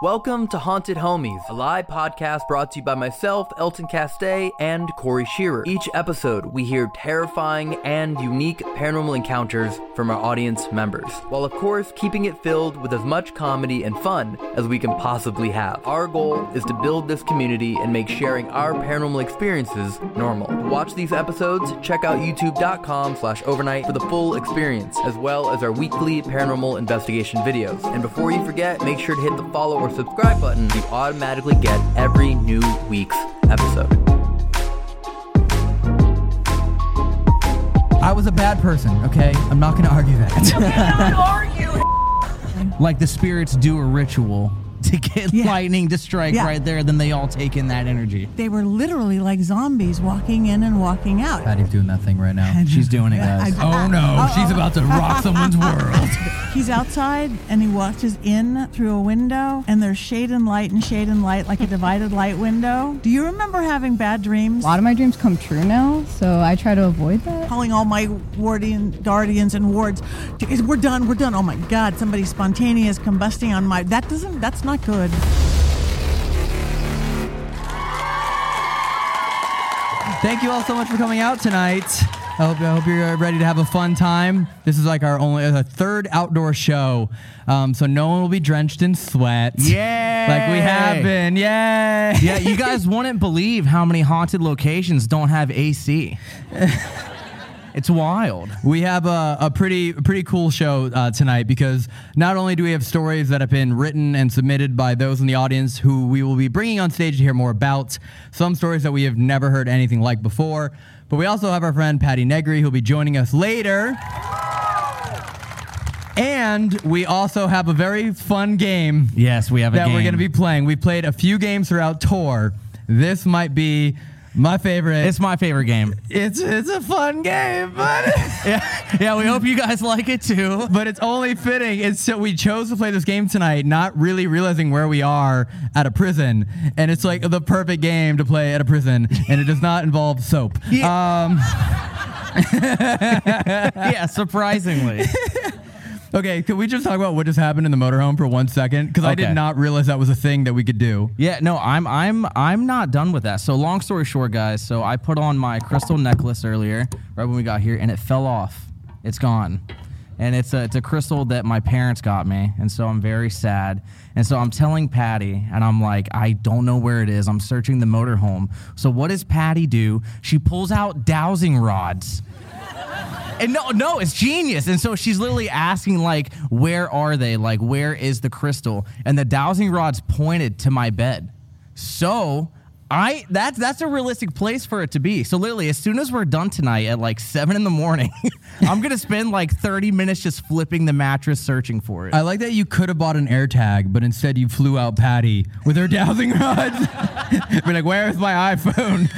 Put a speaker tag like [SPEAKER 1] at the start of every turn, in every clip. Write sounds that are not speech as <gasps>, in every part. [SPEAKER 1] Welcome to Haunted Homies, a live podcast brought to you by myself, Elton Castay, and Corey Shearer. Each episode, we hear terrifying and unique paranormal encounters from our audience members, while of course keeping it filled with as much comedy and fun as we can possibly have. Our goal is to build this community and make sharing our paranormal experiences normal. To watch these episodes, check out youtube.com slash overnight for the full experience, as well as our weekly paranormal investigation videos. And before you forget, make sure to hit the follow or subscribe button, you automatically get every new week's episode.
[SPEAKER 2] I was a bad person, okay? I'm not gonna argue that. <laughs> like the spirits do a ritual <laughs> to get lightning to strike
[SPEAKER 3] Yeah.
[SPEAKER 2] right there, then they all take in that energy.
[SPEAKER 3] They were literally like zombies walking in and walking out.
[SPEAKER 2] Patty's doing that thing right now. She's doing it, guys.
[SPEAKER 3] I- Oh, no. Uh-oh. She's
[SPEAKER 4] <laughs>
[SPEAKER 3] about
[SPEAKER 2] to rock someone's world.
[SPEAKER 3] He's outside and he watches in through a window, and there's shade and light and shade and light, like a divided light window. Do you remember having bad dreams?
[SPEAKER 5] A lot of my dreams come true now, so I try to avoid
[SPEAKER 2] <laughs>
[SPEAKER 5] that.
[SPEAKER 3] Calling all my wardian guardians and wards, "Jeez, we're done, we're done. Oh my God, somebody spontaneous combusting on my. That doesn't. That's not good.
[SPEAKER 2] Thank you all so much for coming out tonight. I hope, I hope you're ready to have a fun time. This is like our only uh, third outdoor show, um, so no one will be drenched in sweat.
[SPEAKER 4] Yay!
[SPEAKER 2] Like we have been. Yay!
[SPEAKER 4] Yeah,
[SPEAKER 2] <laughs>
[SPEAKER 4] you guys wouldn't believe how many haunted locations don't have
[SPEAKER 2] <laughs>
[SPEAKER 4] AC. it's wild.
[SPEAKER 2] We have a, a pretty a pretty cool show uh, tonight because not only do we have stories that have been written and submitted by those in the audience who we will be bringing on stage to hear more about, some stories that we have never heard anything like before, but we also have our friend Patty Negri who'll be joining us later. And we also have a very fun game
[SPEAKER 4] Yes, we have a
[SPEAKER 2] that
[SPEAKER 4] game.
[SPEAKER 2] we're going to be playing. We played a few games throughout tour. This might be my favorite.
[SPEAKER 4] It's my favorite game.
[SPEAKER 2] it's, it's a
[SPEAKER 4] <laughs>
[SPEAKER 2] fun game, but.
[SPEAKER 4] Yeah, we hope you guys like it too.
[SPEAKER 2] but it's only fitting. It's so we chose to play this game tonight, not really realizing where we are at a prison, and it's like the perfect game to play at a prison, and it does not involve soap. Um,
[SPEAKER 4] yeah, surprisingly.
[SPEAKER 2] Um, okay, could we just talk about what just happened in the motorhome for one second? Because I did
[SPEAKER 4] Okay.
[SPEAKER 2] not realize that was a thing that we could do.
[SPEAKER 4] Yeah, no, I'm I'm I'm not done with that. So long story short, guys, so I put on my crystal necklace earlier, right when we got here, and it fell off. It's gone. And it's a it's a crystal that my parents got me, and so I'm very sad. And so I'm telling Patty, and I'm like, I don't know where it is. I'm searching the motorhome. So what does Patty do? She pulls out dowsing rods. And no, no, it's genius. And so she's literally asking, like, where are they? Like, where is the crystal? And the dowsing rod's pointed to my bed. So I that's that's a realistic place for it to be. So literally, as soon as we're done tonight at like seven in the morning, <laughs> I'm gonna spend like 30 minutes just flipping the mattress searching for it.
[SPEAKER 2] I like that you could have bought an air tag, but instead you flew out Patty with her dowsing <laughs> rods. Be like, where's my iPhone?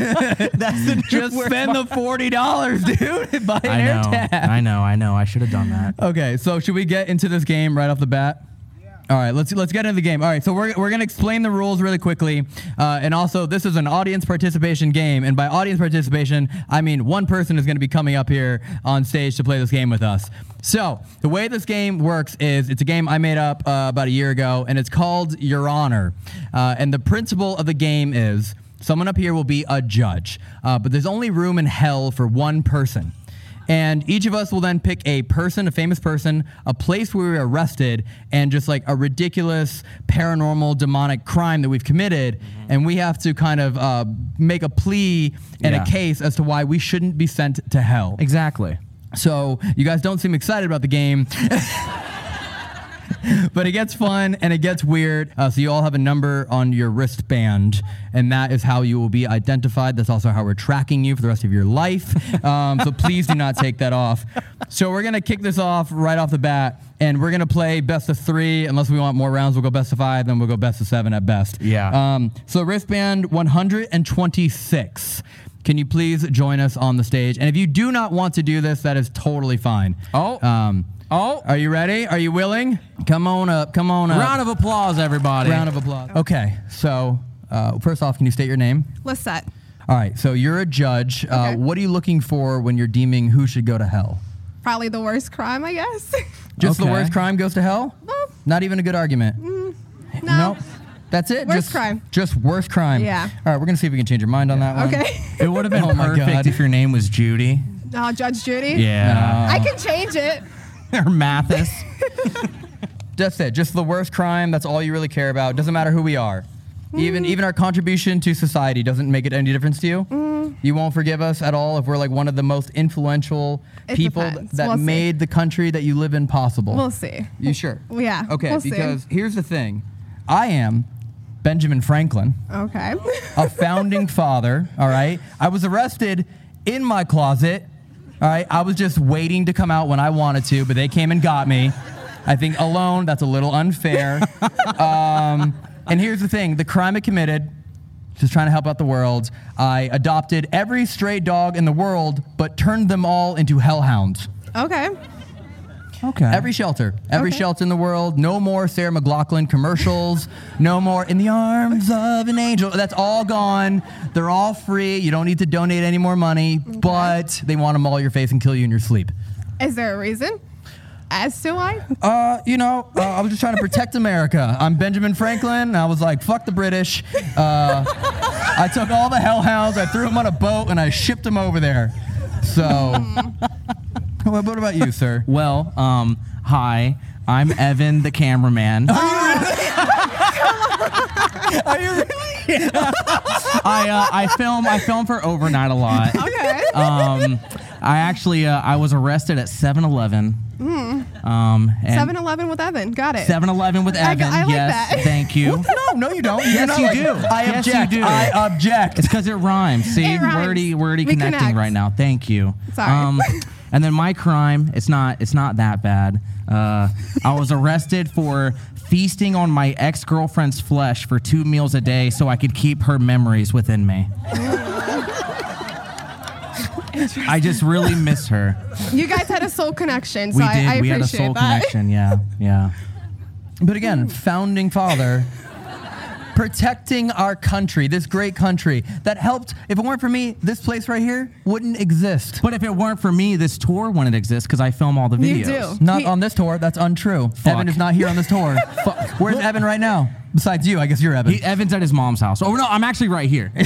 [SPEAKER 4] <laughs> that's the
[SPEAKER 2] Just spend the forty dollars, dude, <laughs> and buy an
[SPEAKER 4] I
[SPEAKER 2] air
[SPEAKER 4] know,
[SPEAKER 2] tag.
[SPEAKER 4] I know, I know. I should have done that.
[SPEAKER 2] Okay, so should we get into this game right off the bat? All right, let's let's get into the game. All right, so we're, we're gonna explain the rules really quickly, uh, and also this is an audience participation game, and by audience participation, I mean one person is gonna be coming up here on stage to play this game with us. So the way this game works is it's a game I made up uh, about a year ago, and it's called Your Honor, uh, and the principle of the game is Someone up here will be a judge, uh, but there's only room in hell for one person. And each of us will then pick a person, a famous person, a place where we were arrested, and just like a ridiculous paranormal demonic crime that we've committed.
[SPEAKER 4] Mm-hmm.
[SPEAKER 2] And we have to kind of uh, make a plea and
[SPEAKER 4] Yeah.
[SPEAKER 2] a case as to why we shouldn't be sent to hell.
[SPEAKER 4] Exactly.
[SPEAKER 2] So you guys don't seem excited about the game. <laughs> But it gets fun and it gets weird. Uh, so you all have a number on your wristband, and that is how you will be identified. That's also how we're tracking you for the rest of your life. Um, so please do not take that off. So we're gonna kick this off right off the bat, and we're gonna play best of three. Unless we want more rounds, we'll go best of five, then we'll go best of seven at best.
[SPEAKER 4] Yeah.
[SPEAKER 2] Um, so wristband 126. Can you please join us on the stage? And if you do not want to do this, that is totally fine.
[SPEAKER 4] Oh.
[SPEAKER 2] Um,
[SPEAKER 4] Oh.
[SPEAKER 2] Are you ready? Are you willing? Come on up. Come on up.
[SPEAKER 4] Round of applause, everybody.
[SPEAKER 2] Round of applause. Okay. So, uh, first off, can you state your name?
[SPEAKER 6] Lisette.
[SPEAKER 2] All right. So you're a judge. Uh,
[SPEAKER 6] Okay.
[SPEAKER 2] what are you looking for when you're deeming who should go to hell?
[SPEAKER 6] Probably the worst crime, I guess. <laughs>
[SPEAKER 2] Just the
[SPEAKER 4] Okay.
[SPEAKER 2] worst crime goes to hell?
[SPEAKER 6] Well- mm,
[SPEAKER 2] Not even a good argument.
[SPEAKER 6] no.
[SPEAKER 2] That's it.
[SPEAKER 6] Worst
[SPEAKER 2] just,
[SPEAKER 6] crime.
[SPEAKER 2] Just worst crime.
[SPEAKER 6] Yeah.
[SPEAKER 2] All right. We're gonna see if we can change your mind on that one.
[SPEAKER 6] Okay.
[SPEAKER 4] It would have been
[SPEAKER 2] Oh my God.
[SPEAKER 4] perfect if your name was Judy.
[SPEAKER 6] No, Judge Judy.
[SPEAKER 4] Yeah.
[SPEAKER 6] I can change it.
[SPEAKER 2] <laughs>
[SPEAKER 4] or Mathis.
[SPEAKER 2] That's it. Just the worst crime. That's all you really care about. Doesn't matter who we are.
[SPEAKER 6] Mm.
[SPEAKER 2] Even even our contribution to society doesn't make it any difference to you. You won't forgive us at all if we're like one of the most influential
[SPEAKER 6] It
[SPEAKER 2] people
[SPEAKER 6] depends.
[SPEAKER 2] that
[SPEAKER 6] We'll see.
[SPEAKER 2] made the country that you live in possible.
[SPEAKER 6] We'll see.
[SPEAKER 2] You sure?
[SPEAKER 6] Yeah,
[SPEAKER 2] Okay,
[SPEAKER 6] we'll see.
[SPEAKER 2] because here's the thing. I am Benjamin Franklin,
[SPEAKER 6] Okay. <laughs>
[SPEAKER 2] a founding father, all right? I was arrested in my closet. All right? I was just waiting to come out when I wanted to, but they came and got me. I think alone, that's a little unfair. um, and here's the thing, the crime I committed just trying to help out the world. I adopted every stray dog in the world, but turned them all into hellhounds.
[SPEAKER 6] okay.
[SPEAKER 4] Okay.
[SPEAKER 2] Every shelter, every
[SPEAKER 6] Okay.
[SPEAKER 2] shelter in the world. No more Sarah McLaughlin commercials. no more in the arms of an angel. That's all gone. They're all free. You don't need to donate any more money, but they want to maul your face and kill you in your sleep.
[SPEAKER 6] Is there a reason as to why?
[SPEAKER 2] Uh, you know, uh, I was just trying to protect America. I'm Benjamin Franklin. And I was like, fuck the British. Uh, I took all the hellhounds, I threw them on a boat, and I shipped them over there. So, what what about you, sir?
[SPEAKER 4] <laughs> Well, um, hi. I'm Evan, the
[SPEAKER 6] <laughs>
[SPEAKER 4] cameraman.
[SPEAKER 2] <laughs>
[SPEAKER 6] Oh,
[SPEAKER 2] Are you really?
[SPEAKER 4] I uh, I film I film for overnight a lot.
[SPEAKER 6] Okay.
[SPEAKER 4] <laughs> Um, I actually uh, I was arrested at 7-Eleven. Um, and
[SPEAKER 6] 7 Hmm. Eleven with Evan. Got it.
[SPEAKER 4] 7-Eleven with
[SPEAKER 6] I
[SPEAKER 4] Evan.
[SPEAKER 6] got- I like
[SPEAKER 4] yes,
[SPEAKER 6] that.
[SPEAKER 4] thank
[SPEAKER 6] <laughs>
[SPEAKER 4] you.
[SPEAKER 2] No, Oh, no, you don't. You're
[SPEAKER 4] Yes,
[SPEAKER 2] not
[SPEAKER 4] you
[SPEAKER 2] like-
[SPEAKER 4] do.
[SPEAKER 2] I
[SPEAKER 4] Yes, you
[SPEAKER 2] object.
[SPEAKER 4] do.
[SPEAKER 2] I object.
[SPEAKER 4] It's because it rhymes. See,
[SPEAKER 6] It rhymes.
[SPEAKER 4] wordy, wordy,
[SPEAKER 6] We
[SPEAKER 4] connecting
[SPEAKER 6] connect.
[SPEAKER 4] right now. Thank you. Um,
[SPEAKER 6] Sorry.
[SPEAKER 4] and then my crime. It's not. It's not that bad. Uh, I was arrested for feasting on my ex-girlfriend's flesh for two meals a day, so I could keep her memories within me. I just really miss
[SPEAKER 6] <laughs>
[SPEAKER 4] her.
[SPEAKER 6] <laughs> You guys had a soul connection, so
[SPEAKER 4] we
[SPEAKER 6] I,
[SPEAKER 4] did.
[SPEAKER 6] I appreciate
[SPEAKER 4] we had a soul
[SPEAKER 6] that. <laughs>
[SPEAKER 4] connection. Yeah. Yeah.
[SPEAKER 2] But again, founding father. Protecting our country, this great country that helped. If it weren't for me, this place right here wouldn't exist.
[SPEAKER 4] But if it weren't for me, this tour wouldn't exist because I film all the videos.
[SPEAKER 6] You do.
[SPEAKER 2] Not
[SPEAKER 6] We-
[SPEAKER 2] on this tour. That's untrue. Evan is not here on
[SPEAKER 4] <laughs>
[SPEAKER 2] this tour. Fuck. Where's Evan right now? Besides you, I guess you're Evan.
[SPEAKER 4] He, Evan's at his mom's house. Oh no, I'm actually right here.
[SPEAKER 2] <laughs>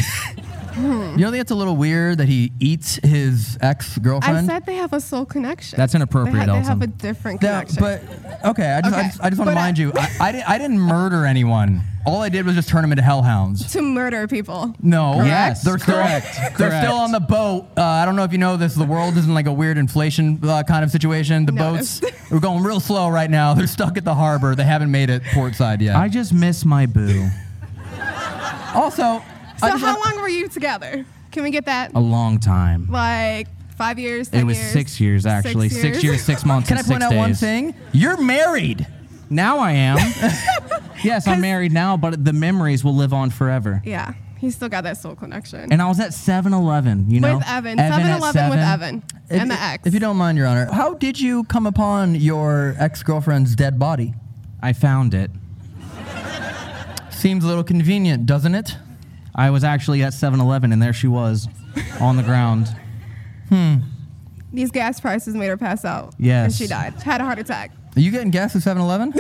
[SPEAKER 6] Hmm.
[SPEAKER 2] you don't think it's a little weird that he eats his ex
[SPEAKER 6] I
[SPEAKER 2] girlfriend?
[SPEAKER 6] said they have a soul connection.
[SPEAKER 4] That's inappropriate,
[SPEAKER 6] They, ha- they have a
[SPEAKER 4] Elton.
[SPEAKER 6] different
[SPEAKER 2] No,
[SPEAKER 6] connection.
[SPEAKER 2] but okay, I just, I
[SPEAKER 6] Okay.
[SPEAKER 2] just, I just want to
[SPEAKER 6] But I-
[SPEAKER 2] remind you, I, I, didn't, I didn't murder anyone. All I did was just turn them into hellhounds.
[SPEAKER 6] to murder people.
[SPEAKER 2] No.
[SPEAKER 4] Yes,
[SPEAKER 2] They're still,
[SPEAKER 4] correct,
[SPEAKER 2] They're
[SPEAKER 4] correct.
[SPEAKER 2] still on the boat. Uh, I don't know if you know this. The world is in like a weird inflation uh, kind of situation. The
[SPEAKER 6] <laughs> Noticed.
[SPEAKER 2] boats are going real slow right now. They're stuck at the harbor. They haven't made it port side yet.
[SPEAKER 4] I just miss my
[SPEAKER 2] <laughs>
[SPEAKER 4] boo.
[SPEAKER 2] also,
[SPEAKER 6] So
[SPEAKER 2] I just
[SPEAKER 6] how
[SPEAKER 2] want-
[SPEAKER 6] long were you together? Can we get that?
[SPEAKER 4] A long time.
[SPEAKER 6] Like five years.
[SPEAKER 4] it
[SPEAKER 6] ten
[SPEAKER 4] was
[SPEAKER 6] years?
[SPEAKER 4] six years actually. Six years, six, months.
[SPEAKER 2] Can I
[SPEAKER 4] and
[SPEAKER 2] point
[SPEAKER 4] six
[SPEAKER 2] out one
[SPEAKER 4] days.
[SPEAKER 2] thing? You're married.
[SPEAKER 4] Now I
[SPEAKER 2] <laughs>
[SPEAKER 4] am. yes, I'm married now, but the memories will live on forever.
[SPEAKER 6] Yeah, he still got that soul connection.
[SPEAKER 4] And I was at 7-Eleven, you
[SPEAKER 6] with
[SPEAKER 4] know,
[SPEAKER 6] Evan,
[SPEAKER 4] at
[SPEAKER 6] 7-Eleven with
[SPEAKER 4] seven.
[SPEAKER 6] Evan and the ex.
[SPEAKER 2] If you don't mind, Your Honor, how did you come upon your ex girlfriend's dead body?
[SPEAKER 4] I found it.
[SPEAKER 2] Seems a little convenient, doesn't it?
[SPEAKER 4] I was actually at 7-Eleven, and there she was, on the ground. Hmm.
[SPEAKER 6] These gas prices made her pass out.
[SPEAKER 4] Yes.
[SPEAKER 6] And she died. Had a heart attack.
[SPEAKER 4] <laughs>
[SPEAKER 2] Are you getting gas at 7 Eleven?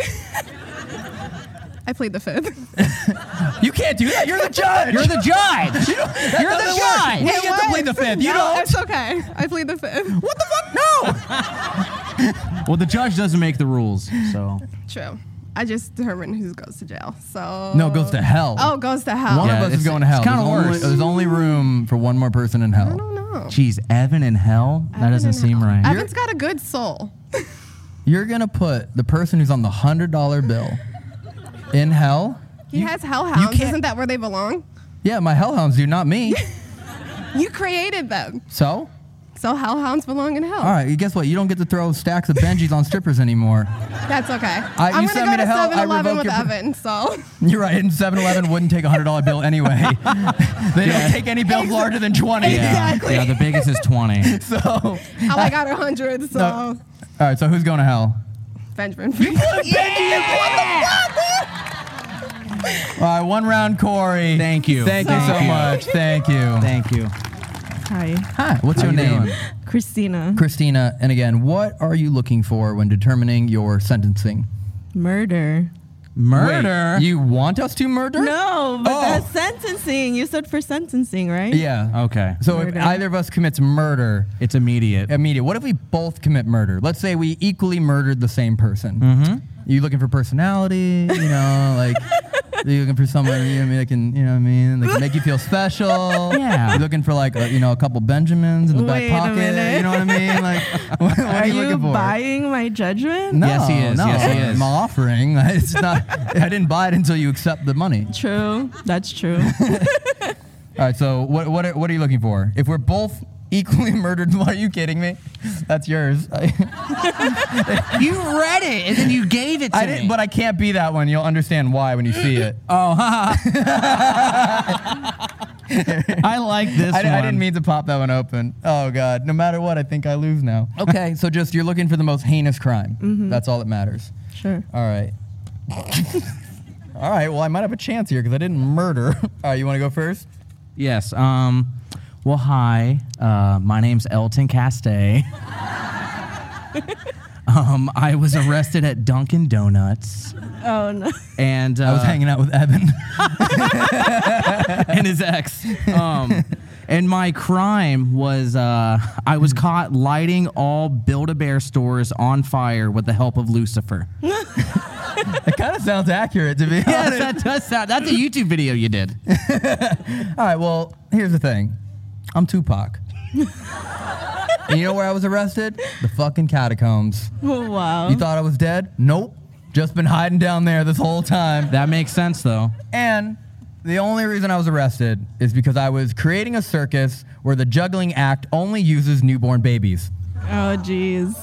[SPEAKER 6] I played the fifth.
[SPEAKER 2] You can't do that. You're the judge.
[SPEAKER 7] You're
[SPEAKER 6] <laughs>
[SPEAKER 2] <laughs>
[SPEAKER 7] the judge. You're the
[SPEAKER 2] judge.
[SPEAKER 7] judge.
[SPEAKER 2] We get to play the fifth. You
[SPEAKER 6] No,
[SPEAKER 2] don't.
[SPEAKER 6] It's okay. I played the fifth.
[SPEAKER 2] What the fuck? No.
[SPEAKER 4] Well, the judge doesn't make the rules, so
[SPEAKER 6] True. I just determined who goes to jail. So
[SPEAKER 2] No, goes to hell. <laughs>
[SPEAKER 4] <laughs>
[SPEAKER 6] Oh, goes to hell.
[SPEAKER 2] One
[SPEAKER 4] Yeah,
[SPEAKER 2] of us is
[SPEAKER 4] it's-
[SPEAKER 2] going to
[SPEAKER 4] it's
[SPEAKER 2] hell.
[SPEAKER 4] kinda
[SPEAKER 2] There's only-
[SPEAKER 4] worse.
[SPEAKER 2] There's only room for one more person in hell.
[SPEAKER 6] I
[SPEAKER 2] <laughs>
[SPEAKER 6] don't know.
[SPEAKER 4] Jeez, Evan in hell? That doesn't seem right.
[SPEAKER 6] Evan's got a good soul.
[SPEAKER 2] You're gonna put the person who's on the hundred dollar bill in hell.
[SPEAKER 6] He has hellhounds.
[SPEAKER 2] can't-
[SPEAKER 6] Isn't that where they belong?
[SPEAKER 2] Yeah, my hellhounds do, not
[SPEAKER 6] <laughs>
[SPEAKER 2] me.
[SPEAKER 6] You created them.
[SPEAKER 2] So,
[SPEAKER 6] So hellhounds belong in hell.
[SPEAKER 2] all right. Guess what? You don't get to throw stacks of Benjis on strippers anymore.
[SPEAKER 6] That's okay.
[SPEAKER 2] Uh, you
[SPEAKER 6] I'm
[SPEAKER 2] sent
[SPEAKER 6] gonna
[SPEAKER 2] me
[SPEAKER 6] go
[SPEAKER 2] to
[SPEAKER 6] to
[SPEAKER 2] hell, I
[SPEAKER 6] 7
[SPEAKER 2] revoke
[SPEAKER 6] Eleven with
[SPEAKER 2] your pr-
[SPEAKER 6] Evan, so
[SPEAKER 2] You're right. And 7-Eleven wouldn't take a hundred dollar bill anyway.
[SPEAKER 6] <laughs>
[SPEAKER 2] <laughs> they don't take any bills larger than twenty.
[SPEAKER 4] Yeah, the biggest is 20.
[SPEAKER 2] <laughs> So, all
[SPEAKER 6] <laughs> oh I got a hundred, so
[SPEAKER 2] No. right. So who's going to hell?
[SPEAKER 6] Benjamin. <laughs>
[SPEAKER 2] All right. One round, Corey.
[SPEAKER 4] Thank you.
[SPEAKER 2] Thank you so much. Thank you.
[SPEAKER 4] Thank you.
[SPEAKER 8] Hi,
[SPEAKER 2] Hi. What's your
[SPEAKER 4] you
[SPEAKER 2] name?
[SPEAKER 4] doing?
[SPEAKER 8] Christina.
[SPEAKER 2] Christina, and again, what are you looking for when determining your sentencing?
[SPEAKER 8] Murder.
[SPEAKER 4] Murder?
[SPEAKER 2] you want us to murder?
[SPEAKER 8] No, but
[SPEAKER 2] Oh.
[SPEAKER 8] that's sentencing. You said for sentencing, right?
[SPEAKER 2] Yeah.
[SPEAKER 4] Okay.
[SPEAKER 2] So if
[SPEAKER 8] Murder.
[SPEAKER 2] either of us commits murder,
[SPEAKER 4] It's immediate.
[SPEAKER 2] immediate. What if we both commit murder? Let's say we equally murdered the same person.
[SPEAKER 4] Mm-hmm.
[SPEAKER 2] You looking for personality? You
[SPEAKER 8] <laughs>
[SPEAKER 2] know, like you looking for someone you know, what I mean, that can you know what I mean that can make you feel special.
[SPEAKER 4] <laughs> Yeah.
[SPEAKER 2] You looking for like a, you know a couple Benjamins in the
[SPEAKER 8] Wait a
[SPEAKER 2] back pocket.
[SPEAKER 8] minute.
[SPEAKER 2] You know what I mean? Like <laughs> what, what are,
[SPEAKER 8] Are you
[SPEAKER 2] looking for?
[SPEAKER 8] buying my judgment?
[SPEAKER 2] No,
[SPEAKER 4] Yes, he is.
[SPEAKER 2] No,
[SPEAKER 4] Yes, he is.
[SPEAKER 2] I'm offering. <laughs> It's not. I didn't buy it until you accept the money.
[SPEAKER 8] True. That's true.
[SPEAKER 2] <laughs> All right. So what what are, what are you looking for? If we're both equally <laughs> murdered, are you kidding me? That's yours. <laughs> I,
[SPEAKER 7] You read it and then you gave it to
[SPEAKER 2] I
[SPEAKER 7] me.
[SPEAKER 2] didn't, but I can't be that one. You'll understand why when you see it.
[SPEAKER 4] <laughs> Oh, I like this
[SPEAKER 2] <laughs> I,
[SPEAKER 4] one.
[SPEAKER 2] I didn't mean to pop that one open. Oh God! No matter what, I think I lose now. Okay. <laughs> So just you're looking for the most heinous crime.
[SPEAKER 8] Mm-hmm.
[SPEAKER 2] That's all that matters.
[SPEAKER 8] sure.
[SPEAKER 2] All right. all right. Well, I might have a chance here because I didn't murder. <laughs> All right. You want to go first?
[SPEAKER 4] Yes. Um. Well, hi. Uh, my name's Elton Caste. <laughs> um, I was arrested at Dunkin' Donuts,
[SPEAKER 8] Oh no. <laughs>
[SPEAKER 4] and uh,
[SPEAKER 2] I was hanging out with Evan.
[SPEAKER 4] <laughs>
[SPEAKER 2] <laughs>
[SPEAKER 4] and his ex. <laughs> Um, and my crime was uh, I was caught lighting all Build-A-Bear stores on fire with the help of Lucifer.
[SPEAKER 2] <laughs> It kind of sounds accurate to be
[SPEAKER 4] yes,
[SPEAKER 2] honest.
[SPEAKER 4] that does sound. That's a YouTube video you did.
[SPEAKER 2] All right, well, here's the thing. I'm Tupac. and you know where I was arrested? The fucking catacombs.
[SPEAKER 8] Oh, wow.
[SPEAKER 2] You thought I was dead? Nope. Just been hiding down there this whole time.
[SPEAKER 4] That makes sense though.
[SPEAKER 2] And the only reason I was arrested is because I was creating a circus where the juggling act only uses newborn babies.
[SPEAKER 8] oh jeez.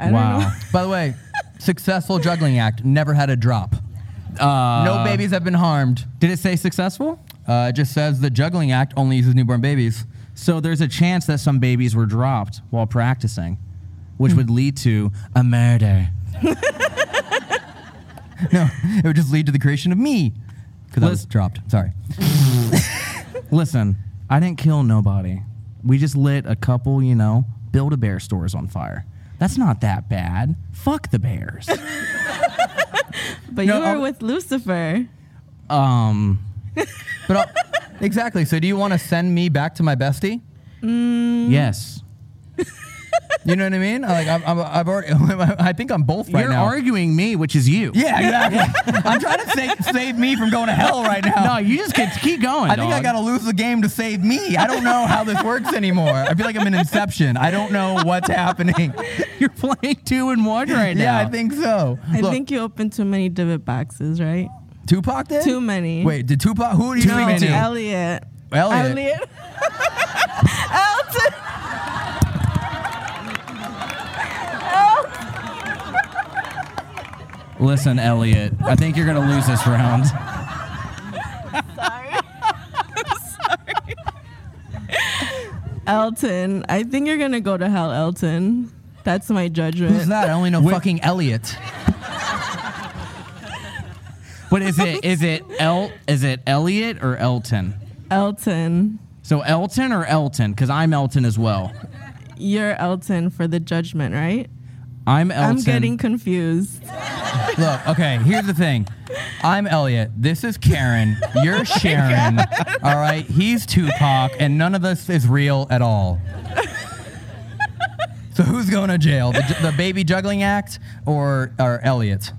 [SPEAKER 8] I don't
[SPEAKER 4] Wow.
[SPEAKER 8] know. <laughs>
[SPEAKER 2] By the way, successful juggling act never had a drop.
[SPEAKER 4] Uh,
[SPEAKER 2] No babies have been harmed.
[SPEAKER 4] Did it say successful?
[SPEAKER 2] Uh, it just says the juggling act only uses newborn babies.
[SPEAKER 4] So there's a chance that some babies were dropped while practicing, which would lead to a <laughs> murder.
[SPEAKER 2] No, it would just lead to the creation of me. Because I was
[SPEAKER 4] Let's-
[SPEAKER 2] dropped. Sorry.
[SPEAKER 4] <laughs> Listen, I didn't kill nobody. We just lit a couple, you know, Build a Bear stores on fire. That's not that bad. Fuck the <laughs> bears.
[SPEAKER 8] But
[SPEAKER 2] No, oh.
[SPEAKER 8] you were
[SPEAKER 2] I'll-
[SPEAKER 8] with Lucifer.
[SPEAKER 4] um,
[SPEAKER 2] But I'll- exactly. So do you want to send me back to my bestie?
[SPEAKER 8] Mm. Mm-hmm.
[SPEAKER 4] yes.
[SPEAKER 2] You know what I mean? Like I'm, I'm, I've already. <laughs> I think I'm both right
[SPEAKER 4] You're
[SPEAKER 2] now.
[SPEAKER 4] arguing me, which is you.
[SPEAKER 2] yeah, exactly. <laughs> I'm trying to save, save me from going to hell right now.
[SPEAKER 4] No, you just get, keep going.
[SPEAKER 2] I think I
[SPEAKER 4] dog.
[SPEAKER 2] gotta lose the game to save me. I don't know how this works anymore. I feel like I'm in Inception. I don't know what's happening.
[SPEAKER 4] You're playing two and one right now.
[SPEAKER 2] <laughs> Yeah, I think so.
[SPEAKER 8] I
[SPEAKER 2] Look,
[SPEAKER 8] think you opened too many divot boxes, right?
[SPEAKER 2] Tupac did.
[SPEAKER 8] Too many.
[SPEAKER 2] Wait, did Tupac? Who do you
[SPEAKER 8] No,
[SPEAKER 2] think to?
[SPEAKER 8] Elliot.
[SPEAKER 2] Elliot.
[SPEAKER 8] Elliot. <laughs> Elton.
[SPEAKER 4] <laughs>
[SPEAKER 8] <laughs>
[SPEAKER 4] Listen, Elliot, I think you're gonna lose this
[SPEAKER 2] <laughs>
[SPEAKER 4] round.
[SPEAKER 8] Elton. I think you're gonna go to hell, Elton. That's my
[SPEAKER 2] Who's
[SPEAKER 8] judgment.
[SPEAKER 2] that? I only know fucking Elliot.
[SPEAKER 4] But is it is it El is it Elliot or Elton?
[SPEAKER 8] Elton.
[SPEAKER 4] So Elton or Elton? Because I'm Elton as well.
[SPEAKER 8] You're Elton for the judgment, right?
[SPEAKER 4] I'm Elton.
[SPEAKER 8] I'm getting confused. <laughs>
[SPEAKER 2] Look, okay, here's the thing. I'm Elliot. This is Karen. You're Sharon. All right, he's Tupac, and none of this is real at all. So who's going to jail? The, the baby juggling act or, or Elliot?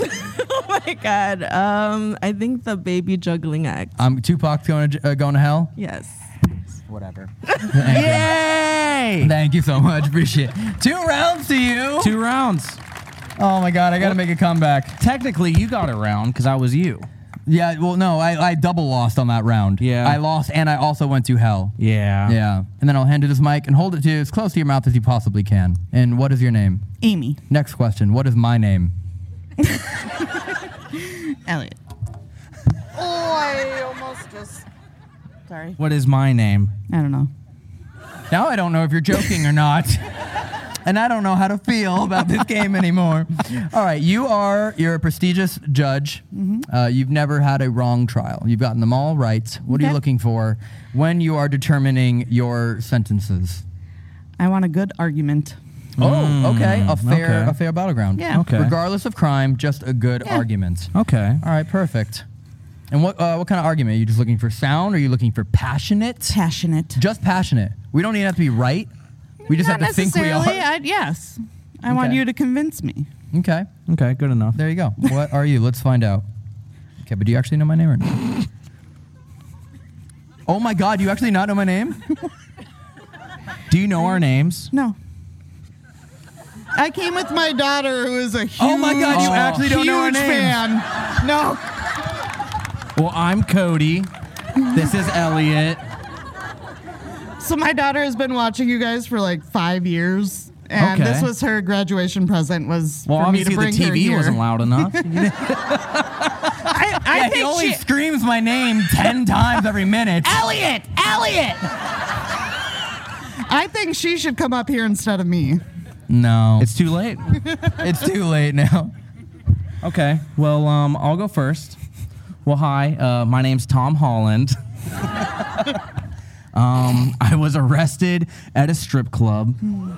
[SPEAKER 8] oh my god. Um, I think the baby juggling act.
[SPEAKER 2] Um, Tupac's going to, j- uh, going to hell?
[SPEAKER 8] Yes.
[SPEAKER 2] Whatever.
[SPEAKER 4] <laughs>
[SPEAKER 2] Yay! <laughs> Thank you so much. Appreciate it. Two rounds to you.
[SPEAKER 4] Two rounds.
[SPEAKER 2] Oh my God, I got to make a comeback.
[SPEAKER 4] Technically, you got a round because I was you.
[SPEAKER 2] Yeah, well, no, I, I double lost on that round.
[SPEAKER 4] Yeah.
[SPEAKER 2] I lost and I also went to hell.
[SPEAKER 4] Yeah.
[SPEAKER 2] Yeah. And then I'll hand you this mic and hold it to you as close to your mouth as you possibly can. And what is your name?
[SPEAKER 3] Amy.
[SPEAKER 2] Next question. What is my name?
[SPEAKER 3] Elliot.
[SPEAKER 9] Oh, I almost just. Sorry.
[SPEAKER 4] What is my name?
[SPEAKER 9] I don't know.
[SPEAKER 2] Now I don't know if you're joking or not. And I don't know how to feel about this game anymore. All right, you are you're a prestigious judge. Uh, you've never had a wrong trial. You've gotten them all right. What are you
[SPEAKER 9] Okay.
[SPEAKER 2] looking for when you are determining your sentences?
[SPEAKER 9] I want a good argument.
[SPEAKER 2] Oh, okay, a fair
[SPEAKER 4] okay.
[SPEAKER 2] a fair battleground.
[SPEAKER 9] Hmm. Yeah. Okay.
[SPEAKER 2] Regardless of crime, just a good argument.
[SPEAKER 4] Okay.
[SPEAKER 2] All right, perfect. And what uh, what kind of argument? Are you just looking for sound? Are you looking for passionate?
[SPEAKER 3] Passionate.
[SPEAKER 2] Just passionate. We don't even have to be right. We just
[SPEAKER 9] Not
[SPEAKER 2] have to think we
[SPEAKER 9] necessarily.
[SPEAKER 2] are.
[SPEAKER 9] I, yes. I want
[SPEAKER 2] Okay. <laughs>
[SPEAKER 9] you to convince me.
[SPEAKER 2] Okay.
[SPEAKER 4] Okay, good enough.
[SPEAKER 2] There you go. What are you? Let's find out. Okay, but do you actually know my
[SPEAKER 9] <laughs>
[SPEAKER 2] name or not? oh my God, you actually not know my
[SPEAKER 9] <laughs>
[SPEAKER 2] name?
[SPEAKER 4] Do you know our names?
[SPEAKER 9] No. I came with my daughter, who is a huge,
[SPEAKER 2] Oh my God, you actually don't know her
[SPEAKER 9] huge
[SPEAKER 2] names.
[SPEAKER 9] fan. No,
[SPEAKER 4] Well, I'm Cody. This is Elliot.
[SPEAKER 9] so my daughter has been watching you guys for like five years, and
[SPEAKER 4] Okay.
[SPEAKER 9] this was her graduation present. Was
[SPEAKER 4] Well,
[SPEAKER 9] for me to
[SPEAKER 4] obviously
[SPEAKER 9] bring
[SPEAKER 4] the
[SPEAKER 9] her
[SPEAKER 4] TV
[SPEAKER 9] here.
[SPEAKER 4] wasn't
[SPEAKER 9] <laughs>
[SPEAKER 4] loud enough.
[SPEAKER 9] I, I
[SPEAKER 2] <laughs> Yeah, he
[SPEAKER 9] think
[SPEAKER 2] only
[SPEAKER 9] she,
[SPEAKER 2] screams my name 10 <laughs> times every minute.
[SPEAKER 9] Elliot,
[SPEAKER 2] <laughs>
[SPEAKER 9] Elliot. I think she should come up here instead of me.
[SPEAKER 2] No.
[SPEAKER 4] it's too late.
[SPEAKER 2] <laughs> it's too late now.
[SPEAKER 4] Okay. Well, um, I'll go first. Well, hi. Uh, my name's Tom Holland. <laughs> um, I was arrested at a strip club.
[SPEAKER 2] Hmm.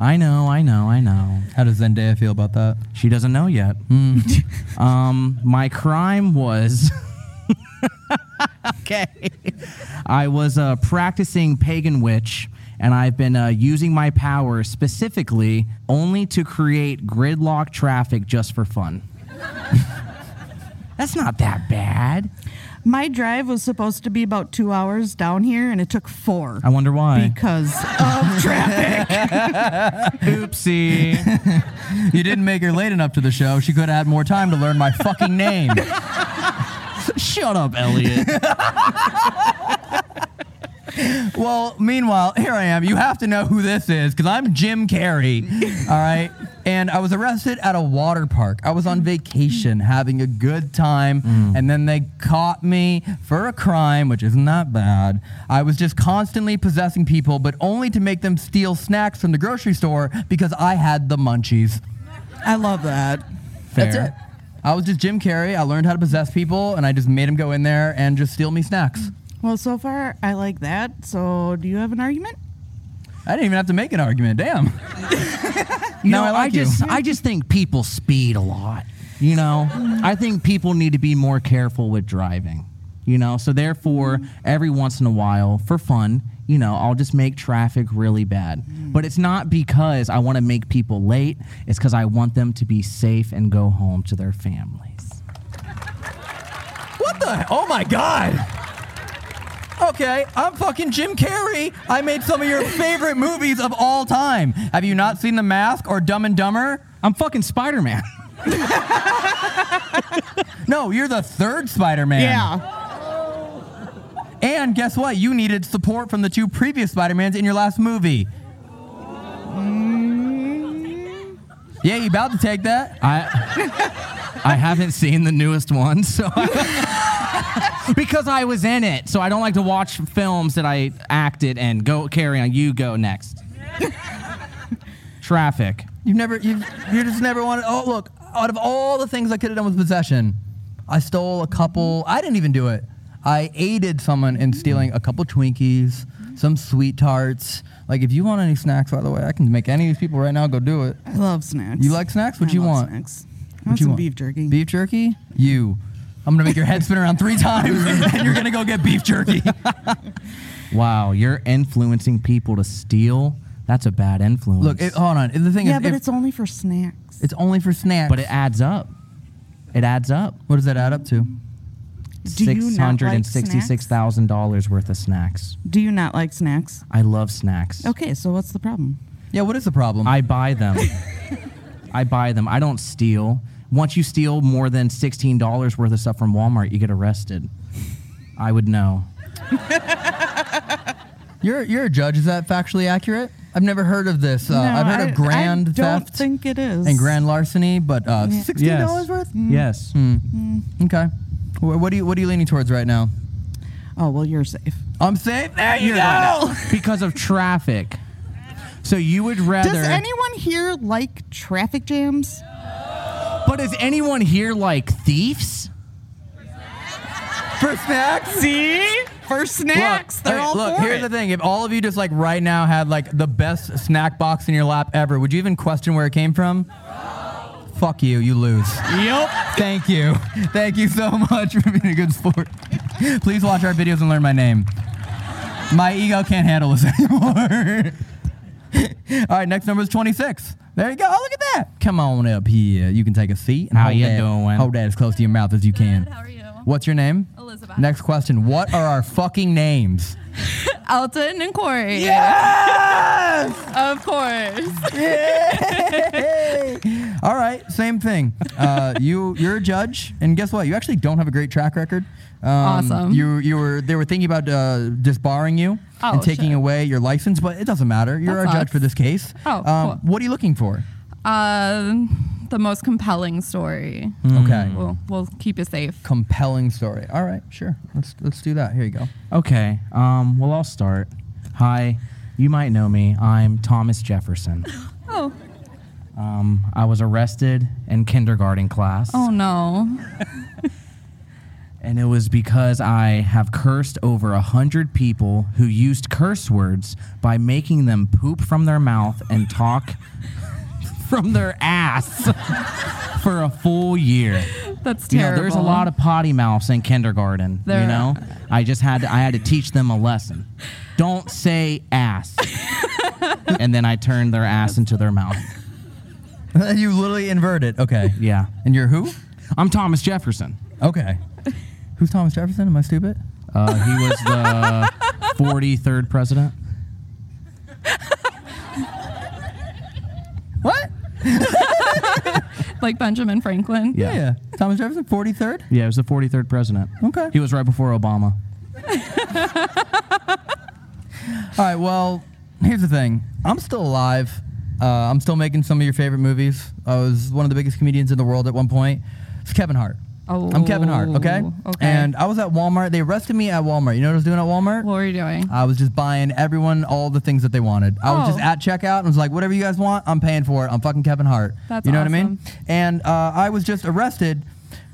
[SPEAKER 4] I know, I know, I know.
[SPEAKER 2] How does Zendaya feel about that? Hmm.
[SPEAKER 4] She doesn't know yet. <laughs> um, my crime was. <laughs> okay. I was a practicing pagan witch, and I've been uh, using my power specifically only to create gridlock traffic just for fun. <laughs> That's not that bad.
[SPEAKER 9] My drive was supposed to be about two hours down here, and it took four
[SPEAKER 4] I wonder why.
[SPEAKER 9] because
[SPEAKER 2] <laughs>
[SPEAKER 9] of traffic.
[SPEAKER 4] <laughs> Oopsie.
[SPEAKER 2] <laughs> You didn't make her late enough to the show. She could have had more time to learn my fucking name.
[SPEAKER 4] <laughs> Shut up, <laughs> Elliot.
[SPEAKER 2] Well, meanwhile, here I am. You have to know who this is because I'm Jim Carrey. All right. And I was arrested at a water park. I was on vacation having a good time. And then they caught me for a crime, which isn't that bad. I was just constantly possessing people, but only to make them steal snacks from the grocery store because I had the munchies.
[SPEAKER 3] I love that.
[SPEAKER 2] That's it. I was just Jim Carrey. I learned how to possess people and I just made them go in there and just steal me snacks.
[SPEAKER 9] <laughs> Well, so far I like that. So, do you have an argument?
[SPEAKER 2] I didn't even have to make an argument. Damn.
[SPEAKER 4] You
[SPEAKER 2] No,
[SPEAKER 4] know,
[SPEAKER 2] I
[SPEAKER 4] I,
[SPEAKER 2] like you.
[SPEAKER 4] just I just think people speed a lot. You know, I think people need to be more careful with driving. You know, so therefore, every once in a while, for fun, you know, I'll just make traffic really bad. But it's not because I want to make people late. It's because I want them to be safe and go home to their families.
[SPEAKER 2] What the? Oh my god. Okay, I'm fucking Jim Carrey. I made some of your favorite movies of all time. Have you not seen The Mask or Dumb and Dumber?
[SPEAKER 4] I'm fucking Spider Man.
[SPEAKER 2] <laughs> No, you're the third Spider-Man.
[SPEAKER 9] Yeah.
[SPEAKER 2] And guess what? You needed support from the two previous Spider-Mans in your last movie. Yeah, you about to take that?
[SPEAKER 4] I I haven't seen the newest one, so because I <laughs> was in it, so I don't like to watch films that I acted and go carry on. You go
[SPEAKER 2] <laughs>
[SPEAKER 4] next. Traffic.
[SPEAKER 2] You've never, you've, you just never wanted. Oh, look, out of all the things I could have done with possession, I stole a couple. I didn't even do it. I aided someone in stealing a couple Twinkies, some sweet tarts. Like, if you want any snacks, by the way, I can make any of these people right now go do it.
[SPEAKER 9] I love snacks.
[SPEAKER 2] You like snacks? What
[SPEAKER 9] I
[SPEAKER 2] you
[SPEAKER 9] love
[SPEAKER 2] want?
[SPEAKER 9] Snacks. I
[SPEAKER 2] What
[SPEAKER 9] want
[SPEAKER 2] you
[SPEAKER 9] some
[SPEAKER 2] want?
[SPEAKER 9] beef jerky.
[SPEAKER 2] Beef jerky? You. I'm gonna make your head spin
[SPEAKER 9] <laughs>
[SPEAKER 2] around three times, and you're gonna go get beef jerky.
[SPEAKER 4] Wow, you're influencing people to steal. That's a bad influence.
[SPEAKER 2] Look, it, hold on. The thing
[SPEAKER 9] yeah,
[SPEAKER 2] is,
[SPEAKER 9] but
[SPEAKER 2] if-
[SPEAKER 9] it's only for snacks.
[SPEAKER 2] it's only for snacks.
[SPEAKER 4] but it adds up. It adds up.
[SPEAKER 2] What does that add up to?
[SPEAKER 9] Do you
[SPEAKER 4] Six
[SPEAKER 9] not
[SPEAKER 4] hundred
[SPEAKER 9] like
[SPEAKER 4] and sixty-six thousand dollars worth of snacks.
[SPEAKER 9] Do you not like snacks?
[SPEAKER 4] I love snacks.
[SPEAKER 9] Okay, so what's the problem?
[SPEAKER 2] Yeah, what is the problem?
[SPEAKER 4] I buy
[SPEAKER 2] <laughs>
[SPEAKER 4] them. I buy them. I don't steal. Once you steal more than sixteen dollars worth of stuff from Walmart, you get arrested. I would
[SPEAKER 2] <laughs>
[SPEAKER 4] know.
[SPEAKER 2] You're you're a judge. Is that factually accurate? I've never heard of this. Uh,
[SPEAKER 9] No,
[SPEAKER 2] I've heard
[SPEAKER 9] I-
[SPEAKER 2] of grand
[SPEAKER 9] I don't
[SPEAKER 2] theft
[SPEAKER 9] think it is.
[SPEAKER 2] and
[SPEAKER 9] <laughs>
[SPEAKER 2] grand <laughs> larceny, but uh,
[SPEAKER 9] Yeah.
[SPEAKER 2] sixteen dollars worth. Hmm.
[SPEAKER 4] Yes.
[SPEAKER 9] Hmm.
[SPEAKER 2] Okay. Wh- What are you What are you leaning towards right now?
[SPEAKER 9] Oh well, you're safe.
[SPEAKER 2] I'm safe. There you
[SPEAKER 4] You're
[SPEAKER 2] go.
[SPEAKER 4] right. Because of traffic. So you would rather.
[SPEAKER 9] Does anyone here like traffic jams?
[SPEAKER 4] but is anyone here like thieves?
[SPEAKER 2] For snacks.
[SPEAKER 9] See, for snacks,
[SPEAKER 2] Look,
[SPEAKER 9] they're
[SPEAKER 2] okay,
[SPEAKER 9] all
[SPEAKER 2] look
[SPEAKER 9] for
[SPEAKER 2] here's
[SPEAKER 9] it.
[SPEAKER 2] the thing. If all of you just like right now had like the best snack box in your lap ever, would you even question where it came from? Fuck you. You lose.
[SPEAKER 4] Yep.
[SPEAKER 2] Thank you. Thank you so <laughs> much for being a good sport. Please watch our videos and learn my name. My ego can't handle this <laughs> anymore. All right, next number is 26. There you go. Oh, look at that. Come on up here. You can take a seat. And
[SPEAKER 4] How
[SPEAKER 2] hold
[SPEAKER 4] you
[SPEAKER 2] that,
[SPEAKER 4] doing?
[SPEAKER 2] Hold that as close to your mouth as you can. How are you? What's your name?
[SPEAKER 6] Elizabeth.
[SPEAKER 2] Next question. What are our fucking names?
[SPEAKER 6] Elton and Corey.
[SPEAKER 2] Yes!
[SPEAKER 6] <laughs> Of course.
[SPEAKER 2] All right, same thing.
[SPEAKER 6] <laughs>
[SPEAKER 2] Uh, you you're a judge, and guess what? You actually don't have a great track record. Um,
[SPEAKER 6] Awesome.
[SPEAKER 2] You you were they were thinking about uh, disbarring you
[SPEAKER 6] Oh,
[SPEAKER 2] and taking
[SPEAKER 6] shit.
[SPEAKER 2] away your license, but it doesn't matter. You're
[SPEAKER 6] That
[SPEAKER 2] a judge
[SPEAKER 6] sucks.
[SPEAKER 2] for this case. Um,
[SPEAKER 6] Oh, cool.
[SPEAKER 2] What are you looking for?
[SPEAKER 6] <laughs> Um, the most compelling story.
[SPEAKER 2] Okay.
[SPEAKER 6] We'll, we'll keep you safe.
[SPEAKER 2] Compelling story. All right, sure. Let's let's do that. Here you go.
[SPEAKER 4] Okay. Um, well, I'll start. Hi. You might know me. I'm Thomas Jefferson.
[SPEAKER 6] Oh.
[SPEAKER 4] Um, I was arrested in kindergarten class,
[SPEAKER 6] Oh no.
[SPEAKER 2] <laughs>
[SPEAKER 4] and it was because I have cursed over a hundred people who used curse words by making them poop from their mouth and talk <laughs> from their ass <laughs> for a full year.
[SPEAKER 6] That's
[SPEAKER 4] You
[SPEAKER 6] terrible.
[SPEAKER 4] know, there's a lot of potty mouths in kindergarten.
[SPEAKER 6] There-
[SPEAKER 4] You know, I just had to, I had to teach them a lesson. Don't say
[SPEAKER 6] <laughs>
[SPEAKER 4] ass. and then I turned their ass into their mouth.
[SPEAKER 2] <laughs> you literally inverted. Okay.
[SPEAKER 4] Yeah.
[SPEAKER 2] And you're who?
[SPEAKER 4] I'm Thomas Jefferson.
[SPEAKER 2] Okay. Who's Thomas Jefferson? Am I stupid?
[SPEAKER 4] Uh, he was
[SPEAKER 2] <laughs>
[SPEAKER 4] the 43rd president.
[SPEAKER 2] What?
[SPEAKER 6] like Benjamin Franklin.
[SPEAKER 2] Yeah. yeah. Thomas Jefferson, 43rd.
[SPEAKER 4] Yeah, he was the 43rd president.
[SPEAKER 2] Okay.
[SPEAKER 4] He was right before Obama.
[SPEAKER 2] All right. Well, here's the thing. I'm still alive. Uh, I'm still making some of your favorite movies. I was one of the biggest comedians in the world at one point. It's Kevin Hart. I'm Kevin Hart. Okay.
[SPEAKER 6] Oh, okay.
[SPEAKER 2] And I was at Walmart. They arrested me at Walmart. You know what I was doing at Walmart?
[SPEAKER 6] What were you doing?
[SPEAKER 2] I was just buying everyone all the things that they wanted. I was
[SPEAKER 6] Oh.
[SPEAKER 2] just at checkout and was like, whatever you guys want, I'm paying for it. I'm fucking Kevin Hart.
[SPEAKER 6] That's
[SPEAKER 2] you know what I mean?
[SPEAKER 6] awesome.
[SPEAKER 2] And uh, I was just arrested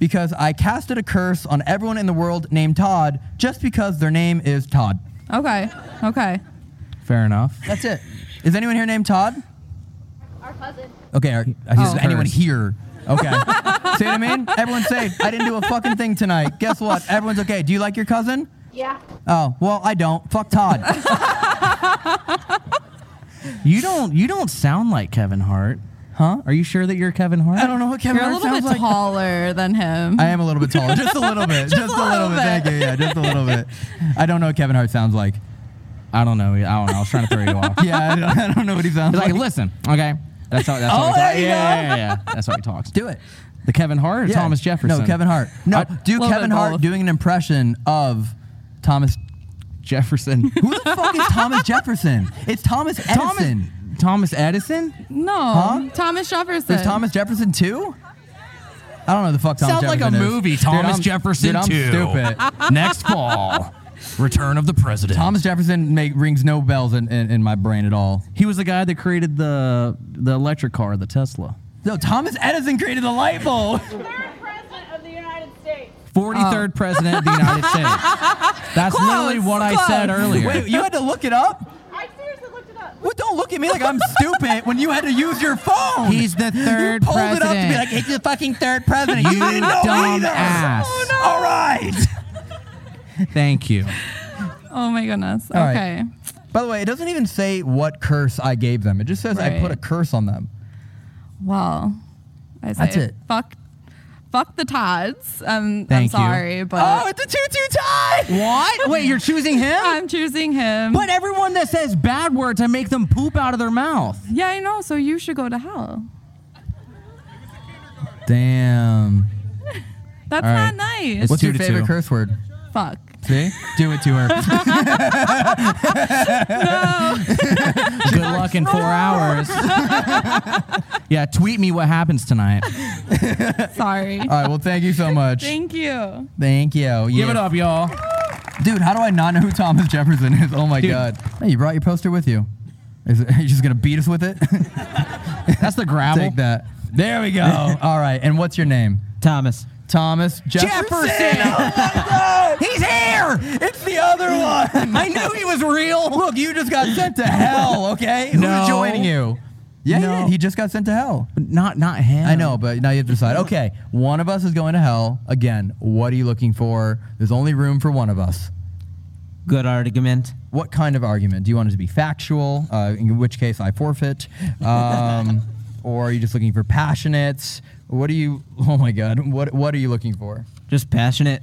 [SPEAKER 2] because I casted a curse on everyone in the world named Todd just because their name is Todd.
[SPEAKER 6] Okay. Okay.
[SPEAKER 4] Fair enough.
[SPEAKER 2] That's it. Is anyone here named Todd? Our cousin. Okay. Are, is
[SPEAKER 6] Oh.
[SPEAKER 2] anyone
[SPEAKER 4] Cursed.
[SPEAKER 2] here? Okay. See what I mean? Everyone's safe. I didn't do a fucking thing tonight. Guess what? Everyone's okay. Do you like your cousin?
[SPEAKER 10] Yeah.
[SPEAKER 2] Oh, well, I don't. Fuck Todd.
[SPEAKER 4] You don't you don't sound like Kevin Hart.
[SPEAKER 2] Huh?
[SPEAKER 4] Are you sure that you're Kevin Hart?
[SPEAKER 2] I don't know what Kevin
[SPEAKER 6] You're a
[SPEAKER 2] Hart
[SPEAKER 6] little
[SPEAKER 2] sounds
[SPEAKER 6] bit
[SPEAKER 2] like.
[SPEAKER 6] taller than him.
[SPEAKER 2] I am a little bit taller. Just
[SPEAKER 6] <laughs>
[SPEAKER 2] a little bit. just, a little,
[SPEAKER 6] little
[SPEAKER 2] bit.
[SPEAKER 6] bit.
[SPEAKER 2] Thank you. Yeah, just a little bit. I don't know what Kevin Hart sounds like.
[SPEAKER 4] I don't know. I don't know. I was trying to throw you off.
[SPEAKER 2] <laughs> Yeah, I don't, I don't know what he sounds
[SPEAKER 4] He's
[SPEAKER 2] like.
[SPEAKER 4] like, listen, okay. That's how. That's how he
[SPEAKER 2] Oh, there
[SPEAKER 4] talks.
[SPEAKER 2] you
[SPEAKER 4] yeah, yeah, yeah, yeah. That's how he talks.
[SPEAKER 2] Do it.
[SPEAKER 4] The Kevin Hart or
[SPEAKER 2] Yeah.
[SPEAKER 4] Thomas Jefferson?
[SPEAKER 2] No, Kevin Hart. No,
[SPEAKER 4] I-
[SPEAKER 2] do
[SPEAKER 6] Little
[SPEAKER 2] Kevin
[SPEAKER 6] bit
[SPEAKER 2] Hart
[SPEAKER 6] both.
[SPEAKER 2] doing an impression of Thomas.
[SPEAKER 4] Jefferson.
[SPEAKER 2] Who the fuck is Thomas Jefferson? It's Thomas Edison.
[SPEAKER 4] Thomas Edison?
[SPEAKER 6] no.
[SPEAKER 2] Huh?
[SPEAKER 6] Oh, Thomas Jefferson.
[SPEAKER 2] There's Thomas Jefferson too. I don't know who the fuck Thomas
[SPEAKER 4] Sounds like a
[SPEAKER 2] Jefferson is.
[SPEAKER 4] movie,
[SPEAKER 2] Dude,
[SPEAKER 4] Thomas
[SPEAKER 2] I'm-
[SPEAKER 4] Jefferson
[SPEAKER 2] dude, I'm
[SPEAKER 4] 2.
[SPEAKER 2] stupid.
[SPEAKER 4] <laughs> Next fall, Return of the President.
[SPEAKER 2] Thomas Jefferson make, rings no bells in, in, in my brain at all.
[SPEAKER 4] He was the guy that created the the electric car, the Tesla.
[SPEAKER 2] No, Thomas Edison created the light bulb.
[SPEAKER 10] Third president of the United States.
[SPEAKER 6] Oh.
[SPEAKER 4] 43rd president of the
[SPEAKER 2] <laughs>
[SPEAKER 4] United States. That's
[SPEAKER 2] Close,
[SPEAKER 4] literally what I
[SPEAKER 2] close.
[SPEAKER 4] said earlier.
[SPEAKER 2] Wait, you had to look it up? I seriously looked it up. Well, don't look at me like I'm stupid when you had to use your phone.
[SPEAKER 7] He's the third
[SPEAKER 2] you pulled it up to be
[SPEAKER 7] president.
[SPEAKER 2] like, it's the fucking third president. You,
[SPEAKER 7] You
[SPEAKER 2] didn't know
[SPEAKER 7] dumb
[SPEAKER 2] either.
[SPEAKER 7] ass.
[SPEAKER 2] Oh, no. All right.
[SPEAKER 4] Thank you.
[SPEAKER 6] <laughs> Oh my goodness.
[SPEAKER 2] All right.
[SPEAKER 6] okay.
[SPEAKER 2] By the way, it doesn't even say what curse I gave them. It just says I put a
[SPEAKER 6] Right.
[SPEAKER 2] curse on them.
[SPEAKER 6] Well, I say
[SPEAKER 2] That's it.
[SPEAKER 6] Fuck, fuck the Tods. Um, I'm
[SPEAKER 2] Thank you.
[SPEAKER 6] sorry, but
[SPEAKER 2] Oh, it's a two-two tie.
[SPEAKER 4] What? Wait, you're choosing him?
[SPEAKER 6] <laughs> I'm choosing him.
[SPEAKER 4] But everyone that says bad words, I make them poop out of their
[SPEAKER 6] <laughs>
[SPEAKER 4] mouth.
[SPEAKER 6] Yeah, I know. So you should go to hell.
[SPEAKER 2] Damn.
[SPEAKER 6] <laughs> That's
[SPEAKER 2] All
[SPEAKER 6] not
[SPEAKER 2] right.
[SPEAKER 6] nice.
[SPEAKER 2] What's your favorite curse word?
[SPEAKER 6] Fuck.
[SPEAKER 2] See? Do it to
[SPEAKER 6] <laughs>
[SPEAKER 2] her.
[SPEAKER 4] <laughs> Good luck in four
[SPEAKER 6] <laughs>
[SPEAKER 4] hours. yeah, tweet me what happens
[SPEAKER 6] <laughs>
[SPEAKER 4] tonight.
[SPEAKER 6] Sorry.
[SPEAKER 2] All right.
[SPEAKER 6] <laughs>
[SPEAKER 2] Well, thank you so much.
[SPEAKER 6] Thank you.
[SPEAKER 2] Thank you.
[SPEAKER 4] Give it up, y'all.
[SPEAKER 2] Dude, how do I not know who Thomas Jefferson is? Oh my
[SPEAKER 4] Dude.
[SPEAKER 2] god. Hey, you brought your poster with you. Is it, <laughs> are you just gonna beat us with it?
[SPEAKER 4] <laughs> That's the gravel.
[SPEAKER 2] Take that. There we go. <laughs> All right. And what's your name?
[SPEAKER 4] Thomas.
[SPEAKER 2] Thomas Jefferson. oh
[SPEAKER 4] <laughs> He's here.
[SPEAKER 2] It's the other one. I knew he was real. Look, you just got sent to hell. Okay.
[SPEAKER 4] No.
[SPEAKER 2] Who's joining you? Yeah, he
[SPEAKER 4] No.
[SPEAKER 2] did. He just got sent to hell.
[SPEAKER 4] Not not him.
[SPEAKER 2] I know, but now you have to decide. Okay, one of us is going to hell again. What are you looking for? There's only room for one of us.
[SPEAKER 10] Good argument.
[SPEAKER 2] What kind of argument? Do you want it to be factual, uh, in which case I forfeit,
[SPEAKER 4] <laughs>
[SPEAKER 2] um, or are you just looking for passionate? What are you? Oh my God! What What are you looking for?
[SPEAKER 10] Just passionate.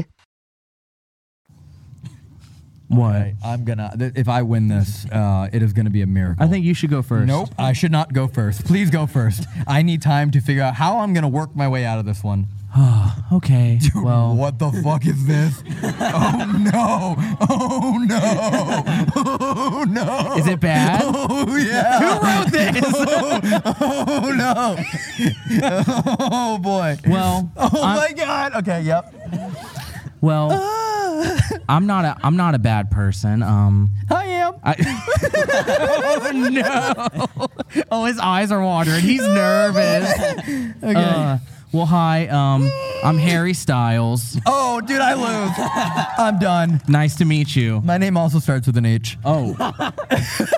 [SPEAKER 4] What?
[SPEAKER 2] I'm gonna. th- If I win this, uh, it is gonna be a miracle.
[SPEAKER 4] I think you should go first.
[SPEAKER 2] Nope, I should not go first. Please go first. I need time to figure out how I'm gonna work my way out of this one.
[SPEAKER 4] <sighs> Okay. well,
[SPEAKER 2] What the <laughs> fuck is this? oh no! Oh no! Oh no!
[SPEAKER 4] is it bad? <laughs>
[SPEAKER 2] Oh yeah! Who wrote this? <laughs> oh, oh, no! <laughs> oh boy!
[SPEAKER 4] Well,
[SPEAKER 2] Oh
[SPEAKER 4] I'm-
[SPEAKER 2] my god! Okay, yep.
[SPEAKER 4] well, I'm not a I'm not a bad person. Um,
[SPEAKER 2] I am.
[SPEAKER 4] I, <laughs> oh no! Oh, his eyes are watering. He's
[SPEAKER 2] <laughs>
[SPEAKER 4] nervous. Uh, okay. well, hi. Um, I'm Harry Styles.
[SPEAKER 2] Oh, dude, I lose. I'm done.
[SPEAKER 4] Nice to meet you.
[SPEAKER 2] My name also starts with an H.
[SPEAKER 4] Oh.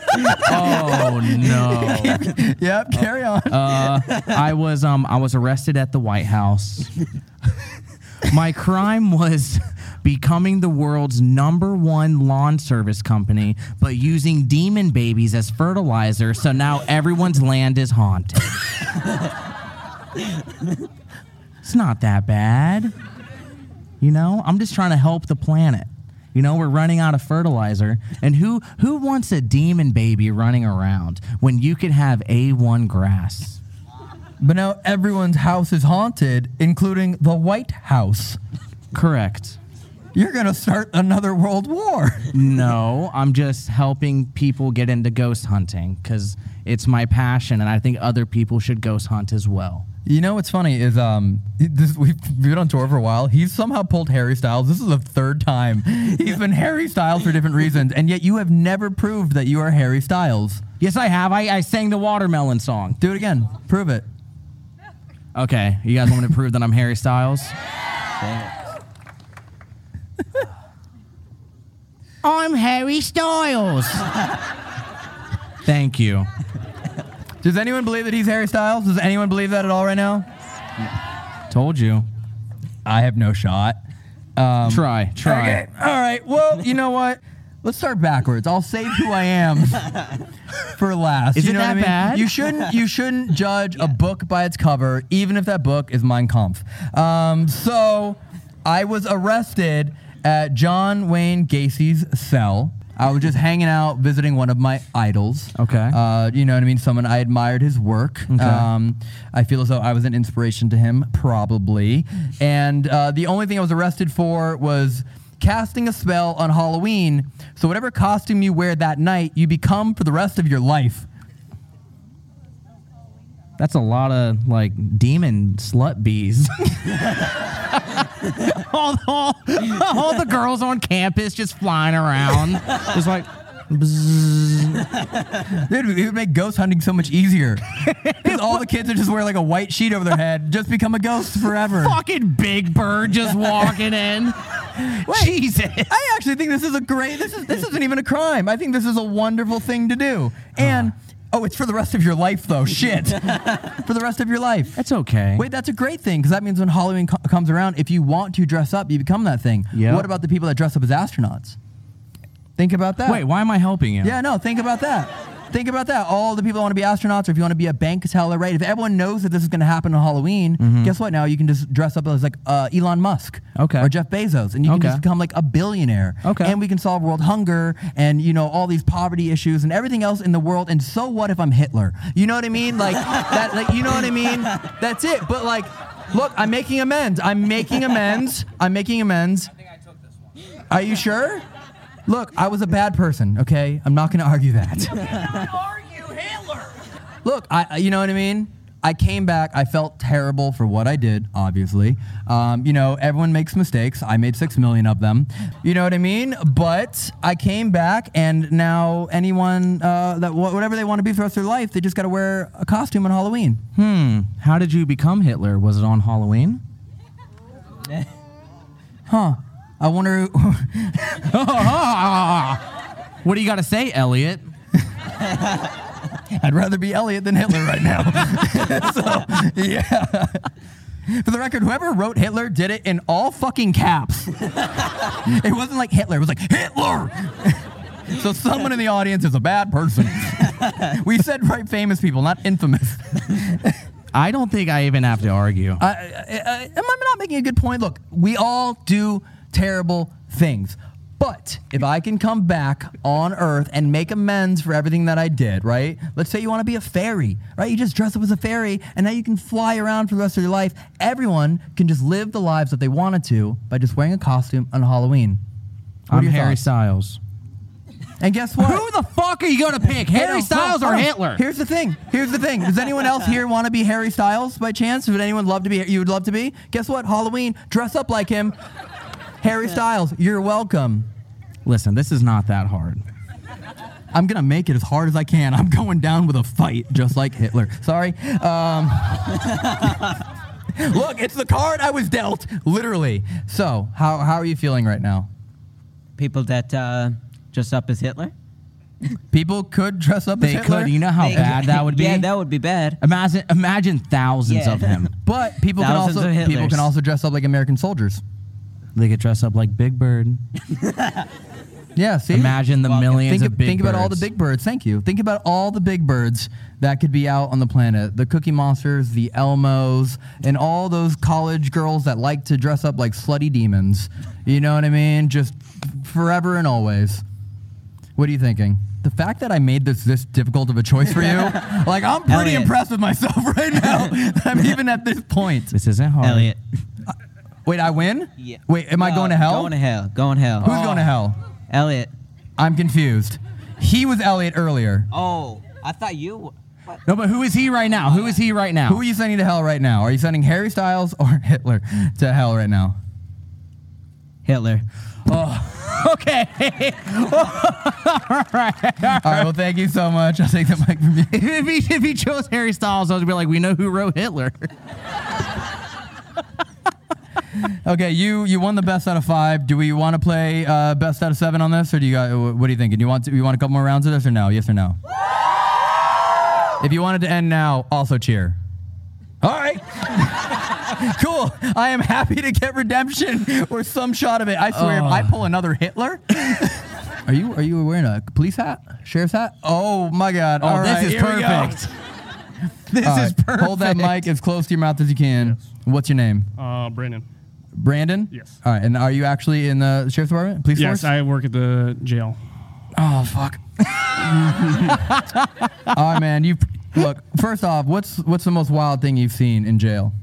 [SPEAKER 4] <laughs> oh no.
[SPEAKER 2] Yep, <laughs> carry on.
[SPEAKER 4] Uh, I was um I was arrested at the White
[SPEAKER 2] <laughs>
[SPEAKER 4] House. My crime was becoming the world's number one lawn service company, but using demon babies as fertilizer, so now everyone's land is haunted. it's not that bad. You know, I'm just trying to help the planet. You know, we're running out of fertilizer, and who who wants a demon baby running around when you could have A1 grass?
[SPEAKER 2] But now everyone's house is haunted, including the White House.
[SPEAKER 4] Correct.
[SPEAKER 2] You're gonna start another world war.
[SPEAKER 4] No, I'm just helping people get into ghost hunting because it's my passion, and I think other people should ghost hunt as well.
[SPEAKER 2] You know what's funny is um this, we've been on tour for a while. He's somehow pulled Harry Styles. This is the third time he's been Harry Styles for different reasons, and yet you have never proved that you are Harry Styles.
[SPEAKER 4] Yes, I have. I, I sang the watermelon song.
[SPEAKER 2] Do it again. Prove it.
[SPEAKER 4] Okay, you guys want me to prove that I'm Harry Styles? I'm Harry Styles. Thank you.
[SPEAKER 2] <laughs> Does anyone believe that he's Harry Styles? Does anyone believe that at all right now?
[SPEAKER 4] Told you.
[SPEAKER 11] I have no shot.
[SPEAKER 2] Um,
[SPEAKER 4] try, try.
[SPEAKER 2] okay. All right. Well, you know what? Let's start backwards. I'll save who I
[SPEAKER 4] <laughs>
[SPEAKER 2] am for last.
[SPEAKER 4] Is
[SPEAKER 2] you
[SPEAKER 4] it
[SPEAKER 2] know what
[SPEAKER 4] that
[SPEAKER 2] I mean?
[SPEAKER 4] bad?
[SPEAKER 2] You shouldn't. You shouldn't judge a book by its cover, even if that book is Mein Kampf. Um, so, I was arrested at John Wayne Gacy's cell. I was just hanging out, visiting one of my idols. Okay. Uh, you know what I mean? Someone I admired his work.
[SPEAKER 4] Okay.
[SPEAKER 2] Um, I feel as though I was an inspiration to him, probably. And uh, the only thing I was arrested for was casting a spell on Halloween. So, whatever costume you wear that night, you become for the rest of your life.
[SPEAKER 4] That's a lot of like demon slut bees. <laughs> all, all, all the girls on campus just flying around. Just like,
[SPEAKER 2] <laughs> Dude, it would make ghost hunting so much
[SPEAKER 4] <laughs>
[SPEAKER 2] easier. Because all the kids are just wearing like a white sheet over their head, just become a ghost forever.
[SPEAKER 4] Fucking Big Bird
[SPEAKER 2] <laughs>
[SPEAKER 4] just walking in. Jesus.
[SPEAKER 2] I actually think this is a great. This is this isn't even a crime. I think this is a wonderful thing to do.
[SPEAKER 4] <sighs>
[SPEAKER 2] And oh, it's for the rest of your life though. Oh,
[SPEAKER 4] <laughs>
[SPEAKER 2] Shit, for the rest of your life. That's
[SPEAKER 4] okay.
[SPEAKER 2] Wait, that's a great thing because that means when Halloween co- comes around, if you want to dress up, you become that thing.
[SPEAKER 4] Yep.
[SPEAKER 2] What about the people that dress up as astronauts? Think about that.
[SPEAKER 4] Wait, why am I helping you?
[SPEAKER 2] Yeah, no, think about that. Think about that. All the people that want to be astronauts, or if you want to be a bank teller, right? If everyone knows that this is going to happen on Halloween,
[SPEAKER 4] Mhm.
[SPEAKER 2] guess what? Now you can just dress up as like uh, Elon Musk
[SPEAKER 4] Okay.
[SPEAKER 2] or Jeff Bezos, and you can
[SPEAKER 4] Okay.
[SPEAKER 2] just become like a billionaire. Okay. And we can solve world hunger and, you know, all these poverty issues and everything else in the world. And so what if I'm Hitler? You know what I mean? Like, that, like you know what I mean? That's it. But like, look, I'm making amends. I'm making amends. I'm making amends. Are you sure? Look, I was a bad person, okay? I'm not gonna argue
[SPEAKER 8] <laughs>
[SPEAKER 2] that. Look, I, I- you know what I mean? I came back. I felt terrible for what I did, obviously. Um, you know, everyone makes mistakes. I made six million of them. You know what I mean? But I came back, and now anyone uh, that wh- whatever they want to be for the rest of their life, they just got to wear a costume on Halloween.
[SPEAKER 4] Hmm. How did you become Hitler? Was it on Halloween?
[SPEAKER 2] Huh? I wonder. <laughs>
[SPEAKER 4] what do you got to say, Elliot?
[SPEAKER 2] I'd rather be Elliot than Hitler right
[SPEAKER 4] <laughs>
[SPEAKER 2] now. <laughs> so, yeah. For the record, whoever wrote Hitler did it in all
[SPEAKER 4] <laughs>
[SPEAKER 2] fucking caps. it wasn't like Hitler, it was like Hitler. so someone in the audience is a bad
[SPEAKER 4] <laughs>
[SPEAKER 2] person. we said right famous people, not infamous.
[SPEAKER 4] I don't think I even have to argue.
[SPEAKER 2] I, I, I, am I not making a good point? Look, we all do terrible things. But if I can come back on Earth and make amends for everything that I did, right? Let's say you want to be a fairy, right? You just dress up as a fairy and now you can fly around for the rest of your life. Everyone can just live the lives that they wanted to by just wearing a costume on Halloween. What are
[SPEAKER 4] I'm
[SPEAKER 2] your
[SPEAKER 4] Harry
[SPEAKER 2] thoughts?
[SPEAKER 4] Styles.
[SPEAKER 2] And guess what? Who
[SPEAKER 4] the fuck are you going to pick, Harry Styles or Hitler?
[SPEAKER 2] Here's the thing. Here's the thing. Does anyone else here want to be Harry Styles by chance? Would anyone love to be? You would love to be. Guess what? Halloween, dress up like him. Harry Styles, you're welcome.
[SPEAKER 4] Listen, this is not that hard.
[SPEAKER 2] I'm gonna make it as hard as I can. I'm going down with a fight, just like Hitler. Sorry. Um, <laughs> look, it's the card I was dealt, literally. So, how how are you feeling right now?
[SPEAKER 10] People that uh, dress up as Hitler.
[SPEAKER 2] People could dress up
[SPEAKER 10] as
[SPEAKER 4] They
[SPEAKER 10] Hitler.
[SPEAKER 4] could. You know how
[SPEAKER 10] They-
[SPEAKER 4] bad that would be.
[SPEAKER 10] <laughs> Yeah, that would be bad.
[SPEAKER 4] Imagine, imagine thousands
[SPEAKER 10] Yeah.
[SPEAKER 4] of him.
[SPEAKER 2] But people can
[SPEAKER 4] Thousands
[SPEAKER 2] also
[SPEAKER 4] of
[SPEAKER 2] people can
[SPEAKER 4] Hitlers.
[SPEAKER 2] also dress up like American soldiers.
[SPEAKER 4] They could dress up like Big Bird.
[SPEAKER 2] <laughs> Yeah, see?
[SPEAKER 4] Imagine the millions
[SPEAKER 2] think
[SPEAKER 4] of big
[SPEAKER 2] think about all the
[SPEAKER 4] birds.
[SPEAKER 2] big birds. Thank you. Think about all the big birds that could be out on the planet. The Cookie Monsters, the Elmos, and all those college girls that like to dress up like slutty demons. You know what I mean? Just f- forever and always. What are you thinking? The fact that I made this this difficult of a choice
[SPEAKER 4] <laughs>
[SPEAKER 2] for <laughs> you, like I'm pretty
[SPEAKER 10] Elliot.
[SPEAKER 2] impressed with myself <laughs> right now. that I'm even at this point.
[SPEAKER 4] This isn't hard.
[SPEAKER 10] Elliot.
[SPEAKER 2] Wait, I win? Yeah. Wait, am I
[SPEAKER 10] No,
[SPEAKER 2] going to hell?
[SPEAKER 10] Going to hell. Going to hell.
[SPEAKER 2] Who's going to hell?
[SPEAKER 10] Elliot.
[SPEAKER 2] I'm confused. He was Elliot earlier.
[SPEAKER 10] Oh, I thought you. w- What?
[SPEAKER 4] No, but who is he right now? Who is he right now?
[SPEAKER 2] Who are you sending to hell right now? Are you sending Harry Styles or <laughs> Hitler to hell right now?
[SPEAKER 10] Hitler.
[SPEAKER 2] <laughs>
[SPEAKER 4] okay. all right.
[SPEAKER 2] All right. Well, thank you so much. I'll take the mic from you. <laughs>
[SPEAKER 4] if, he, if he chose Harry Styles, I would be like, we know who wrote Hitler.
[SPEAKER 2] Okay, you you won the best out of five. Do we want to play uh, best out of seven on this, or do you got wh- what are you thinking? Do you want to, you want a couple more rounds of this, or no? Yes or no? If you wanted to end now, also cheer. All right. <laughs> cool. I am happy <laughs> to get redemption or some shot of it. I swear, if
[SPEAKER 4] Oh.
[SPEAKER 2] I pull another Hitler. Are you are you wearing a police hat, sheriff's hat? Oh my God!
[SPEAKER 4] Oh,
[SPEAKER 2] All
[SPEAKER 4] this
[SPEAKER 2] right,
[SPEAKER 4] is
[SPEAKER 2] here we go. <laughs>
[SPEAKER 4] perfect. This
[SPEAKER 2] All
[SPEAKER 4] is
[SPEAKER 2] right, Hold that mic
[SPEAKER 4] perfect.
[SPEAKER 2] as close to your mouth as you can. What's your name?
[SPEAKER 11] Uh, Brandon.
[SPEAKER 2] Brandon.
[SPEAKER 11] Yes.
[SPEAKER 2] All right, and are you actually in the sheriff's department, police
[SPEAKER 11] yes,
[SPEAKER 2] force?
[SPEAKER 11] I work at the jail.
[SPEAKER 2] Oh fuck. <laughs> All right, man. You look. First off, what's what's the most wild thing you've seen in jail?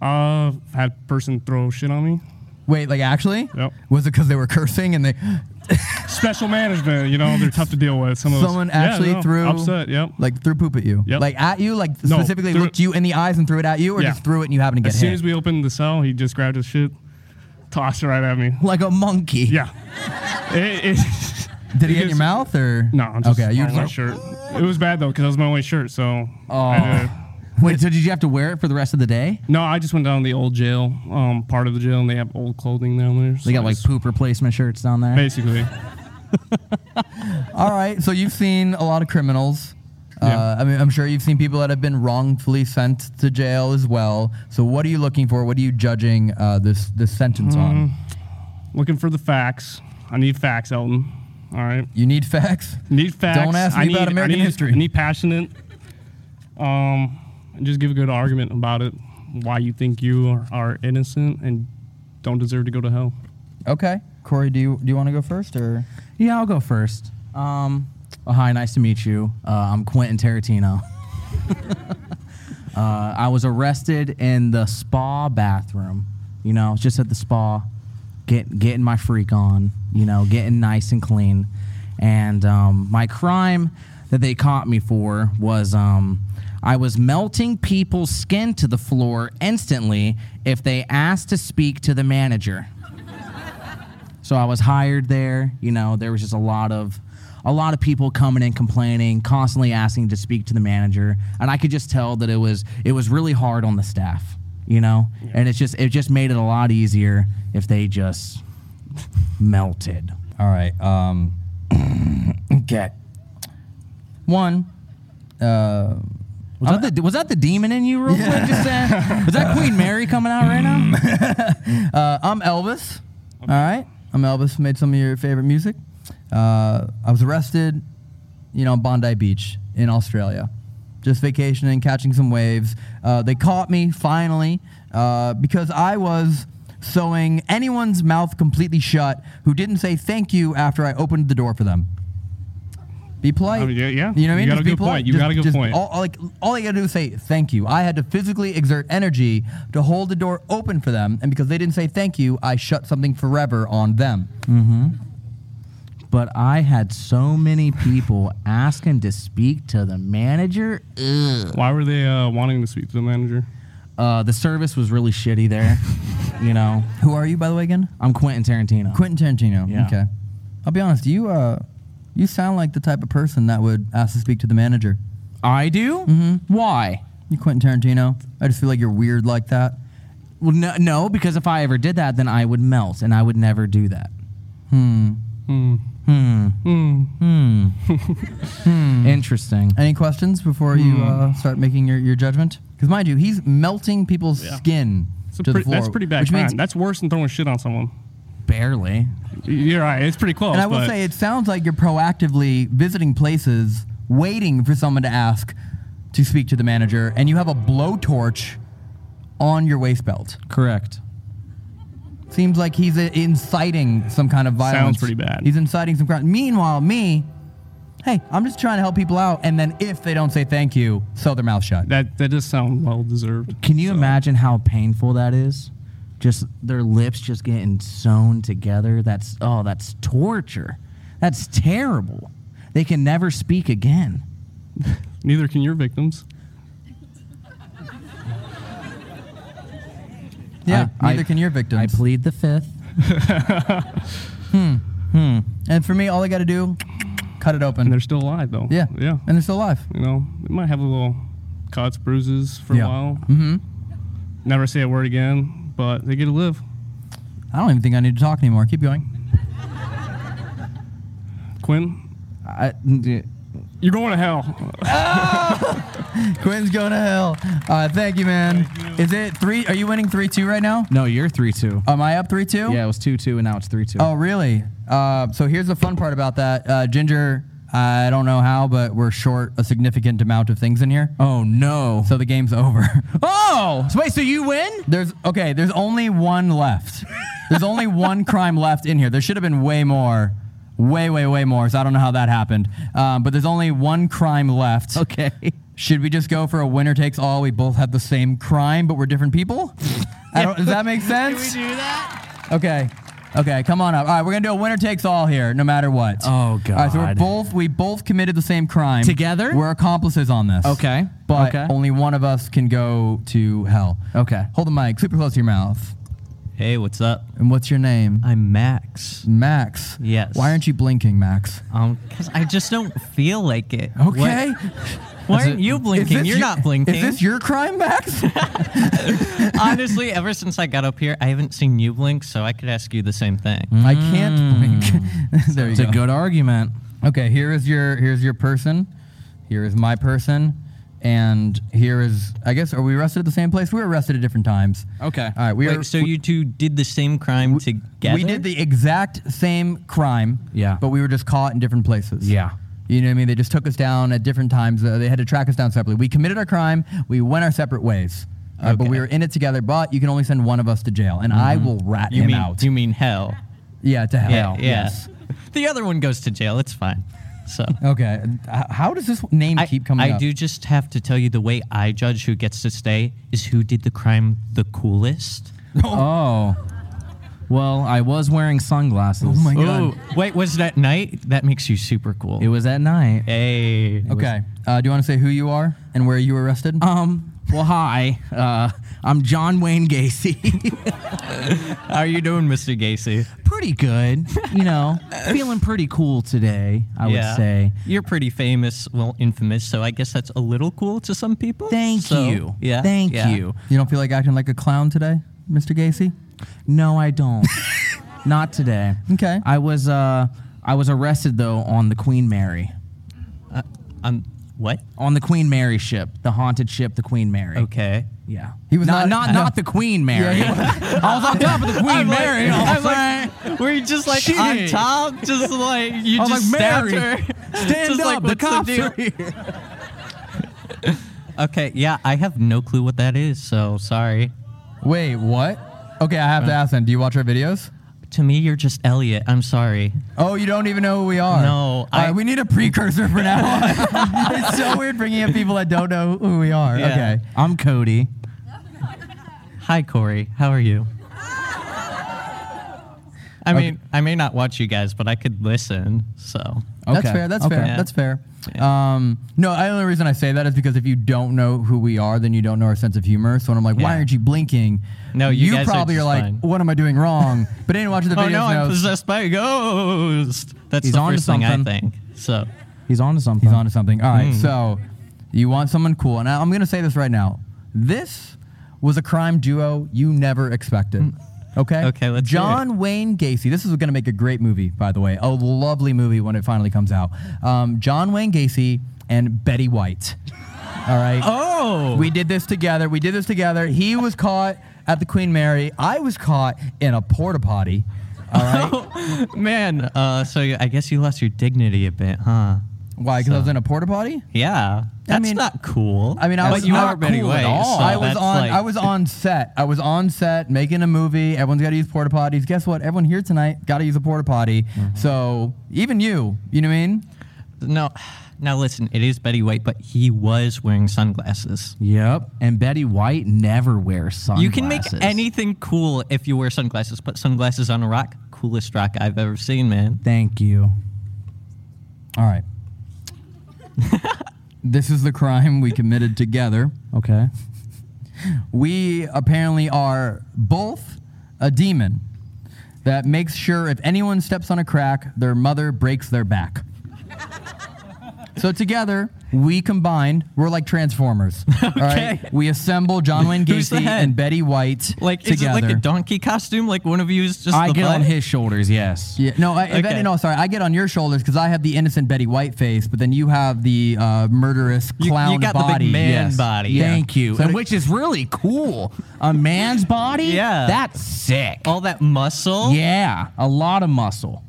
[SPEAKER 11] Uh, had a person <laughs> throw shit on me.
[SPEAKER 2] Wait, like actually?
[SPEAKER 11] Yep.
[SPEAKER 2] Was it because they were cursing and they?
[SPEAKER 11] Special management, you know, they're tough to deal with. Some of those-
[SPEAKER 2] Someone
[SPEAKER 11] Yeah,
[SPEAKER 2] actually
[SPEAKER 11] no,
[SPEAKER 2] threw
[SPEAKER 11] upset. Yep.
[SPEAKER 2] Like threw poop at you.
[SPEAKER 11] Yep.
[SPEAKER 2] Like at you, like
[SPEAKER 11] No,
[SPEAKER 2] specifically
[SPEAKER 11] threw-
[SPEAKER 2] looked you in the eyes and threw it at you, or
[SPEAKER 11] Yeah.
[SPEAKER 2] just threw it and you happened to get
[SPEAKER 11] as soon
[SPEAKER 2] hit.
[SPEAKER 11] as we opened the cell, he just grabbed his shit, tossed it right at me
[SPEAKER 4] like a monkey.
[SPEAKER 11] Yeah. It- it-
[SPEAKER 2] Did it get in your
[SPEAKER 11] just-
[SPEAKER 2] mouth or
[SPEAKER 11] No, I'm just
[SPEAKER 2] okay, you
[SPEAKER 11] on my
[SPEAKER 2] just-
[SPEAKER 11] shirt. It was bad though because that was my only shirt. So. I had to-
[SPEAKER 4] Oh. Wait, so did you have to wear it for the rest of the day?
[SPEAKER 11] no, I just went down to the old jail, um, part of the jail, and they have old clothing down there.
[SPEAKER 4] They got like poop replacement shirts down there.
[SPEAKER 11] Basically.
[SPEAKER 2] All right, so you've seen a lot of criminals. Uh, I mean, I'm sure you've seen people that have been wrongfully sent to jail as well. So, what are you looking for? What are you judging uh, this this sentence
[SPEAKER 11] Mm.
[SPEAKER 2] on?
[SPEAKER 11] Looking for the facts. I need facts, Elton. All right.
[SPEAKER 2] You need facts.
[SPEAKER 11] Need facts.
[SPEAKER 2] Don't ask me
[SPEAKER 11] I need,
[SPEAKER 2] about American
[SPEAKER 11] I need,
[SPEAKER 2] history.
[SPEAKER 11] I need passionate. Um, and just give a good argument about it. Why you think you are, are innocent and don't deserve to go to hell.
[SPEAKER 2] Okay, Corey, do you do you want to go first or?
[SPEAKER 4] Yeah, I'll go first. Um, well, hi, nice to meet you. Uh, I'm Quentin Tarantino. <laughs> uh, I was arrested in the spa bathroom. You know, I was just at the spa, get, getting my freak on. You know, getting nice and clean. And um, my crime that they caught me for was um, I was melting people's skin to the floor instantly if they asked to speak to the manager. So I was hired there. You know, there was just a lot of a lot of people coming and complaining, constantly asking to speak to the manager, and I could just tell that it was it was really hard on the staff. You know, and it's just it just made it a lot easier if they just melted.
[SPEAKER 2] All right. Um, <clears throat> okay. One. Uh,
[SPEAKER 4] was, that the, was that the demon in you real quick? Just saying? Was that Queen Mary coming out right now?
[SPEAKER 2] uh, I'm Elvis. All right. I'm Elvis. Made some of your favorite music. Uh, I was arrested, you know, on Bondi Beach in Australia, just vacationing, catching some waves. Uh, they caught me finally uh, because I was sewing anyone's mouth completely shut who didn't say thank you after I opened the door for them. Be polite.
[SPEAKER 11] yeah, yeah.
[SPEAKER 2] You know what I mean?
[SPEAKER 11] You got
[SPEAKER 2] Just
[SPEAKER 11] a
[SPEAKER 2] be
[SPEAKER 11] good
[SPEAKER 2] polite.
[SPEAKER 11] point. You
[SPEAKER 2] Just-
[SPEAKER 11] got a good
[SPEAKER 2] just
[SPEAKER 11] point.
[SPEAKER 2] All, all- like, all I got to do is say thank you. I had to physically exert energy to hold the door open for them, and because they didn't say thank you, I shut something forever on them.
[SPEAKER 4] Mm-hmm. But I had so many people asking to speak to the manager. Ugh.
[SPEAKER 11] Why were they uh, wanting to speak to the manager?
[SPEAKER 4] Uh, the service was really shitty there. you know.
[SPEAKER 2] <laughs> Who are you, by the way, again?
[SPEAKER 4] I'm Quentin Tarantino.
[SPEAKER 2] Quentin Tarantino.
[SPEAKER 4] Yeah.
[SPEAKER 2] Okay. I'll be honest. You uh, you sound like the type of person that would ask to speak to the manager.
[SPEAKER 4] I do.
[SPEAKER 2] Mm-hmm.
[SPEAKER 4] Why?
[SPEAKER 2] You Quentin Tarantino. I just feel like you're weird like that.
[SPEAKER 4] Well, no, no, because if I ever did that, then I would melt, and I would never do that.
[SPEAKER 2] Hmm.
[SPEAKER 11] Hmm.
[SPEAKER 4] Hmm.
[SPEAKER 11] Hmm. <laughs>
[SPEAKER 4] Hmm.
[SPEAKER 2] Hmm.
[SPEAKER 4] Interesting. Hmm.
[SPEAKER 2] Any questions before you uh, start making your, your judgment? Because mind you, he's melting people's skin
[SPEAKER 11] It's a
[SPEAKER 2] to
[SPEAKER 11] pretty-
[SPEAKER 2] the floor.
[SPEAKER 11] that's pretty bad
[SPEAKER 2] which
[SPEAKER 11] crime.
[SPEAKER 2] means-
[SPEAKER 11] that's worse than throwing shit on someone.
[SPEAKER 4] Barely.
[SPEAKER 11] You're right. It's pretty close.
[SPEAKER 2] and I will
[SPEAKER 11] but-
[SPEAKER 2] say, it sounds like you're proactively visiting places, waiting for someone to ask to speak to the manager, and you have a blowtorch on your waist belt.
[SPEAKER 4] Correct.
[SPEAKER 2] Seems like he's uh, inciting some kind of violence.
[SPEAKER 11] Sounds pretty bad.
[SPEAKER 2] He's inciting some crime. Meanwhile, me, hey, I'm just trying to help people out, and then if they don't say thank you, sew their mouth shut.
[SPEAKER 11] That that does sound well deserved.
[SPEAKER 4] Can you imagine how painful that is? Just their lips just getting sewn together. That's oh, that's torture. That's terrible. They can never speak again.
[SPEAKER 11] <laughs> Neither can your victims.
[SPEAKER 2] Yeah,
[SPEAKER 4] I-
[SPEAKER 2] neither
[SPEAKER 4] I-
[SPEAKER 2] can your victims. I
[SPEAKER 4] plead the fifth.
[SPEAKER 2] <laughs> hmm. Hmm. And for me, all I got to do, cut it open.
[SPEAKER 11] And they're still alive though.
[SPEAKER 2] Yeah.
[SPEAKER 11] Yeah.
[SPEAKER 2] And they're still alive.
[SPEAKER 11] You know, they might have a little cuts, bruises for
[SPEAKER 2] Yeah.
[SPEAKER 11] a while.
[SPEAKER 2] Mm-hmm.
[SPEAKER 11] Never say a word again, but they get to live.
[SPEAKER 2] I don't even think I need to talk anymore. Keep going.
[SPEAKER 11] Quinn,
[SPEAKER 4] I,
[SPEAKER 11] You're going to hell.
[SPEAKER 2] <laughs> Ah! Quinn's going to hell. Uh, thank you, man. Is it three? Are you winning three two right now?
[SPEAKER 4] No, you're three two.
[SPEAKER 2] Am I up three two?
[SPEAKER 4] Yeah, it was two two, and now it's three two.
[SPEAKER 2] Oh, really? Uh, so here's the fun part about that, uh, Ginger. I don't know how, but we're short a significant amount of things in here.
[SPEAKER 4] Oh no!
[SPEAKER 2] So the game's over. <laughs>
[SPEAKER 4] Oh, so wait. So you win?
[SPEAKER 2] There's okay. There's only one left.
[SPEAKER 4] <laughs>
[SPEAKER 2] There's only one crime left in here. There should have been way more. Way, way, way more. So I don't know how that happened. Um, but there's only one crime left.
[SPEAKER 4] Okay.
[SPEAKER 2] Should we just go for a winner takes all? We both had the same crime, but we're
[SPEAKER 4] <laughs>
[SPEAKER 2] different people? I don't, does that make sense?
[SPEAKER 7] Can we do that?
[SPEAKER 2] Okay. Okay, come on up. All right, we're gonna do a winner takes all here, no matter what.
[SPEAKER 4] Oh god.
[SPEAKER 2] All right, so we're both we both committed the same crime
[SPEAKER 4] Together?
[SPEAKER 2] We're accomplices on this.
[SPEAKER 4] Okay.
[SPEAKER 2] but
[SPEAKER 4] Okay.
[SPEAKER 2] only one of us can go to hell.
[SPEAKER 4] Okay.
[SPEAKER 2] Hold the mic super close to your mouth.
[SPEAKER 10] Hey, what's up?
[SPEAKER 2] And what's your name?
[SPEAKER 10] I'm Max.
[SPEAKER 2] Max.
[SPEAKER 10] Yes.
[SPEAKER 2] Why aren't you blinking, Max?
[SPEAKER 10] Um, 'cause I just don't feel like it.
[SPEAKER 2] Okay.
[SPEAKER 10] What- Why aren't you blinking? You're not blinking.
[SPEAKER 2] Is this your crime, Max?
[SPEAKER 10] <laughs> Honestly, ever since I got up here, I haven't seen you blink, so I could ask you the same thing.
[SPEAKER 2] I can't blink. <laughs> there you
[SPEAKER 4] Hmm. It's
[SPEAKER 2] go.
[SPEAKER 4] a good argument.
[SPEAKER 2] Okay, here is your here's your person. Here is my person. And here is I guess are we arrested at the same place? We were arrested at different times.
[SPEAKER 4] Okay.
[SPEAKER 2] All right, we are
[SPEAKER 10] Wait, so you two did the same crime together?
[SPEAKER 2] we did the exact same crime.
[SPEAKER 4] Yeah.
[SPEAKER 2] But we were just caught in different places.
[SPEAKER 4] Yeah.
[SPEAKER 2] You know what I mean? They just took us down at different times. Uh, they had to track us down separately. We committed our crime. We went our separate ways. Uh, But we were in it together. But you can only send one of us to jail, and
[SPEAKER 4] Mm-hmm.
[SPEAKER 2] I will rat
[SPEAKER 10] You
[SPEAKER 2] him
[SPEAKER 10] mean
[SPEAKER 2] out.
[SPEAKER 10] you mean hell?
[SPEAKER 2] yeah, to hell.
[SPEAKER 10] Yeah, yeah.
[SPEAKER 2] Yes.
[SPEAKER 10] The other one goes to jail. It's fine. So.
[SPEAKER 2] Okay. H- How does this name
[SPEAKER 10] I,
[SPEAKER 2] keep coming
[SPEAKER 10] I
[SPEAKER 2] up?
[SPEAKER 10] do just have to tell you the way I judge who gets to stay is who did the crime the
[SPEAKER 2] <laughs>
[SPEAKER 10] coolest.
[SPEAKER 4] <laughs> Oh. Well, I was wearing sunglasses.
[SPEAKER 2] Oh my God.
[SPEAKER 10] wait, was that night? That makes you super cool.
[SPEAKER 4] It was at night.
[SPEAKER 10] Hey.
[SPEAKER 2] Okay. Uh, do you want to say who you are and where you were arrested?
[SPEAKER 4] Um. Well, hi. Uh, I'm John Wayne Gacy.
[SPEAKER 10] How are you doing, Mr. Gacy?
[SPEAKER 4] pretty good, you know. Feeling pretty cool today, I would say.
[SPEAKER 10] You're pretty famous, well, infamous, so I guess that's a little cool to some people.
[SPEAKER 4] Thank
[SPEAKER 10] So,
[SPEAKER 4] you.
[SPEAKER 10] Yeah.
[SPEAKER 4] Thank
[SPEAKER 10] yeah.
[SPEAKER 4] you.
[SPEAKER 2] You don't feel like acting like a clown today, Mr. Gacy?
[SPEAKER 4] No, I don't. Not today.
[SPEAKER 2] Okay.
[SPEAKER 4] I was uh I was arrested though on the Queen Mary.
[SPEAKER 10] Um, what?
[SPEAKER 4] On the Queen Mary ship, the haunted ship, the Queen Mary.
[SPEAKER 10] Okay.
[SPEAKER 4] Yeah.
[SPEAKER 2] He was
[SPEAKER 4] not not,
[SPEAKER 2] not-
[SPEAKER 4] not the Queen Mary. <laughs> I was on top of the Queen Mary. I was like,
[SPEAKER 10] Were you just like on
[SPEAKER 4] Shit.
[SPEAKER 10] top? Just like you
[SPEAKER 4] I was
[SPEAKER 10] just
[SPEAKER 4] like,
[SPEAKER 10] stabbed her.
[SPEAKER 4] Mary,
[SPEAKER 2] <laughs>
[SPEAKER 4] stand
[SPEAKER 10] Just
[SPEAKER 4] up.
[SPEAKER 10] like,
[SPEAKER 4] the
[SPEAKER 10] what's the
[SPEAKER 4] cops
[SPEAKER 10] deal?
[SPEAKER 4] are <laughs> here.
[SPEAKER 10] Okay, yeah, I have no clue what that is, so sorry. Uh,
[SPEAKER 2] Wait, what? Okay, I have to ask then. Do you watch our videos?
[SPEAKER 10] To me, you're just Elliot. I'm sorry.
[SPEAKER 2] <laughs> Oh, you don't even know who we are.
[SPEAKER 10] No,
[SPEAKER 2] All
[SPEAKER 10] I-
[SPEAKER 2] right, we need a precursor for now on. <laughs> it's so weird bringing up people that don't know who we are.
[SPEAKER 10] Yeah.
[SPEAKER 2] Okay.
[SPEAKER 4] I'm Cody.
[SPEAKER 10] Hi, Corey. How are you? I mean, I may not watch you guys, but I could listen. So,
[SPEAKER 2] That's
[SPEAKER 4] Okay.
[SPEAKER 2] fair. That's fair.
[SPEAKER 4] Okay.
[SPEAKER 2] That's fair. Um, no, the only reason I say that is because if you don't know who we are, then you don't know our sense of humor. So when I'm like, why
[SPEAKER 10] Yeah.
[SPEAKER 2] aren't you blinking?
[SPEAKER 10] No, you guys are
[SPEAKER 2] probably
[SPEAKER 10] just
[SPEAKER 2] like,
[SPEAKER 10] fine.
[SPEAKER 2] what am I
[SPEAKER 10] <laughs>
[SPEAKER 2] doing wrong? But anyone watching the
[SPEAKER 10] oh
[SPEAKER 2] videos
[SPEAKER 10] no, I'm
[SPEAKER 2] knows
[SPEAKER 10] possessed by a ghost. That's
[SPEAKER 4] He's
[SPEAKER 10] the
[SPEAKER 4] onto
[SPEAKER 10] first thing I
[SPEAKER 4] something.
[SPEAKER 10] think. So,
[SPEAKER 4] He's on to something.
[SPEAKER 2] He's onto something. All
[SPEAKER 10] Hmm.
[SPEAKER 2] right, so you want someone cool, and I- I'm gonna say this right now. This was a crime duo you never expected. Okay.
[SPEAKER 10] Hmm. Okay, let's hear
[SPEAKER 2] John
[SPEAKER 10] it.
[SPEAKER 2] Wayne Gacy. This is gonna make a great movie, by the way. A lovely movie when it finally comes out. Um, John Wayne Gacy and Betty White. All right.
[SPEAKER 10] oh,
[SPEAKER 2] We did this together. We did this together. He was caught at the Queen Mary. I was caught in a porta potty. All
[SPEAKER 10] <laughs>
[SPEAKER 2] right.
[SPEAKER 10] man. Uh, so you- I guess you lost your dignity a bit, huh?
[SPEAKER 2] Why? Because I was in a porta potty.
[SPEAKER 10] Yeah, that's
[SPEAKER 2] mean-
[SPEAKER 10] not cool.
[SPEAKER 2] I mean, I
[SPEAKER 10] But
[SPEAKER 2] was
[SPEAKER 10] you
[SPEAKER 2] not
[SPEAKER 10] are Betty
[SPEAKER 2] cool
[SPEAKER 10] White,
[SPEAKER 2] at all.
[SPEAKER 10] so
[SPEAKER 2] I was
[SPEAKER 10] that's
[SPEAKER 2] on.
[SPEAKER 10] like-
[SPEAKER 2] I was on set. I was on set making a movie. Everyone's got to use porta potties. Guess what? Everyone here tonight got to use a porta potty. So even you, you know what I mean?
[SPEAKER 10] No, now listen. It is Betty White, but he was wearing sunglasses.
[SPEAKER 4] Yep. And Betty White never wears sunglasses.
[SPEAKER 10] You can make anything cool if you wear sunglasses. Put sunglasses on a rock. Coolest rock I've ever seen, man.
[SPEAKER 4] Thank you.
[SPEAKER 10] <laughs>
[SPEAKER 2] All right. this is the crime we committed together.
[SPEAKER 4] Okay.
[SPEAKER 2] We apparently are both a demon
[SPEAKER 10] <laughs>
[SPEAKER 2] that makes sure if anyone steps on a crack, their mother breaks their back. So together, we combined, we're like
[SPEAKER 10] <laughs>
[SPEAKER 2] Transformers. okay. <laughs> We assemble John Wayne
[SPEAKER 10] Who's the
[SPEAKER 2] Gacy
[SPEAKER 10] head?
[SPEAKER 2] and Betty White
[SPEAKER 10] Like, is
[SPEAKER 2] together.
[SPEAKER 10] it like a donkey costume? Like one of you is just
[SPEAKER 2] I
[SPEAKER 10] the
[SPEAKER 2] get
[SPEAKER 10] butt?
[SPEAKER 2] on his
[SPEAKER 4] shoulders, yes.
[SPEAKER 2] Yeah, no, I, if
[SPEAKER 10] Okay.
[SPEAKER 2] any- no, sorry. I get on your shoulders because I have the innocent Betty White face, but then you have the uh, murderous
[SPEAKER 4] You- you
[SPEAKER 2] clown
[SPEAKER 4] got the big
[SPEAKER 2] body.
[SPEAKER 4] man body.
[SPEAKER 2] Yeah.
[SPEAKER 4] Thank you.
[SPEAKER 2] So
[SPEAKER 4] And
[SPEAKER 2] it-
[SPEAKER 4] which is really cool. A man's body?
[SPEAKER 10] Yeah.
[SPEAKER 4] That's sick.
[SPEAKER 10] All that muscle?
[SPEAKER 4] Yeah, a lot of muscle.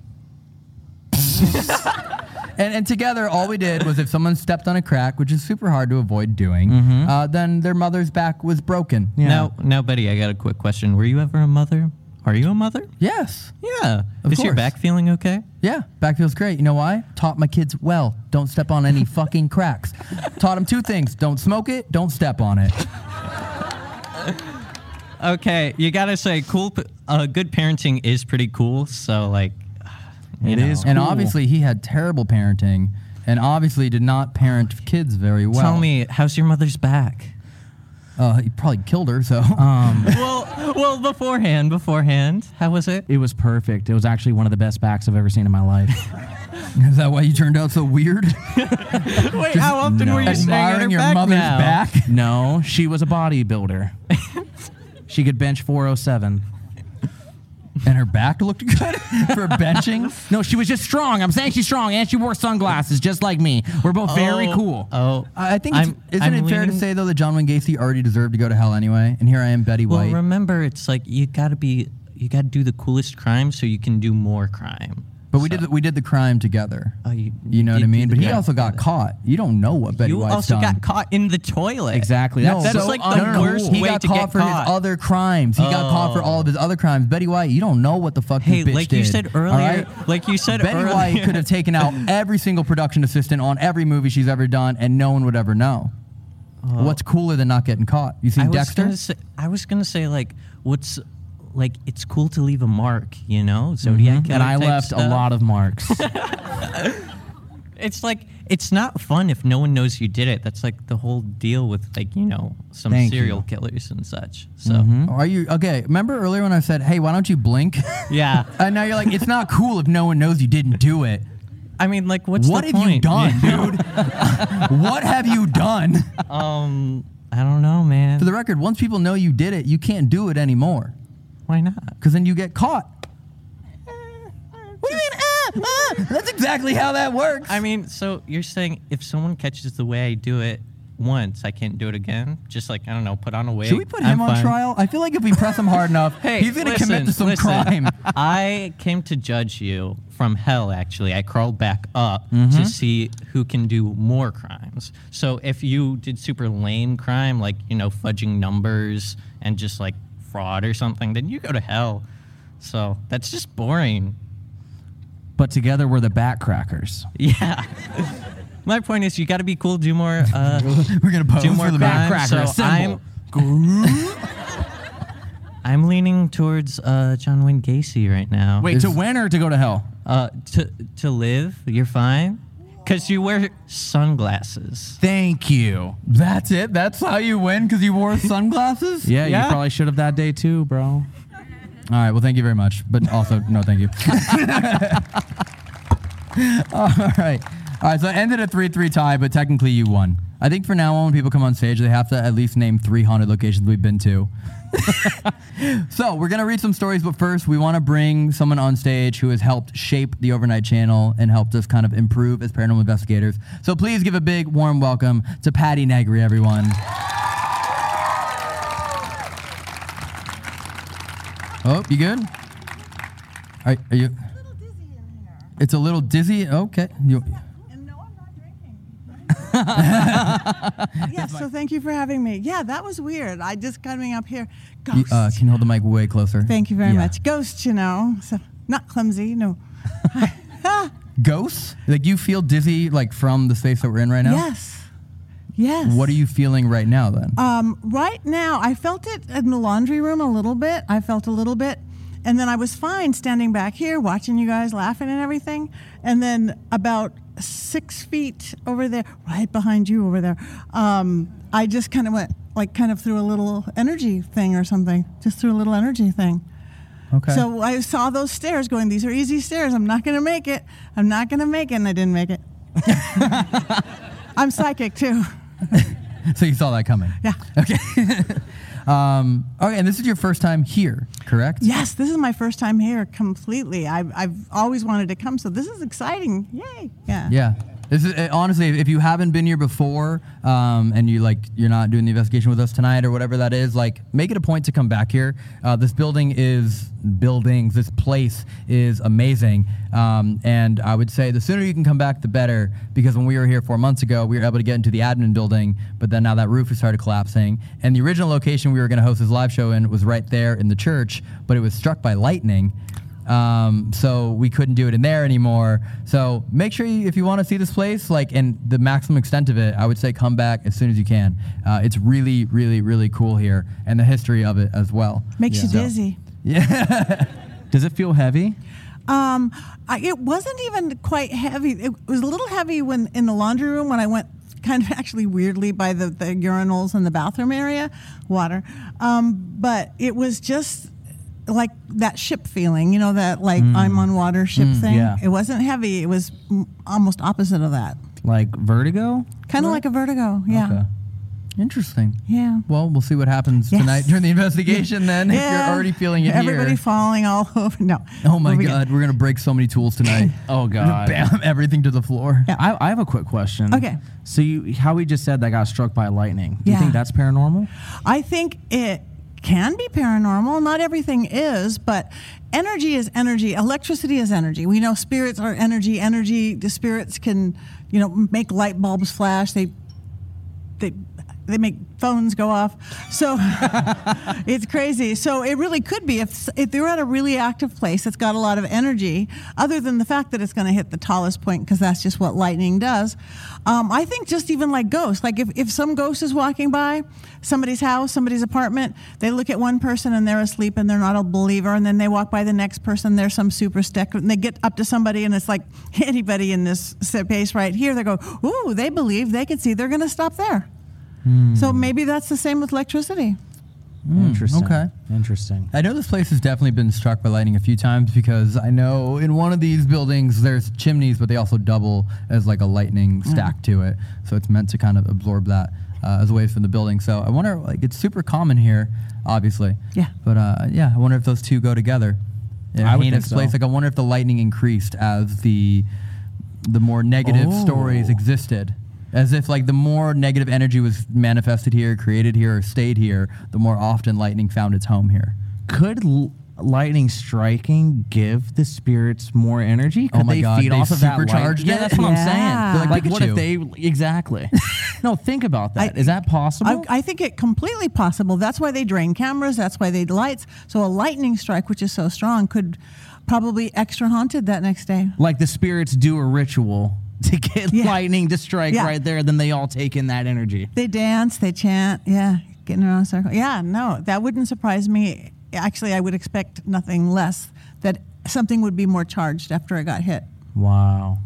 [SPEAKER 2] And, and together, all we did was if someone stepped on a crack, which is super hard to avoid doing,
[SPEAKER 4] Mm-hmm.
[SPEAKER 2] uh, then their mother's back was broken.
[SPEAKER 10] Now, now, Betty, I got a quick question. Were you ever a mother? Are you a mother?
[SPEAKER 2] Yes.
[SPEAKER 10] Yeah.
[SPEAKER 2] Of
[SPEAKER 10] is your
[SPEAKER 2] course.
[SPEAKER 10] back feeling okay?
[SPEAKER 2] Yeah, back feels great. You know why? Taught my kids well. Don't step on any fucking cracks. Taught them two things: don't smoke it, don't step on it.
[SPEAKER 10] Okay, you gotta say, cool. p- Uh, good parenting is pretty cool. So like,
[SPEAKER 2] It is, And obviously, he had terrible parenting, and obviously did not parent kids very well.
[SPEAKER 10] Tell me, how's your mother's back?
[SPEAKER 2] Uh, he probably killed her. So.
[SPEAKER 10] Um,
[SPEAKER 2] <laughs>
[SPEAKER 10] well, well, beforehand, beforehand, how was it?
[SPEAKER 4] It was perfect. It was actually one of the best backs I've ever seen in my life.
[SPEAKER 2] <laughs> Is that why you turned out so weird?
[SPEAKER 10] <laughs> Wait, how often were you staring at her
[SPEAKER 4] Admiring your
[SPEAKER 10] back
[SPEAKER 4] mother's
[SPEAKER 10] now?
[SPEAKER 4] back?
[SPEAKER 10] <laughs>
[SPEAKER 4] No, she was a bodybuilder. she could bench 407.
[SPEAKER 2] And her back looked good
[SPEAKER 4] <laughs>
[SPEAKER 2] for benching?
[SPEAKER 4] No, she was just strong. I'm saying she's strong, and she wore sunglasses just like me. We're both very
[SPEAKER 2] Oh,
[SPEAKER 4] cool.
[SPEAKER 10] Oh,
[SPEAKER 2] I think it's, isn't it fair to say though that John Wayne Gacy already deserved to go to hell anyway? And here I am, Betty
[SPEAKER 10] Well,
[SPEAKER 2] White.
[SPEAKER 10] remember, it's like you gotta be, you gotta do the coolest crime so you can do more crime.
[SPEAKER 2] but we did the, we did the crime together.
[SPEAKER 10] Oh, you,
[SPEAKER 2] you know what
[SPEAKER 10] did
[SPEAKER 2] I
[SPEAKER 10] do
[SPEAKER 2] mean?
[SPEAKER 10] the
[SPEAKER 2] But he
[SPEAKER 10] crime
[SPEAKER 2] also got caught. You don't know what Betty
[SPEAKER 10] you
[SPEAKER 2] White's
[SPEAKER 10] also
[SPEAKER 2] done.
[SPEAKER 10] got caught in the toilet.
[SPEAKER 4] Exactly.
[SPEAKER 10] That's, like the
[SPEAKER 2] uncool.
[SPEAKER 10] worst
[SPEAKER 2] He
[SPEAKER 10] way
[SPEAKER 2] got
[SPEAKER 10] to
[SPEAKER 2] caught
[SPEAKER 10] get
[SPEAKER 2] for
[SPEAKER 10] caught.
[SPEAKER 2] his other crimes. He got caught for
[SPEAKER 10] Oh.
[SPEAKER 2] all of his other crimes. Betty White, you don't know what the fuck
[SPEAKER 10] Hey,
[SPEAKER 2] this bitch
[SPEAKER 10] like you
[SPEAKER 2] did,
[SPEAKER 10] said
[SPEAKER 2] all
[SPEAKER 10] earlier,
[SPEAKER 2] right?
[SPEAKER 10] like you said
[SPEAKER 2] Betty
[SPEAKER 10] earlier,
[SPEAKER 2] White could have
[SPEAKER 10] <laughs>
[SPEAKER 2] taken out every single production assistant on every movie she's ever done, and no one would ever know. What's cooler than not getting caught? You
[SPEAKER 10] Uh-huh. I
[SPEAKER 2] seen
[SPEAKER 10] was
[SPEAKER 2] Dexter?
[SPEAKER 10] gonna say- I was gonna say like, what's like? It's cool to leave a mark, you know. Zodiac
[SPEAKER 2] Mm-hmm.
[SPEAKER 4] Mhm. And I left a lot of
[SPEAKER 2] <laughs>
[SPEAKER 4] marks.
[SPEAKER 10] <laughs> it's like it's not fun if no one knows you did it. That's like the whole deal with like you know some
[SPEAKER 2] Thank
[SPEAKER 10] serial
[SPEAKER 2] you.
[SPEAKER 10] killers and such. So
[SPEAKER 2] Mm-hmm. Are you okay? Remember earlier when I said, "Hey, why don't you blink?" <laughs>
[SPEAKER 10] <laughs> yeah,
[SPEAKER 2] and now you're like, "It's not cool if no one knows you didn't do it."
[SPEAKER 10] <laughs> I mean, like, what's
[SPEAKER 2] what
[SPEAKER 10] the
[SPEAKER 2] have you
[SPEAKER 10] point?
[SPEAKER 2] done, dude? <laughs> what have you done?
[SPEAKER 10] um, I don't know, man.
[SPEAKER 2] For the record, once people know you did it, you can't do it anymore.
[SPEAKER 10] Why not?
[SPEAKER 2] Because then you get caught. What do you mean? Ah, ah? That's exactly how that works.
[SPEAKER 10] I mean, so you're saying if someone catches the way I do it once, I can't do it again? Just like I don't know, put on a wig.
[SPEAKER 2] Should we put
[SPEAKER 10] I'm
[SPEAKER 2] him on
[SPEAKER 10] fine.
[SPEAKER 2] trial? I feel like if we press him hard enough,
[SPEAKER 10] <laughs> Hey,
[SPEAKER 2] he's gonna commit to
[SPEAKER 10] listen,
[SPEAKER 2] some
[SPEAKER 10] listen.
[SPEAKER 2] crime.
[SPEAKER 10] <laughs>
[SPEAKER 2] <laughs>
[SPEAKER 10] I came to judge you from hell. Actually, I crawled back up to
[SPEAKER 2] Mm-hmm.
[SPEAKER 4] Mhm.
[SPEAKER 10] see who can do more crimes. So if you did super lame crime, like you know fudging numbers and just like fraud or something, then you go to hell. So that's just boring. <laughs>
[SPEAKER 4] But together we're the back crackers.
[SPEAKER 10] Yeah. My point is, you got to be cool. Do more. Uh,
[SPEAKER 2] <laughs> We're gonna pose
[SPEAKER 10] do more
[SPEAKER 2] for the
[SPEAKER 10] crime.
[SPEAKER 2] backcracker,
[SPEAKER 10] So
[SPEAKER 2] assemble.
[SPEAKER 10] I'm, <laughs> I'm leaning towards uh, John Wayne Gacy right now.
[SPEAKER 4] Wait, to win or to go to hell?
[SPEAKER 10] Uh, to to live, you're fine, cause you wear sunglasses.
[SPEAKER 4] Thank you.
[SPEAKER 2] That's it. That's how you win because you
[SPEAKER 10] <laughs>
[SPEAKER 2] wore sunglasses.
[SPEAKER 4] Yeah, you probably should have that day too, bro.
[SPEAKER 2] All right. Well, thank you very much. But also, no, thank you. <laughs> All right. All right. So it ended a 3 3 tie, but technically you won. I think for now on, when people come on stage, they have to at least name three haunted locations we've been to. so we're going to read some stories, but first, we want to bring someone on stage who has helped shape the Overnight Channel and helped us kind of improve as paranormal investigators. So please give a big, warm welcome to Patty Negri, everyone. Oh, you good? Are, are you? It's a little dizzy. Okay. You,
[SPEAKER 3] Yeah, so thank you for having me. Yeah, that was weird. I just coming up here.
[SPEAKER 2] <laughs> you,
[SPEAKER 3] Ghost.
[SPEAKER 2] uh, can you hold the mic way closer?
[SPEAKER 3] thank you very
[SPEAKER 2] Yeah.
[SPEAKER 3] much. Ghost, you know. So not clumsy, no.
[SPEAKER 2] Ghosts? Like you feel dizzy like from the space that we're in right now?
[SPEAKER 3] Yes. Yes.
[SPEAKER 2] What are you feeling right now then? <laughs>
[SPEAKER 3] Um, right now, I felt it in the laundry room a little bit. I felt a little bit. And then I was fine standing back here watching you guys laughing and everything. And then about six feet over there, right behind you over there, um, I just kind of went, like, kind of through a little energy thing or something. Just through a little energy thing.
[SPEAKER 2] Okay.
[SPEAKER 3] So I saw those stairs going, these are easy stairs. I'm not going to make it. <laughs> I'm not going to make it. And I didn't make it. I'm psychic too.
[SPEAKER 2] So you saw that coming.
[SPEAKER 3] Yeah.
[SPEAKER 2] Okay. <laughs> um, okay, and this is your first time here, correct?
[SPEAKER 3] Yes, this is my first time here completely. I've, I've always wanted to come, so this is exciting. Yay. Yeah.
[SPEAKER 2] Yeah. This is eh, honestly, if- if you haven't been here before, um, and you like you're not doing the investigation with us tonight or whatever that is, like make it a point to come back here. Uh, this building is buildings. This place is amazing, um, and I would say the sooner you can come back, the better. Because when we were here four months ago, we were able to get into the admin building, but then now that roof has started collapsing, and the original location we were going to host this live show in was right there in the church, but it was struck by lightning. Um, so we couldn't do it in there anymore. So make sure you, if you want to see this place, like, and the maximum extent of it, I would say come back as soon as you can. Uh, it's really, really, really cool here, and the history of it as well.
[SPEAKER 3] Makes you
[SPEAKER 2] So- <laughs>
[SPEAKER 3] dizzy.
[SPEAKER 2] yeah.
[SPEAKER 4] Does it feel heavy?
[SPEAKER 3] Um, I, it wasn't even quite heavy. It was a little heavy when in the laundry room when I went kind of <laughs> actually weirdly by the, the urinals and the bathroom area, water. Um, but it was just like that ship feeling, you know, that like
[SPEAKER 4] Mm.
[SPEAKER 3] I'm on water ship
[SPEAKER 4] Mm,
[SPEAKER 3] thing.
[SPEAKER 4] yeah.
[SPEAKER 3] It wasn't heavy. It was mm, almost opposite of that.
[SPEAKER 4] Like vertigo?
[SPEAKER 3] Kind of like a vertigo. Yeah.
[SPEAKER 2] Okay. Interesting.
[SPEAKER 3] Yeah.
[SPEAKER 2] Well, we'll see what happens
[SPEAKER 3] Yes.
[SPEAKER 2] tonight
[SPEAKER 3] <laughs>
[SPEAKER 2] during the investigation. Then, if
[SPEAKER 3] Yeah.
[SPEAKER 2] you're already feeling it
[SPEAKER 3] Everybody
[SPEAKER 2] here.
[SPEAKER 3] falling all <laughs> over. No.
[SPEAKER 2] Oh my
[SPEAKER 3] Moving it.
[SPEAKER 2] God, we're gonna break so many tools tonight.
[SPEAKER 4] <laughs> Oh God.
[SPEAKER 2] Bam, everything to the floor.
[SPEAKER 4] I, I have a quick question.
[SPEAKER 3] Okay.
[SPEAKER 4] So you, how we just said that got struck by lightning. Do
[SPEAKER 3] Yeah.
[SPEAKER 4] you think that's paranormal?
[SPEAKER 3] I think it can be paranormal. Not everything is, but energy is energy. Electricity is energy. We know spirits are energy. Energy. The spirits can, you know, make light bulbs flash. They, they, they make phones go off. So <laughs> it's crazy. So it really could be if if they're at a really active place that's got a lot of energy. Other than the fact that it's going to hit the tallest point because that's just what lightning does. Um, I think just even like ghosts, like if if some ghost is walking by somebody's house, somebody's apartment, they look at one person and they're asleep and they're not a believer, and then they walk by the next person, they're some super stick, and they get up to somebody and it's like <laughs> anybody in this space right here, they go, ooh, they believe, they can see, they're going to stop there. So maybe that's the same with electricity.
[SPEAKER 4] Interesting.
[SPEAKER 2] okay.
[SPEAKER 4] Interesting.
[SPEAKER 2] I know this place has definitely been struck by lightning a few times because I know in one of these buildings there's chimneys, but they also double as like a
[SPEAKER 4] Mm.
[SPEAKER 2] lightning stack to it. So it's meant to kind of absorb that uh, as away from the building. So I wonder, like, it's super common here, obviously.
[SPEAKER 3] Yeah.
[SPEAKER 2] But uh, yeah, I wonder if those two go together. In
[SPEAKER 4] I would
[SPEAKER 2] heinous
[SPEAKER 4] think so.
[SPEAKER 2] place, like, I wonder if the lightning increased as the the more negative stories
[SPEAKER 4] Oh.
[SPEAKER 2] existed. As if like the more negative energy was manifested here, created here, or stayed here, the more often lightning found its home here.
[SPEAKER 4] Could l- lightning striking give the spirits more energy? Could
[SPEAKER 2] Oh my
[SPEAKER 4] they
[SPEAKER 2] God,
[SPEAKER 4] feed
[SPEAKER 2] they
[SPEAKER 4] off of that light?
[SPEAKER 2] supercharged
[SPEAKER 4] Yeah,
[SPEAKER 2] it?
[SPEAKER 4] that's what
[SPEAKER 3] Yeah.
[SPEAKER 4] I'm
[SPEAKER 3] They're
[SPEAKER 4] saying.
[SPEAKER 3] like
[SPEAKER 4] Like, what if they
[SPEAKER 2] Pikachu.
[SPEAKER 3] <laughs>
[SPEAKER 4] exactly? no, think about that. Is that possible?
[SPEAKER 3] I, I think it completely possible. That's why they drain cameras. That's why they lights. So a lightning strike, which is so strong, could probably extra haunted that next day.
[SPEAKER 4] like the spirits do a ritual <laughs> to get lightning to strike
[SPEAKER 3] Yeah.
[SPEAKER 4] right there, then they all take in that energy.
[SPEAKER 3] They dance. They chant. Yeah, getting around a circle. Yeah, no, that wouldn't surprise me. Actually, I would expect nothing less. That something would be more charged after I got hit.
[SPEAKER 4] Wow.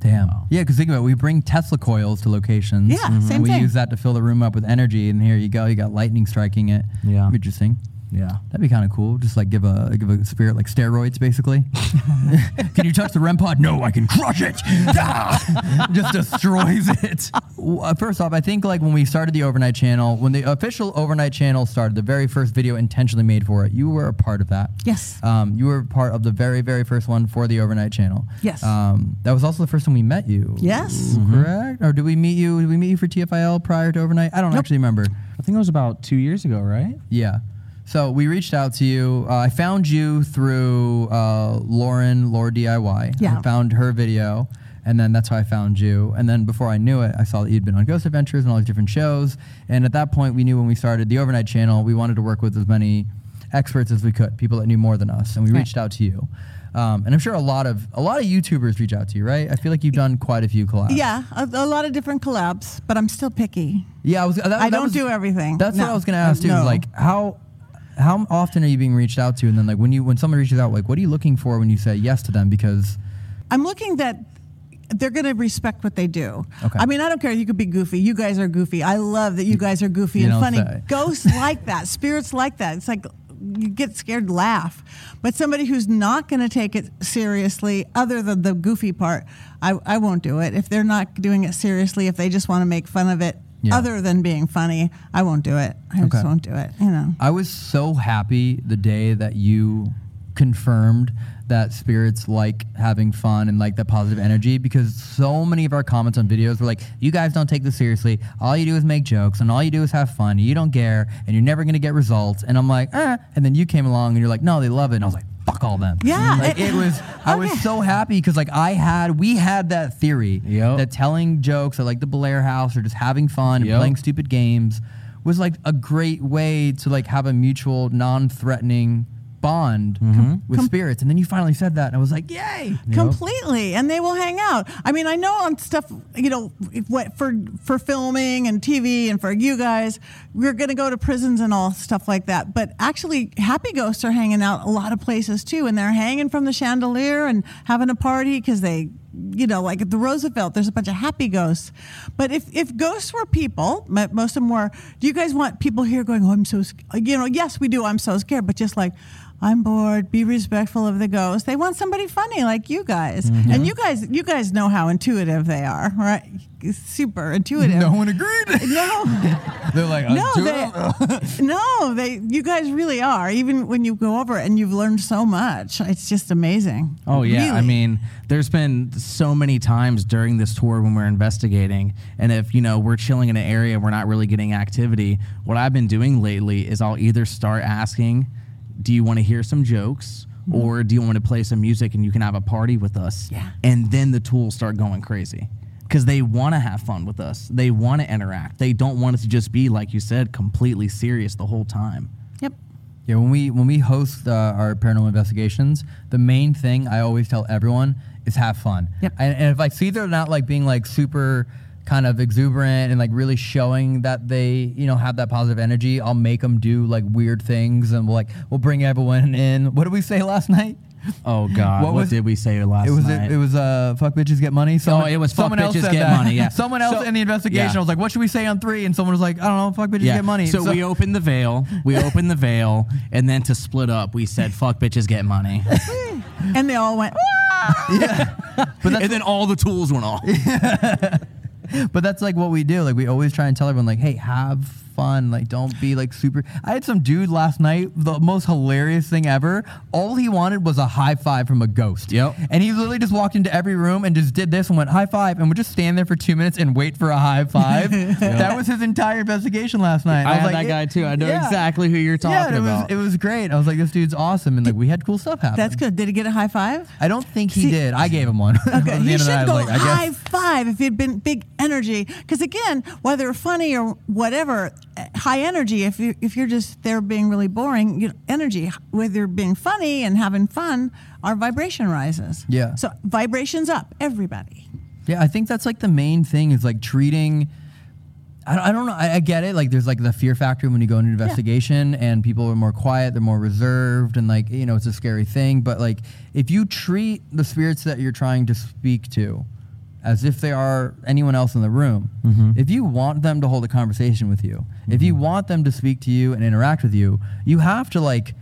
[SPEAKER 2] Damn. Yeah, because think about it. We bring Tesla coils to locations.
[SPEAKER 3] Yeah,
[SPEAKER 4] Mm-hmm.
[SPEAKER 3] Mhm. same
[SPEAKER 2] We
[SPEAKER 3] thing.
[SPEAKER 2] use that to fill the room up with energy, and here you go. You got lightning striking it.
[SPEAKER 4] Yeah.
[SPEAKER 2] Interesting.
[SPEAKER 4] Yeah.
[SPEAKER 2] That'd be kind of cool. Just like give a give a spirit like steroids, basically. <laughs>
[SPEAKER 4] <laughs>
[SPEAKER 2] Can you touch the REM pod? No, I can crush <laughs> it. Ah! Just destroys it. W- uh, First off, I think like when we started the overnight channel, when the official overnight channel started, the very first video intentionally made for it, you were a part of that.
[SPEAKER 3] Yes.
[SPEAKER 2] Um, you were part of the very, very first one for the overnight channel.
[SPEAKER 3] Yes.
[SPEAKER 2] Um, that was also the first time we met you.
[SPEAKER 3] Yes. Mhm.
[SPEAKER 2] Correct? Or did we meet you? Did we meet you for TFIL prior to overnight? I don't actually remember.
[SPEAKER 4] I think it was about two years ago, right?
[SPEAKER 2] Yeah. So we reached out to you. Uh, I found you through uh, Lauren, Laura DIY.
[SPEAKER 3] Yeah.
[SPEAKER 2] I found her video, and then that's how I found you. And then before I knew it, I saw that you'd been on Ghost Adventures and all these different shows. And at that point, we knew when we started the Overnight Channel, we wanted to work with as many experts as we could, people that knew more than us. And we
[SPEAKER 3] Right.
[SPEAKER 2] reached out to you. Um, and I'm sure a lot of a lot of YouTubers reach out to you, right? I feel like you've done quite a few collabs.
[SPEAKER 3] Yeah, a, a lot of different collabs, but I'm still picky.
[SPEAKER 2] Yeah, I was. That,
[SPEAKER 3] I
[SPEAKER 2] that
[SPEAKER 3] don't
[SPEAKER 2] was-
[SPEAKER 3] do everything.
[SPEAKER 2] That's what
[SPEAKER 3] No.
[SPEAKER 2] I was gonna ask too. is
[SPEAKER 3] No.
[SPEAKER 2] Like how how often are you being reached out to? And then like when you when someone reaches out, like what are you looking for when you say yes to them? Because
[SPEAKER 3] I'm looking that they're going to respect what they do.
[SPEAKER 2] Okay.
[SPEAKER 3] I mean, I don't care. You could be goofy. You guys are goofy. I love that you guys are goofy
[SPEAKER 2] You
[SPEAKER 3] and
[SPEAKER 2] don't
[SPEAKER 3] funny.
[SPEAKER 2] say. <laughs>
[SPEAKER 3] Ghosts like that. Spirits like that. It's like you get scared to laugh. But somebody who's not going to take it seriously, other than the goofy part, I, I won't do it. If they're not doing it seriously, if they just want to make fun of it,
[SPEAKER 2] Yeah.
[SPEAKER 3] other than being funny, I won't do it. I
[SPEAKER 2] Okay.
[SPEAKER 3] just won't do it. You know.
[SPEAKER 2] I was so happy the day that you confirmed that spirits like having fun and like that positive energy because so many of our comments on videos were like, you guys don't take this seriously. All you do is make jokes and all you do is have fun. You don't care and you're never going to get results. And I'm like, eh. And then you came along and you're like, no, they love it. And I was like, fuck all them.
[SPEAKER 3] Yeah,
[SPEAKER 2] Like,
[SPEAKER 3] <laughs>
[SPEAKER 2] it,
[SPEAKER 3] it-
[SPEAKER 2] was, I was so happy because like I had, we had that theory that telling jokes at like the Blair house or just having fun and
[SPEAKER 4] Yep.
[SPEAKER 2] playing stupid games was like a great way to like have a mutual non-threatening bond com-
[SPEAKER 4] Mm-hmm.
[SPEAKER 2] with spirits and then you finally said that and i was like yay
[SPEAKER 3] completely and they will hang out i mean i know on stuff you know if what for for filming and tv and for you guys we're going to go to prisons and all stuff like that but actually happy ghosts are hanging out a lot of places too and they're hanging from the chandelier and having a party because they you know like at the roosevelt there's a bunch of happy ghosts but if if ghosts were people mo- most of them were do you guys want people here going oh i'm so sc-" you know yes we do i'm so scared but just like I'm bored. Be respectful of the ghost. They want somebody funny like you guys,
[SPEAKER 4] Mm-hmm.
[SPEAKER 3] and you guys, you guys know how intuitive they are, right? Super intuitive.
[SPEAKER 2] No one agreed.
[SPEAKER 3] <laughs>
[SPEAKER 4] <laughs>
[SPEAKER 3] No,
[SPEAKER 2] they're
[SPEAKER 4] uh,
[SPEAKER 2] like
[SPEAKER 3] no, they, no, they. You guys really are. Even when you go over it and you've learned so much, it's just amazing.
[SPEAKER 4] Oh yeah, I
[SPEAKER 3] Really.
[SPEAKER 4] mean, there's been so many times during this tour when we're investigating, and if you know we're chilling in an area, and we're not really getting activity. What I've been doing lately is I'll either start asking, "Do you want to hear some jokes?" Or do you want to play some music and you can have a party with us? Yeah. And then the tools start going crazy because they want to have fun with us. They want to interact. They don't want us to just be, like you said, completely serious the whole time.
[SPEAKER 3] Yep.
[SPEAKER 2] <laughs> Yeah, when we when we host uh, our paranormal investigations, the main thing I always tell everyone is have fun. Yep. And, and if I see they're not like being like super kind of exuberant and like really showing that they you know have that positive energy, I'll make them do like weird things and we'll like we'll bring everyone in. What did we say last night?
[SPEAKER 4] Oh God,
[SPEAKER 2] What
[SPEAKER 4] what,
[SPEAKER 2] was-
[SPEAKER 4] did we say last
[SPEAKER 2] it was
[SPEAKER 4] night?
[SPEAKER 2] it, was uh fuck bitches get money.
[SPEAKER 4] Oh, it was fuck
[SPEAKER 2] someone else
[SPEAKER 4] bitches
[SPEAKER 2] said
[SPEAKER 4] get
[SPEAKER 2] that.
[SPEAKER 4] money. Yeah.
[SPEAKER 2] <laughs> someone else
[SPEAKER 4] So-
[SPEAKER 2] in the investigation
[SPEAKER 4] Yeah.
[SPEAKER 2] was like, what should we say on three? And someone was like, I don't know, fuck bitches get money.
[SPEAKER 4] So, <laughs> we opened the veil. We opened the veil, and then to split up, we said, "Fuck bitches, get <laughs> money."
[SPEAKER 3] And they all went.
[SPEAKER 4] and then all the tools went <laughs> off.
[SPEAKER 2] <laughs> but that's like what we do. Like we always try and tell everyone, like, hey, have fun. Like don't be like super. I had some dude last night, the most hilarious thing ever. All he wanted was a high five from a ghost. Yep. And he literally just walked into every room and just did this and went high five and would just stand there for two minutes and wait for a
[SPEAKER 4] <laughs>
[SPEAKER 2] high
[SPEAKER 3] <laughs>
[SPEAKER 2] five. That was his entire investigation last night.
[SPEAKER 4] I
[SPEAKER 2] was
[SPEAKER 4] had
[SPEAKER 2] like,
[SPEAKER 4] that
[SPEAKER 2] "Yeah."
[SPEAKER 4] guy too. I know
[SPEAKER 2] Yeah.
[SPEAKER 4] exactly who you're
[SPEAKER 2] Yeah,
[SPEAKER 4] talking
[SPEAKER 2] and it
[SPEAKER 4] about.
[SPEAKER 2] was it was great. I was like, this dude's awesome, and like we had cool stuff happen.
[SPEAKER 3] That's good. Did he get a high five?
[SPEAKER 2] I don't think he did. I gave him one. <laughs> At the end
[SPEAKER 3] He
[SPEAKER 2] of the
[SPEAKER 3] should
[SPEAKER 2] night, I was
[SPEAKER 3] go
[SPEAKER 2] like, I guess-
[SPEAKER 3] high five if he'd been big energy. Because again, whether funny or whatever, eh, high energy. If you if you're just there being really boring, you know, energy. Whether being funny and having fun, our vibration rises.
[SPEAKER 2] Yeah.
[SPEAKER 3] So vibrations up, everybody.
[SPEAKER 2] Yeah, I think that's like the main thing is like treating. I don't, I don't know. I, I get it. Like, there's like the fear factor when you go into investigation, and people are more quiet, they're more reserved, and like you know, it's a scary thing. But like, if you treat the spirits that you're trying to speak to as if they are anyone else in the room, if you want them to hold a conversation with you, if you want them to speak to you and interact with you, you have to like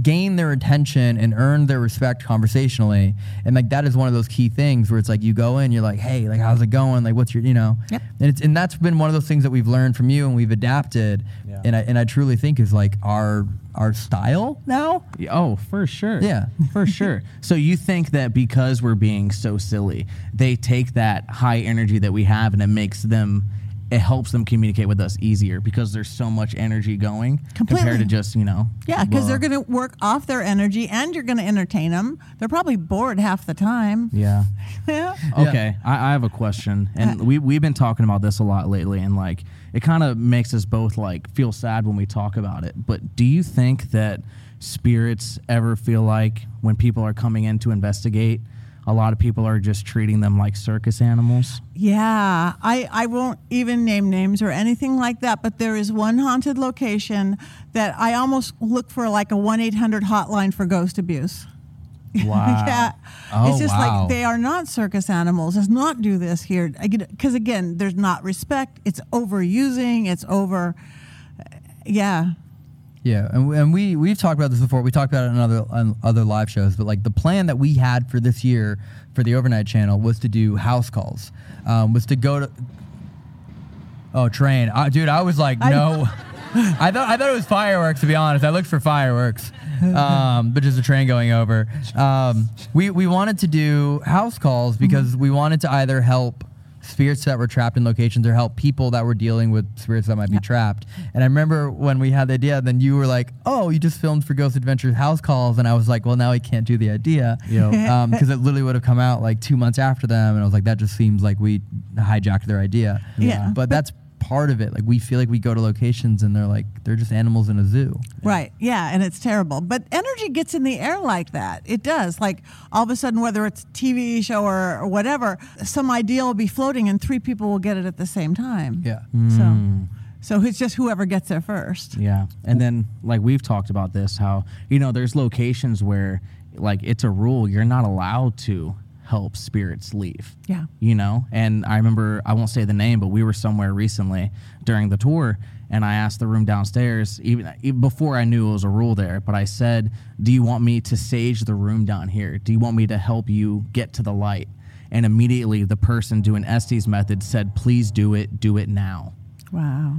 [SPEAKER 2] gain their attention and earn their respect conversationally. And like that is one of those key things where it's like you go in, you're like, hey, like how's it going? Like what's your you know? Yep. And it's and that's been one of those things that we've learned from you and we've adapted. And I and I truly think is like our our style now.
[SPEAKER 4] Yeah, Oh, for sure.
[SPEAKER 2] Yeah.
[SPEAKER 4] <laughs> for sure. So you think that because we're being so silly, they take that high energy that we have and it makes them, it helps them communicate with us easier because there's so much energy going compared to
[SPEAKER 3] Completely.
[SPEAKER 4] just you know.
[SPEAKER 3] Yeah, because
[SPEAKER 4] blah.
[SPEAKER 3] they're going to work off their energy, and you're going to entertain them. They're probably bored half the time. <laughs>
[SPEAKER 4] Yeah.
[SPEAKER 3] Yeah.
[SPEAKER 4] Okay, I, I have a question, and we we've been talking about this a lot lately, and like it kind of makes us both like feel sad when we talk about it. But do you think that spirits ever feel like when people are coming in to investigate, a lot of people are just treating them like circus animals?
[SPEAKER 3] Yeah, I, I won't even name names or anything like that, but there is one haunted location that I almost look for like a 1 800 hotline for ghost abuse. <laughs> yeah. it's just like they are not circus animals. Let's not do this here. Because again, there's not respect. It's overusing. It's over. Yeah.
[SPEAKER 2] Yeah, and, we- and we we've talked about this before. We talked about it in other on other live shows, but like the plan that we had for this year for the overnight channel was to do house calls, um, was to go to. Oh, train, I, dude! I was like, no. <laughs> I thought I thought it was fireworks. To be honest, I looked for fireworks, um, but just a train going over. Um, we we wanted to do house calls because we wanted to either help spirits that were trapped in locations or help people that were dealing with spirits that might be trapped. And I remember when we had the idea, then you were like, "Oh, you just filmed for Ghost Adventures House Calls," and I was like, "Well, now I can't do the idea," Um, you know, because it literally would have come out like two months after them. And I was like, "That just seems like we hijacked their idea."
[SPEAKER 3] Yeah.
[SPEAKER 2] but that's part of it. Like we feel like we go to locations and they're like they're just animals in a zoo.
[SPEAKER 3] Right. Yeah, and it's terrible. But energy gets in the air like that. It does. Like all of a sudden, whether it's a TV show or, or whatever, some idea will be floating and three people will get it at the same time.
[SPEAKER 2] Yeah.
[SPEAKER 4] Mm.
[SPEAKER 3] So it's just whoever gets there first.
[SPEAKER 4] Yeah. And then like we've talked about this how you know there's locations where like it's a rule you're not allowed to help spirits leave.
[SPEAKER 3] Yeah.
[SPEAKER 4] You know, and I remember I won't say the name but we were somewhere recently during the tour and I asked the room downstairs even, even before I knew it was a rule there, but I said, "Do you want me to sage the room down here? Do you want me to help you get to the light?" And immediately the person doing Estes method said, "Please do it. Do it now."
[SPEAKER 3] Wow.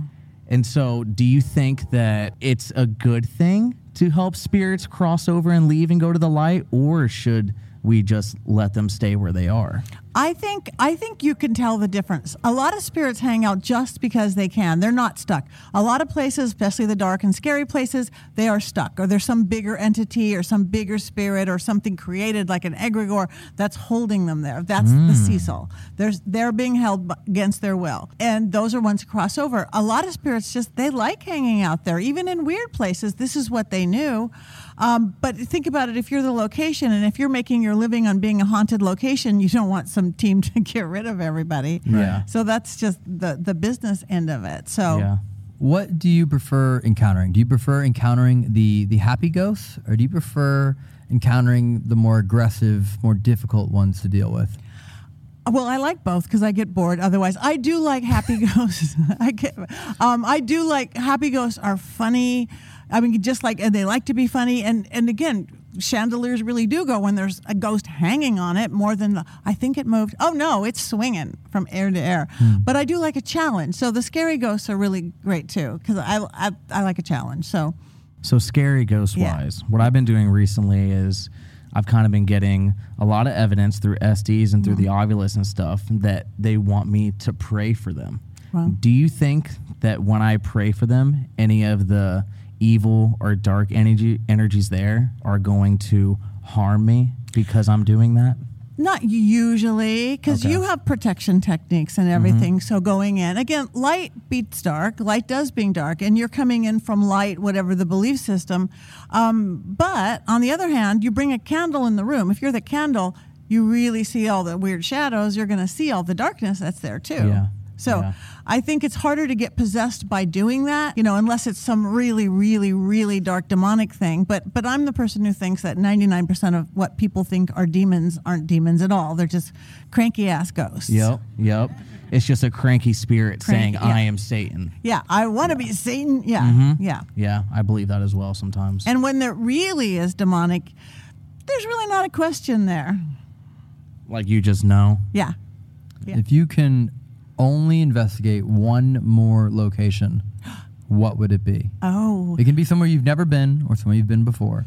[SPEAKER 4] And so, do you think that it's a good thing to help spirits cross over and leave and go to the light, or should we just let them stay where they are?
[SPEAKER 3] I think I think you can tell the difference. A lot of spirits hang out just because they can. They're not stuck. A lot of places, especially the dark and scary places, they are stuck. Or there's some bigger entity or some bigger spirit or something created like an egregore that's holding them there. That's the
[SPEAKER 12] Mm.
[SPEAKER 3] Cecil. There's they're being held b- against their will. And those are ones who cross over. A lot of spirits just they like hanging out there, even in weird places. This is what they knew. Um, but think about it if you're the location and if you're making your living on being a haunted location, you don't want some team <laughs> to get rid of everybody.
[SPEAKER 2] Yeah.
[SPEAKER 3] So that's just the, the business end of it. So
[SPEAKER 2] What do you prefer encountering? Do you prefer encountering the the happy ghosts, or do you prefer encountering the more aggressive, more difficult ones to deal with?
[SPEAKER 3] Well, I like both because I get bored. Otherwise, I do like happy ghosts. <laughs> I get, um, I do like happy ghosts are funny. I mean, just like and they like to be funny. And and again, chandeliers really do go when there's a ghost hanging on it more than the, I think it moved. Oh no, it's swinging from air to air.
[SPEAKER 12] Hmm.
[SPEAKER 3] But I do like a challenge. So the scary ghosts are really great too because I, I I like a challenge. So
[SPEAKER 4] So, scary ghost wise, what I've been doing recently is I've kind of been getting a lot of evidence through SDs and through the ovulus and stuff that they want me to pray for them.
[SPEAKER 3] Wow.
[SPEAKER 4] Do you think that when I pray for them, any of the evil or dark energy energies there are going to harm me because I'm doing that?
[SPEAKER 3] Not usually, because you have protection techniques and everything. So going in again, light beats dark. Light does being dark, and you're coming in from light, whatever the belief system. Um, but on the other hand, you bring a candle in the room. If you're the candle, you really see all the weird shadows. You're going to see all the darkness that's there too.
[SPEAKER 12] Yeah.
[SPEAKER 3] So
[SPEAKER 12] Yeah.
[SPEAKER 3] I think it's harder to get possessed by doing that, you know, unless it's some really, really, really dark demonic thing. But but I'm the person who thinks that 99% of what people think are demons aren't demons at all. They're just cranky ass ghosts.
[SPEAKER 4] Yep, yep. It's just a cranky spirit saying,
[SPEAKER 3] Cranky,
[SPEAKER 4] I
[SPEAKER 3] yeah.
[SPEAKER 4] am Satan.
[SPEAKER 3] Yeah, I want to be Satan. Yeah,
[SPEAKER 4] Mhm.
[SPEAKER 3] yeah.
[SPEAKER 4] Yeah, I believe that as well sometimes.
[SPEAKER 3] And when there really is demonic, there's really not a question there.
[SPEAKER 4] like you just know.
[SPEAKER 3] Yeah. Yeah.
[SPEAKER 2] If you can only investigate one more
[SPEAKER 3] <gasps>
[SPEAKER 2] location, what would it be?
[SPEAKER 3] Oh.
[SPEAKER 2] It can be somewhere you've never been or somewhere you've been before.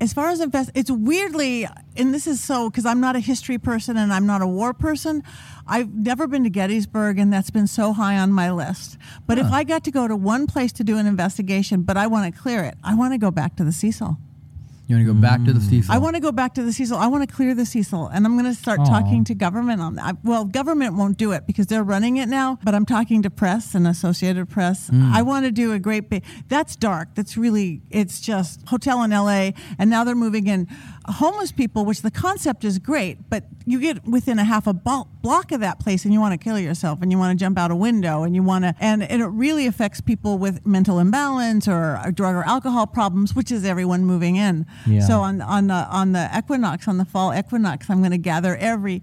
[SPEAKER 3] as far as invest, it's weirdly, and this is so because I'm not a history person and I'm not a war person. I've never been to Gettysburg, and that's been so high on my list. But if
[SPEAKER 12] Huh.
[SPEAKER 3] I got to go to one place to do an investigation, but I want to clear it, I want to go back to the Cecil.
[SPEAKER 2] You want to go back to the Cecil?
[SPEAKER 3] I want to go back to the Cecil. I want to clear the Cecil, and I'm going to start
[SPEAKER 2] Aw.
[SPEAKER 3] talking to government on that. Well, government won't do it because they're running it now. But I'm talking to press and Associated Press.
[SPEAKER 12] Mm.
[SPEAKER 3] I want to do a great big. That's dark. That's really. It's just hotel in L.A. And now they're moving in homeless people, which the concept is great. But you get within a half a blo- block of that place, and you want to kill yourself, and you want to jump out a window, and you want to. And, and it really affects people with mental imbalance or drug or alcohol problems, which is everyone moving in.
[SPEAKER 12] Yeah.
[SPEAKER 3] So on on the on the equinox on the fall equinox i'm going to gather every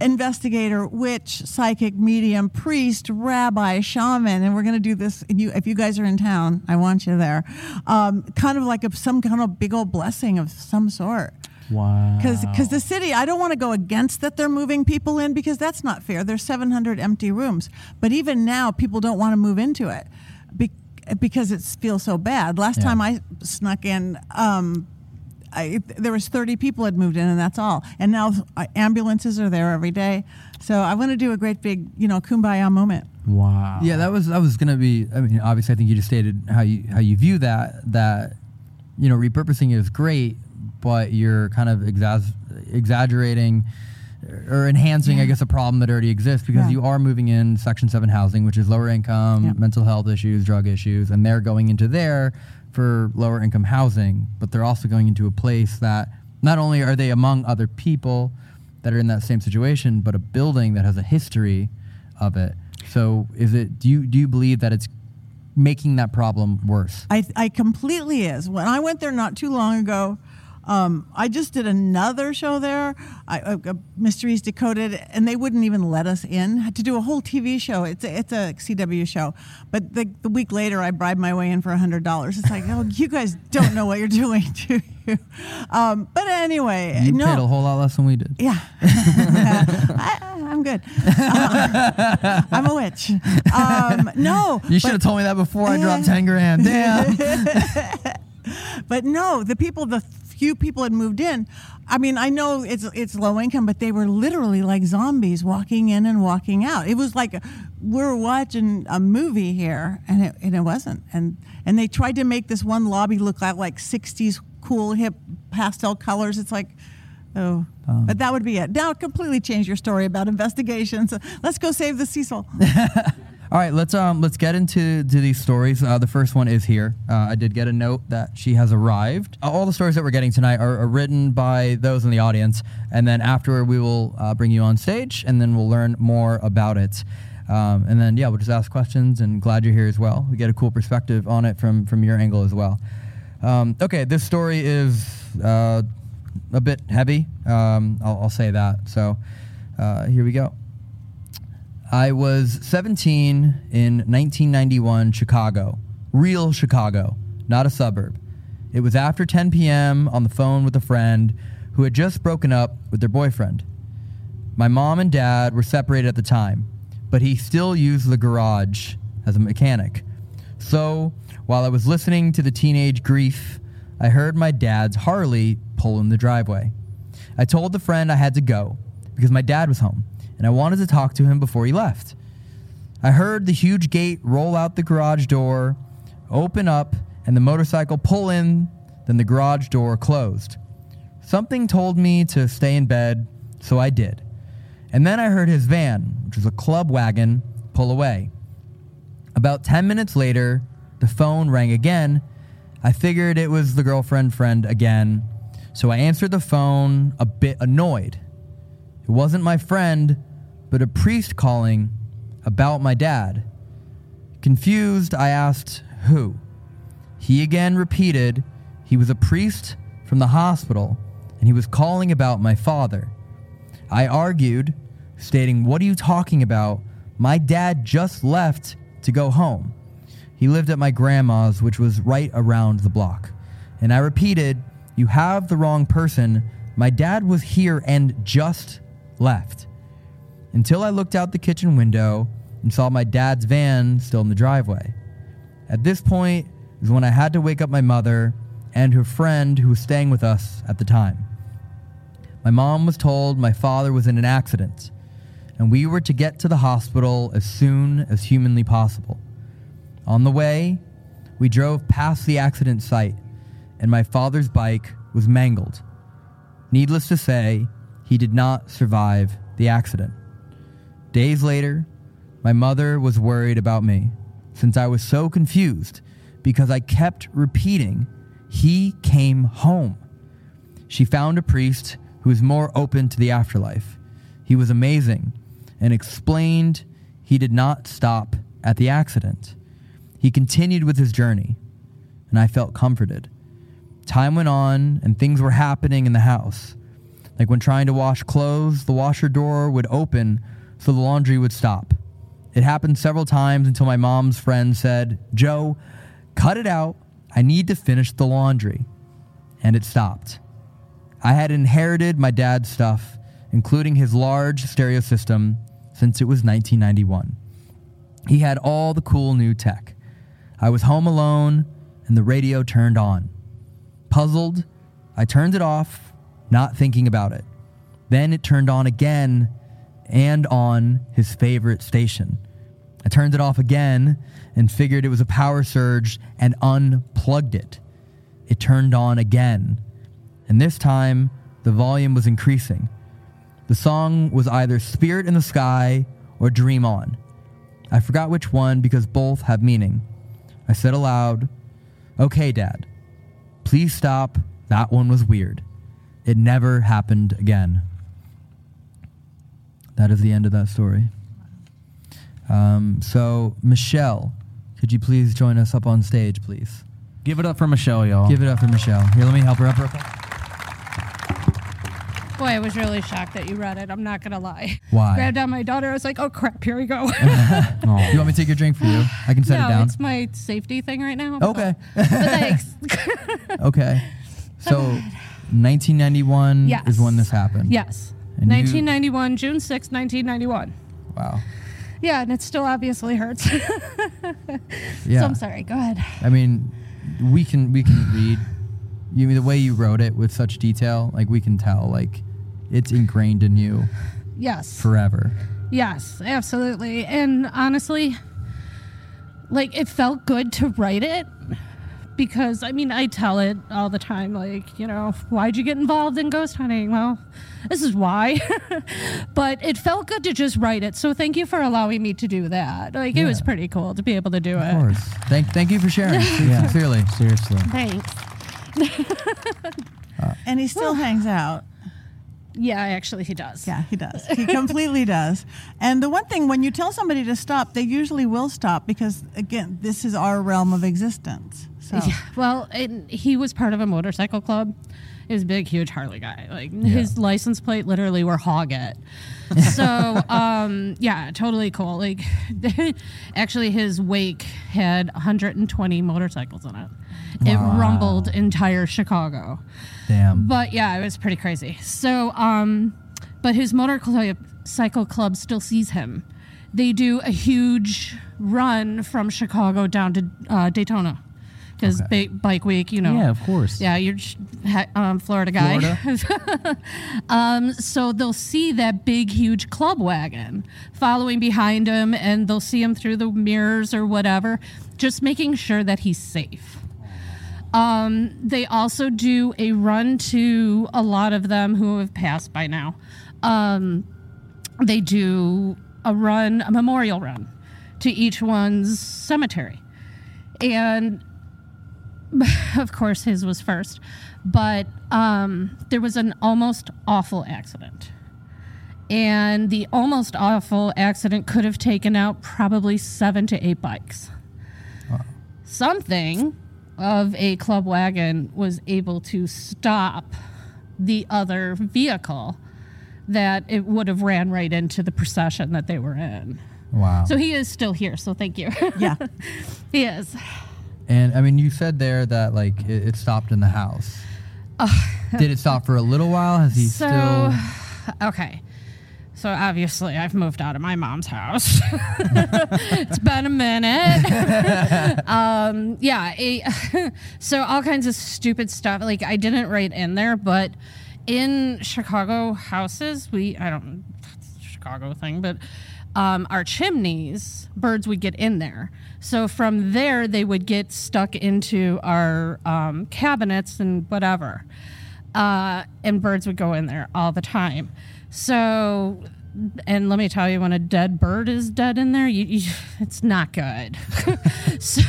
[SPEAKER 3] investigator, witch, psychic, medium, priest, rabbi, shaman, and we're going to do this. And you, if you guys are in town, I want you there. Um, kind of like a, some kind of big old blessing of some sort.
[SPEAKER 4] Wow.
[SPEAKER 3] Because the city, I don't want to go against that they're moving people in because that's not fair. There's 700 empty rooms, but even now people don't want to move into it be- because it feels so bad. Last
[SPEAKER 12] Yeah.
[SPEAKER 3] time I snuck in, um, I, there was 30 people had moved in, and that's all. And now uh, ambulances are there every day. So I want to do a great big, you know, kumbaya moment.
[SPEAKER 4] Wow.
[SPEAKER 2] Yeah, that was that was gonna be. I mean, obviously, I think you just stated how you how you view that that you know repurposing is great, but you're kind of exas- exaggerating or enhancing, I guess, a problem that already exists because
[SPEAKER 4] Yeah.
[SPEAKER 2] you are moving in Section Seven housing, which is lower income, mental health issues, drug issues, and they're going into there for lower income housing, but they're also going into a place that not only are they among other people that are in that same situation, but a building that has a history of it. So is it do you do you believe that it's making that problem worse?
[SPEAKER 3] I, I completely is. When I went there not too long ago, um, I just did another show there, I, uh, uh, Mysteries Decoded, and they wouldn't even let us in to do a whole TV show. It's a, it's a CW show, but the, the week later I bribed my way in for hundred dollars. It's like, oh, you guys don't know what you're doing, <laughs> do you? Um, but anyway,
[SPEAKER 2] You
[SPEAKER 3] no,
[SPEAKER 2] paid a whole lot less than we did.
[SPEAKER 3] yeah. I, I'm good. Uh, <laughs> I'm a witch. Um, no. Eh.
[SPEAKER 2] You should have told me that before I dropped 10
[SPEAKER 3] <laughs>
[SPEAKER 2] grand. Damn.
[SPEAKER 3] but no, the people, the few people had moved in. I mean, I know it's it's low income, but they were literally like zombies walking in and walking out. It was like we're watching a movie here, and it, and it wasn't. And and they tried to make this one lobby look like like 60s cool hip pastel colors. It's like. Oh,
[SPEAKER 2] Um.
[SPEAKER 3] but that would be it. Now completely change your story about investigations. Let's go save the Cecil.
[SPEAKER 2] All right, let's um let's get into to these stories. Uh, the first one is here. Uh, I did get a note that she has arrived. Uh, all the stories that we're getting tonight are, are written by those in the audience, and then afterward we will uh, bring you on stage, and then we'll learn more about it. Um, and then yeah, we'll just ask questions. And glad you're here as well. We get a cool perspective on it from from your angle as well. Um, okay, this story is uh, a bit heavy. Um, I'll, I'll say that. So uh, here we go. I was 17 in 1991, Chicago. Real Chicago, not a suburb. It was after 10 p.m. on the phone with a friend who had just broken up with their boyfriend. My mom and dad were separated at the time, but he still used the garage as a mechanic. So, while I was listening to the teenage grief, I heard my dad's Harley pull in the driveway. I told the friend I had to go because my dad was home and I wanted to talk to him before he left. I heard the huge gate roll out the garage door, open up, and the motorcycle pull in, then the garage door closed. Something told me to stay in bed, so I did. And then I heard his van, which was a club wagon, pull away. About 10 minutes later, the phone rang again. I figured it was the girlfriend friend again, so I answered the phone a bit annoyed. It wasn't my friend, but a priest calling about my dad. Confused, I asked who. He again repeated he was a priest from the hospital and he was calling about my father. I argued, stating, What are you talking about? My dad just left to go home. He lived at my grandma's, which was right around the block. And I repeated, You have the wrong person. My dad was here and just left. Until I looked out the kitchen window and saw my dad's van still in the driveway. At this point is when I had to wake up my mother and her friend who was staying with us at the time. My mom was told my father was in an accident, and we were to get to the hospital as soon as humanly possible. On the way, we drove past the accident site, and my father's bike was mangled. Needless to say, he did not survive the accident. Days later, my mother was worried about me since I was so confused because I kept repeating, He came home. She found a priest who was more open to the afterlife. He was amazing and explained he did not stop at the accident. He continued with his journey, and I felt comforted. Time went on, and things were happening in the house. Like when trying to wash clothes, the washer door would open so the laundry would stop. It happened several times until my mom's friend said, Joe, cut it out. I need to finish the laundry. And it stopped. I had inherited my dad's stuff, including his large stereo system, since it was 1991. He had all the cool new tech. I was home alone, and the radio turned on. Puzzled, I turned it off, not thinking about it. Then it turned on again and on his favorite station. I turned it off again and figured it was a power surge and unplugged it. It turned on again, and this time the volume was increasing. The song was either Spirit in the Sky or Dream On. I forgot which one because both have meaning. I said aloud, Okay, Dad, please stop. That one was weird. It never happened again. That is the end of that story. Um, so, Michelle, could you please join us up on stage, please?
[SPEAKER 4] Give it up for Michelle, y'all.
[SPEAKER 2] Give it up for Michelle. Here, let me help her up real quick.
[SPEAKER 12] Boy, I was really shocked that you read it. I'm not gonna lie.
[SPEAKER 2] Why?
[SPEAKER 12] Grabbed out my daughter. I was like, "Oh crap, here we go."
[SPEAKER 2] <laughs> You want me to take your drink for you? I can set
[SPEAKER 12] no,
[SPEAKER 2] it down.
[SPEAKER 12] it's my safety thing right now.
[SPEAKER 2] Okay. <laughs>
[SPEAKER 12] But thanks. <laughs>
[SPEAKER 2] Okay. So, 1991
[SPEAKER 12] Yes.
[SPEAKER 2] Mm, is when this happened.
[SPEAKER 12] Yes.
[SPEAKER 2] And you-
[SPEAKER 12] 1991, June 6, 1991.
[SPEAKER 2] Wow.
[SPEAKER 12] Yeah, and it still obviously hurts. <laughs>
[SPEAKER 2] Yeah.
[SPEAKER 12] So I'm sorry. Go ahead.
[SPEAKER 2] I mean, we can we can read. You mean the way you wrote it with such detail, like we can tell, like it's ingrained in you
[SPEAKER 12] Yes.
[SPEAKER 2] forever.
[SPEAKER 12] Yes, absolutely. And honestly, like it felt good to write it because I mean, I tell it all the time like, you know, why'd you get involved in ghost hunting? Well, this is why. <laughs> but it felt good to just write it. So thank you for allowing me to do that. Like it was
[SPEAKER 2] Yeah.
[SPEAKER 12] pretty cool to be able to do
[SPEAKER 2] Of
[SPEAKER 12] it.
[SPEAKER 2] course. Thank thank you for
[SPEAKER 12] <laughs>
[SPEAKER 2] sharing.
[SPEAKER 12] Yeah.
[SPEAKER 2] Sincerely.
[SPEAKER 4] Seriously.
[SPEAKER 12] Thanks.
[SPEAKER 3] And he still hangs out.
[SPEAKER 12] Yeah, actually, he does.
[SPEAKER 3] Yeah, he does. He completely <laughs> does. And the one thing, when you tell somebody to stop, they usually will stop because, again, this is our realm of existence. So,
[SPEAKER 12] Yeah, well, and he was part of a motorcycle club. He was a big, huge Harley guy. Like his license plate literally were Hoggett. So, um, yeah, totally cool. Like, <laughs> actually, his wake had 120 motorcycles in it. It
[SPEAKER 2] Wow.
[SPEAKER 12] rumbled entire Chicago.
[SPEAKER 2] Damn.
[SPEAKER 12] But yeah, it was pretty crazy. So, um, but his motorcycle club still sees him. They do a huge run from Chicago down to uh, Daytona because bike week, you know.
[SPEAKER 4] Yeah, of course.
[SPEAKER 12] Yeah, you're sh- ha- um, Florida guy. <laughs> um, so they'll see that big, huge club wagon following behind him, and they'll see him through the mirrors or whatever, just making sure that he's safe. Um, they also do a run to a lot of them who have passed by now. Um, they do a run, a memorial run to each one's cemetery. And <laughs> of course, his was first, but um, there was an almost awful accident. And the almost awful accident could have taken out probably seven to eight bikes something of a club wagon was able to stop the other vehicle that it would have ran right into the procession that they were in.
[SPEAKER 2] Wow.
[SPEAKER 12] So he is still here, so thank you.
[SPEAKER 3] Yeah.
[SPEAKER 12] <laughs> he is.
[SPEAKER 2] and I mean, you said there that like it, it stopped in the house.
[SPEAKER 12] <laughs>
[SPEAKER 2] Did it stop for a little while? Has he
[SPEAKER 12] Uh, so,
[SPEAKER 2] still?
[SPEAKER 12] <sighs> okay. So obviously, I've moved out of my mom's house. <laughs> it's been
[SPEAKER 2] <laughs>
[SPEAKER 12] a minute. um, yeah. it- <laughs> so all kinds of stupid stuff. Like I didn't write in there, but in Chicago houses, we I don't it's a Chicago thing, but um, our chimneys, birds would get in there. So from there, they would get stuck into our um, cabinets and whatever uh, and birds would go in there all the time. So, and let me tell you, when a dead bird is dead in there, you, you, <laughs> it's not good. <laughs> so,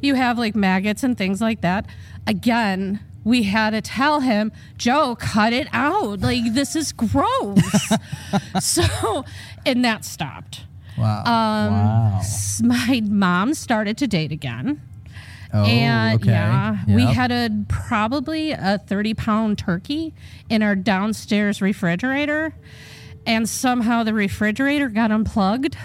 [SPEAKER 12] you have like maggots and things like that. Again, we had to tell him, Joe, cut it out. Like, this is gross. <laughs> so, and that stopped.
[SPEAKER 4] Oh,
[SPEAKER 2] Wow.
[SPEAKER 12] Um,
[SPEAKER 2] wow.
[SPEAKER 12] s- My mom started to date again.
[SPEAKER 4] Oh,
[SPEAKER 12] and
[SPEAKER 4] okay.
[SPEAKER 12] yeah, we
[SPEAKER 4] Yep.
[SPEAKER 12] had a probably a 30 pound turkey in our downstairs refrigerator. And somehow the refrigerator got unplugged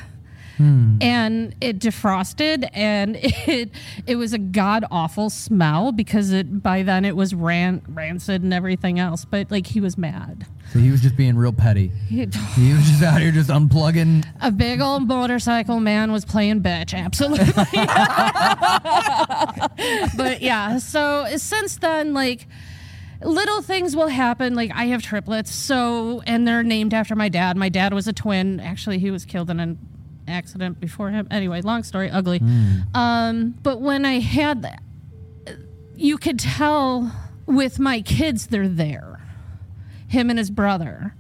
[SPEAKER 2] Hmm.
[SPEAKER 12] and it defrosted and <laughs> it it was a god awful smell because it by then it was ran, rancid and everything else but like he was mad
[SPEAKER 2] So he was just being real petty.
[SPEAKER 12] He-
[SPEAKER 2] He was just out here just unplugging.
[SPEAKER 12] a big old motorcycle man was playing bitch absolutely <laughs> but yeah so since then like little things will happen like i have triplets so and they're named after my dad my dad was a twin actually he was killed in an accident before him anyway long story ugly um, but when i had that you could tell with my kids they're there him and his brother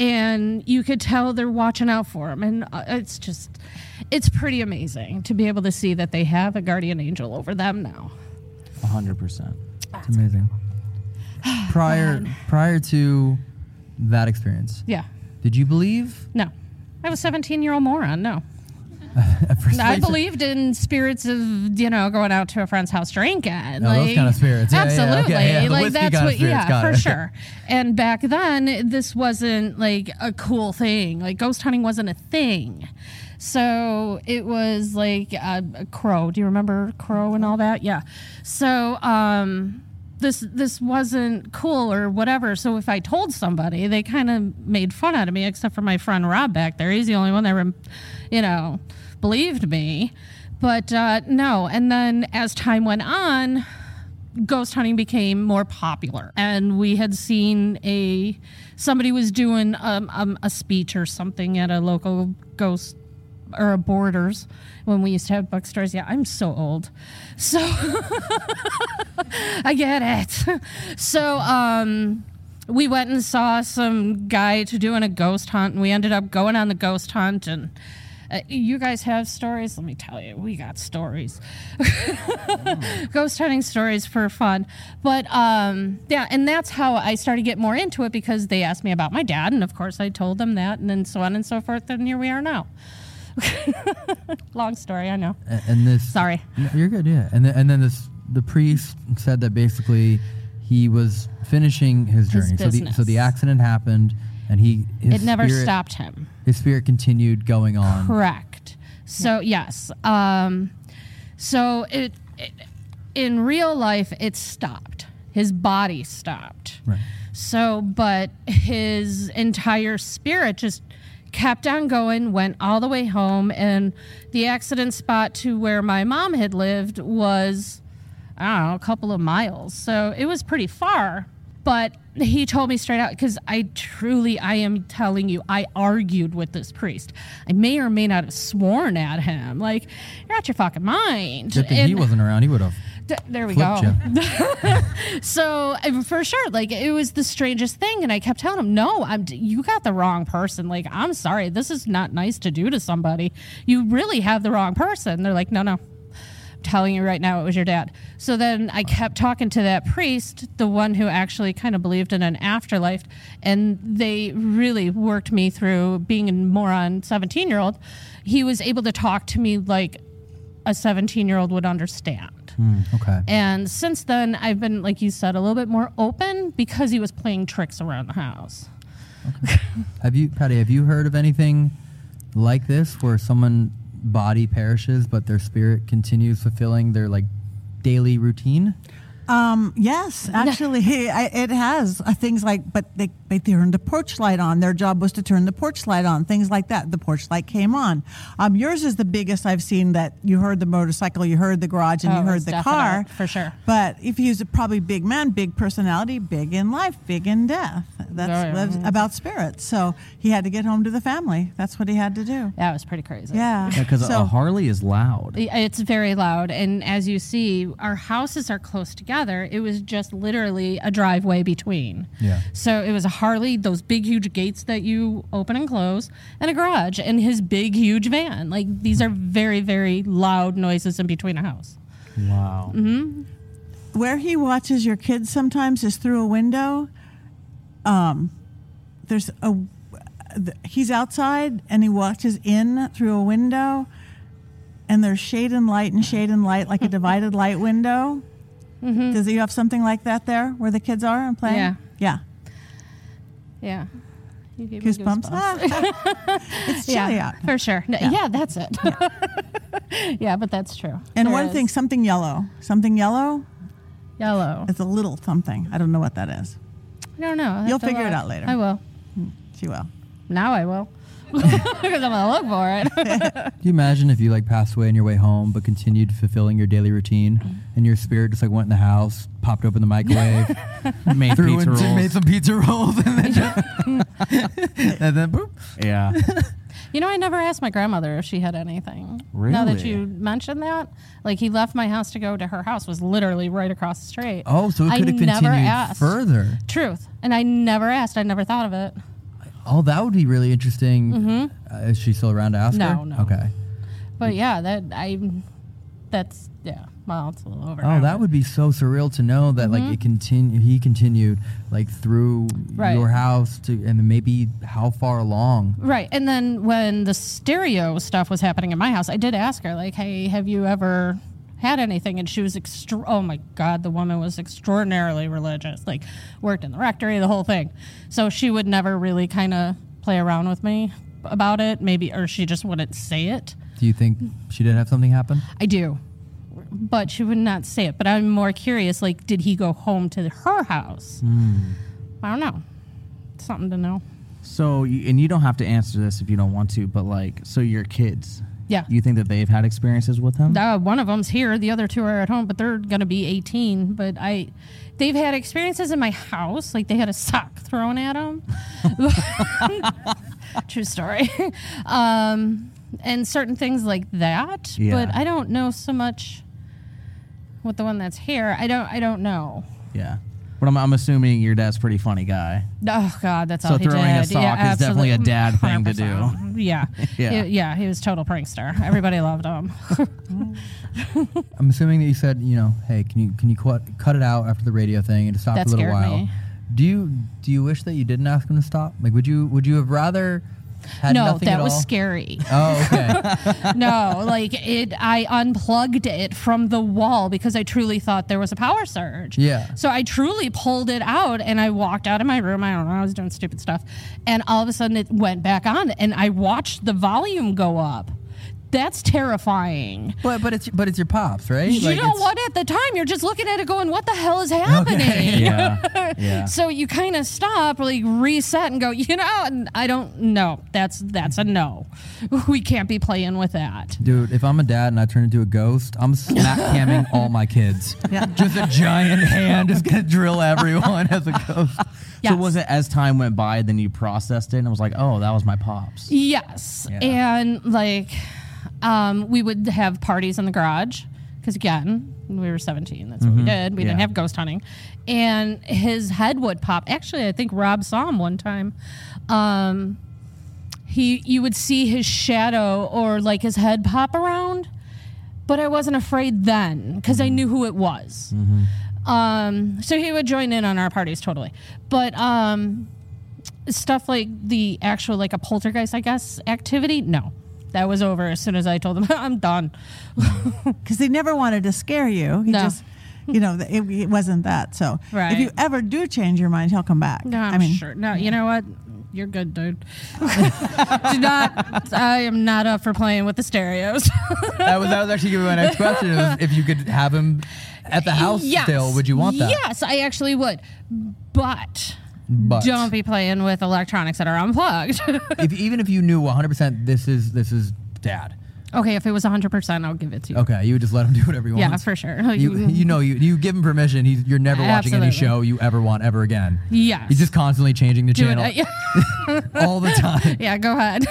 [SPEAKER 12] and you could tell they're watching out for him and uh, it's just it's pretty amazing to be able to see that they have a guardian angel over them now
[SPEAKER 4] 100%.
[SPEAKER 12] Uh,
[SPEAKER 2] It's amazing. Prior prior to that experience,
[SPEAKER 12] yeah
[SPEAKER 2] did you believe?
[SPEAKER 12] no i have a 17 year old moron no I believed in spirits of you know going out to a friend's house drinking,
[SPEAKER 2] Oh, those kind of spirits. Yeah, yeah, okay,
[SPEAKER 12] absolutely,
[SPEAKER 2] yeah, the
[SPEAKER 12] like
[SPEAKER 2] whiskey kind
[SPEAKER 12] that's
[SPEAKER 2] of
[SPEAKER 12] what,
[SPEAKER 2] spirits,
[SPEAKER 12] yeah,
[SPEAKER 2] got
[SPEAKER 12] for
[SPEAKER 2] it.
[SPEAKER 12] sure. And back then, this wasn't like a cool thing. Like ghost hunting wasn't a thing, so it was like uh, a crow. Do you remember crow and all that? Yeah. So um, this this wasn't cool or whatever. So if I told somebody, they kind of made fun out of me, except for my friend Rob back there. He's the only one that, rem- you know, believed me. But uh, no. And then as time went on, ghost hunting became more popular and we had seen a somebody was doing um, um, a speech or something at a local ghost or a borders when we used to have bookstores yeah i'm so old so <laughs> i get it <laughs> so um we went and saw some guy to doing a ghost hunt and we ended up going on the ghost hunt and uh, you guys have stories let me tell you we got stories <laughs> ghost hunting stories for fun. But um, yeah, and that's how I started to get more into it because they asked me about my dad, and of course I told them that, and then so on and so forth, and here we are now. <laughs> Long story, I know.
[SPEAKER 2] A- And this.
[SPEAKER 12] Sorry.
[SPEAKER 2] No, You're good. Yeah. And then, and then this the priest said that basically he was finishing his
[SPEAKER 12] His
[SPEAKER 2] journey. so the so
[SPEAKER 12] business.
[SPEAKER 2] the accident happened, and he his
[SPEAKER 12] it never
[SPEAKER 2] spirit-
[SPEAKER 12] stopped him.
[SPEAKER 2] His spirit continued going on.
[SPEAKER 12] Correct. So yes. Um, so it, it in real life it stopped. His body stopped.
[SPEAKER 2] Right.
[SPEAKER 12] So, but his entire spirit just kept on going, went all the way home, and the accident spot to where my mom had lived was, I don't know, a couple of miles. So it was pretty far. But he told me straight out because I truly, I am telling you, I argued with this priest. I may or may not have sworn at him, like you're out your fucking mind.
[SPEAKER 2] Good thing he
[SPEAKER 12] And-
[SPEAKER 2] wasn't around. He would have.
[SPEAKER 12] D- there we
[SPEAKER 2] Flipped
[SPEAKER 12] go. <laughs> so I- for sure, like it was the strangest thing, and I kept telling him, "No, I'm. You got the wrong person. Like I'm sorry, this is not nice to do to somebody. You really have the wrong person." They're like, "No, no." I'm telling you right now, it was your dad. So then I kept talking to that priest, the one who actually kind of believed in an afterlife, and they really worked me through being a moron 17 year old. He was able to talk to me like a 17 year old would understand.
[SPEAKER 2] okay.
[SPEAKER 12] And since then, I've been, like you said, a little bit more open because he was playing tricks around the house.
[SPEAKER 2] Have you, Patty? Have you heard of anything like this where someone body perishes but their spirit continues fulfilling their like daily routine?
[SPEAKER 3] Um,
[SPEAKER 12] <laughs>
[SPEAKER 3] yes, actually, I, it has uh, things like, but they, they turned the porch light on. Their job was to turn the porch light on, things like that. The porch light came on. Um, yours is the biggest I've seen that you heard the motorcycle, you heard the garage, and
[SPEAKER 12] Oh,
[SPEAKER 3] you heard
[SPEAKER 12] it's
[SPEAKER 3] the
[SPEAKER 12] definite,
[SPEAKER 3] car.
[SPEAKER 12] for sure.
[SPEAKER 3] But if he's a probably big man, big personality, big in life, big in death. That's
[SPEAKER 12] Oh, yeah.
[SPEAKER 3] that's about spirits. So he had to get home to the family. That's what he had to do.
[SPEAKER 12] That was pretty crazy.
[SPEAKER 3] Yeah.
[SPEAKER 4] Because
[SPEAKER 3] So-
[SPEAKER 4] a Harley is loud.
[SPEAKER 12] It's very loud. And as you see, our houses are close together. It was just literally a driveway between.
[SPEAKER 4] Yeah.
[SPEAKER 12] So it was a Harley, those big, huge gates that you open and close, and a garage, and his big, huge van. Like these are very, very loud noises in between a house.
[SPEAKER 4] Wow.
[SPEAKER 12] hmm
[SPEAKER 3] where he watches your kids sometimes is through a window. Um, there's a he's outside and he watches in through a window, and there's shade and light and shade and
[SPEAKER 12] <laughs>
[SPEAKER 3] light, like a divided light window. Does you have something like that there where the kids are and playing?
[SPEAKER 12] Yeah.
[SPEAKER 3] Yeah.
[SPEAKER 12] Yeah. You gave me
[SPEAKER 3] Goosebumps. Ah.
[SPEAKER 12] <laughs> goosebumps.
[SPEAKER 3] <laughs> It's chilly
[SPEAKER 12] yeah,
[SPEAKER 3] out.
[SPEAKER 12] For sure. No, yeah.
[SPEAKER 3] Yeah.
[SPEAKER 12] that's it. <laughs> Yeah. but that's true.
[SPEAKER 3] And
[SPEAKER 12] There
[SPEAKER 3] one
[SPEAKER 12] is.
[SPEAKER 3] thing, something yellow. Something yellow?
[SPEAKER 12] Yellow.
[SPEAKER 3] It's a little something. I don't know what that is.
[SPEAKER 12] I don't know. I'll
[SPEAKER 3] You'll
[SPEAKER 12] have to
[SPEAKER 3] figure it
[SPEAKER 12] look.
[SPEAKER 3] out later.
[SPEAKER 12] I will.
[SPEAKER 3] She will.
[SPEAKER 12] Now I will. <laughs> Because I'm going to look for it.
[SPEAKER 2] <laughs> Can
[SPEAKER 12] <laughs>
[SPEAKER 3] <laughs>
[SPEAKER 2] you imagine if you like passed away on your way home, but continued fulfilling your daily routine, and your spirit just like went in the house, popped open the microwave,
[SPEAKER 4] <laughs> Made
[SPEAKER 2] threw
[SPEAKER 4] pizza
[SPEAKER 2] in-
[SPEAKER 4] rolls.
[SPEAKER 2] made some pizza rolls, and
[SPEAKER 4] <laughs>
[SPEAKER 2] then, just, and then boop.
[SPEAKER 4] Yeah.
[SPEAKER 12] You know, I never asked my grandmother if she had anything. Now that
[SPEAKER 2] Really?
[SPEAKER 12] you mentioned that, like he left my house to go to her house was literally right across the street.
[SPEAKER 2] Oh, so it
[SPEAKER 12] I
[SPEAKER 2] could have
[SPEAKER 12] never
[SPEAKER 2] continued
[SPEAKER 12] asked.
[SPEAKER 2] further.
[SPEAKER 12] Truth, and I never asked. I never thought of it.
[SPEAKER 2] Oh, that would be really interesting.
[SPEAKER 12] Mhm.
[SPEAKER 2] Uh, is she still around to ask
[SPEAKER 12] No,
[SPEAKER 2] her?
[SPEAKER 12] no.
[SPEAKER 2] Okay. Mm.
[SPEAKER 12] But yeah, that I, that's yeah. Well, it's a little over.
[SPEAKER 2] Oh, that would be so surreal to know that
[SPEAKER 12] Mhm.
[SPEAKER 2] like it continued. He continued like through
[SPEAKER 12] Right.
[SPEAKER 2] your house to, and then maybe how far along?
[SPEAKER 12] Right. And then when the stereo stuff was happening in my house, I did ask her, like, hey, have you ever had anything? And she was, extra- oh my God, the woman was extraordinarily religious, like, worked in the rectory, the whole thing. So she would never really kind of play around with me about it, maybe, or she just wouldn't say it.
[SPEAKER 2] Do you think she did have something happen?
[SPEAKER 12] I do. But she would not say it. But I'm more curious, like, did he go home to her house?
[SPEAKER 4] Hmm.
[SPEAKER 12] I don't know. Something to know.
[SPEAKER 4] So, you, and you don't have to answer this if you don't want to, but like, so your kids.
[SPEAKER 12] Yeah.
[SPEAKER 4] You think that they've had experiences with him?
[SPEAKER 12] Uh, one of them's here. The other two are at home, but they're gonna be 18. But I, they've had experiences in my house. Like they had a sock thrown at them. <laughs> True story. <laughs> Um, and certain things like that.
[SPEAKER 4] Yeah.
[SPEAKER 12] But I don't know so much with the one that's here. I don't. I don't know.
[SPEAKER 4] yeah. But I'm, I'm assuming your dad's a pretty funny guy.
[SPEAKER 12] Oh God, that's
[SPEAKER 4] so
[SPEAKER 12] all he did.
[SPEAKER 4] throwing a sock
[SPEAKER 12] yeah,
[SPEAKER 4] is definitely a
[SPEAKER 12] absolute-
[SPEAKER 4] dad thing to do.
[SPEAKER 12] 100%. <laughs> Yeah.
[SPEAKER 4] <laughs> Yeah.
[SPEAKER 12] yeah. Yeah. He was total prankster. Everybody loved him.
[SPEAKER 4] <laughs>
[SPEAKER 2] I'm assuming that you said, you know, hey, can you can you cut cut it out after the radio thing and just stop
[SPEAKER 12] That
[SPEAKER 2] for a little
[SPEAKER 12] scared
[SPEAKER 2] while?
[SPEAKER 12] me.
[SPEAKER 2] Do you do you wish that you didn't ask him to stop? Like, would you would you have rather had
[SPEAKER 12] no,
[SPEAKER 2] nothing
[SPEAKER 12] that
[SPEAKER 2] at
[SPEAKER 12] was
[SPEAKER 2] all?
[SPEAKER 12] scary.
[SPEAKER 2] Oh,
[SPEAKER 12] <laughs>
[SPEAKER 2] okay.
[SPEAKER 12] no, like it, I unplugged it from the wall because I truly thought there was a power surge.
[SPEAKER 2] Yeah.
[SPEAKER 12] So I truly pulled it out and I walked out of my room. I don't know, I was doing stupid stuff. And all of a sudden it went back on and I watched the volume go up. That's terrifying.
[SPEAKER 2] but but it's but it's your pops, right?
[SPEAKER 12] You
[SPEAKER 2] Like,
[SPEAKER 12] know
[SPEAKER 2] it's-
[SPEAKER 12] what? At the time, you're just looking at it going, what the
[SPEAKER 2] <laughs>
[SPEAKER 12] hell is happening? <laughs>
[SPEAKER 2] Yeah, yeah.
[SPEAKER 12] So you kind of stop, like reset and go, you know, and I don't know. That's that's a no. <laughs> We can't be playing with that.
[SPEAKER 2] Dude, if I'm a dad and I turn into a ghost, I'm smack
[SPEAKER 12] <laughs>
[SPEAKER 2] camming all my kids.
[SPEAKER 12] Yeah.
[SPEAKER 2] Just a
[SPEAKER 12] <laughs>
[SPEAKER 2] giant hand is gonna drill everyone as a ghost.
[SPEAKER 4] So was it as time went by, then you processed it and it was like, oh, that was my pops.
[SPEAKER 12] Yes.
[SPEAKER 4] Yeah.
[SPEAKER 12] And like um, we would have parties in the garage because again, we were 17. That's what
[SPEAKER 13] Mhm.
[SPEAKER 12] we did. We didn't
[SPEAKER 13] Yeah.
[SPEAKER 12] have ghost hunting. And his head would pop. Actually, I think Rob saw him one time. Um, he you would see his shadow or like his head pop around, but I wasn't afraid then because I knew who it was. Um, so he would join in on our parties totally. But um, stuff like the actual like a poltergeist, I guess, activity, no. That was over as soon as I told them <laughs> I'm
[SPEAKER 3] <laughs>
[SPEAKER 12] done.
[SPEAKER 3] Because he never wanted to scare you. He
[SPEAKER 12] No.
[SPEAKER 3] just, you know, it, it wasn't that. So
[SPEAKER 12] Right.
[SPEAKER 3] if you ever do change your mind, he'll come back.
[SPEAKER 12] No, I'm
[SPEAKER 3] I mean,
[SPEAKER 12] sure. No, you know what? You're good, dude. <laughs> Do not. I am not up for playing with the stereos.
[SPEAKER 2] That was that was actually gonna be my next question. is if you could have him at the house
[SPEAKER 12] Yes.
[SPEAKER 2] still, would you want that?
[SPEAKER 12] Yes, I actually would. But,
[SPEAKER 2] But.
[SPEAKER 12] don't be playing with electronics that are unplugged. <laughs>
[SPEAKER 2] if even if you knew 100% this is this is dad
[SPEAKER 12] okay, if it was 100%, I'll give it to you.
[SPEAKER 2] okay you would just let him do whatever he
[SPEAKER 12] Yeah,
[SPEAKER 2] wants
[SPEAKER 12] for <laughs> sure.
[SPEAKER 2] you, you know you, you give him permission he's, you're never watching
[SPEAKER 12] Absolutely.
[SPEAKER 2] any show you ever want ever again
[SPEAKER 12] Yes. uh,
[SPEAKER 2] he's just constantly changing the channel
[SPEAKER 12] Do it
[SPEAKER 2] <laughs> all the time.
[SPEAKER 12] <laughs> Yeah, go ahead.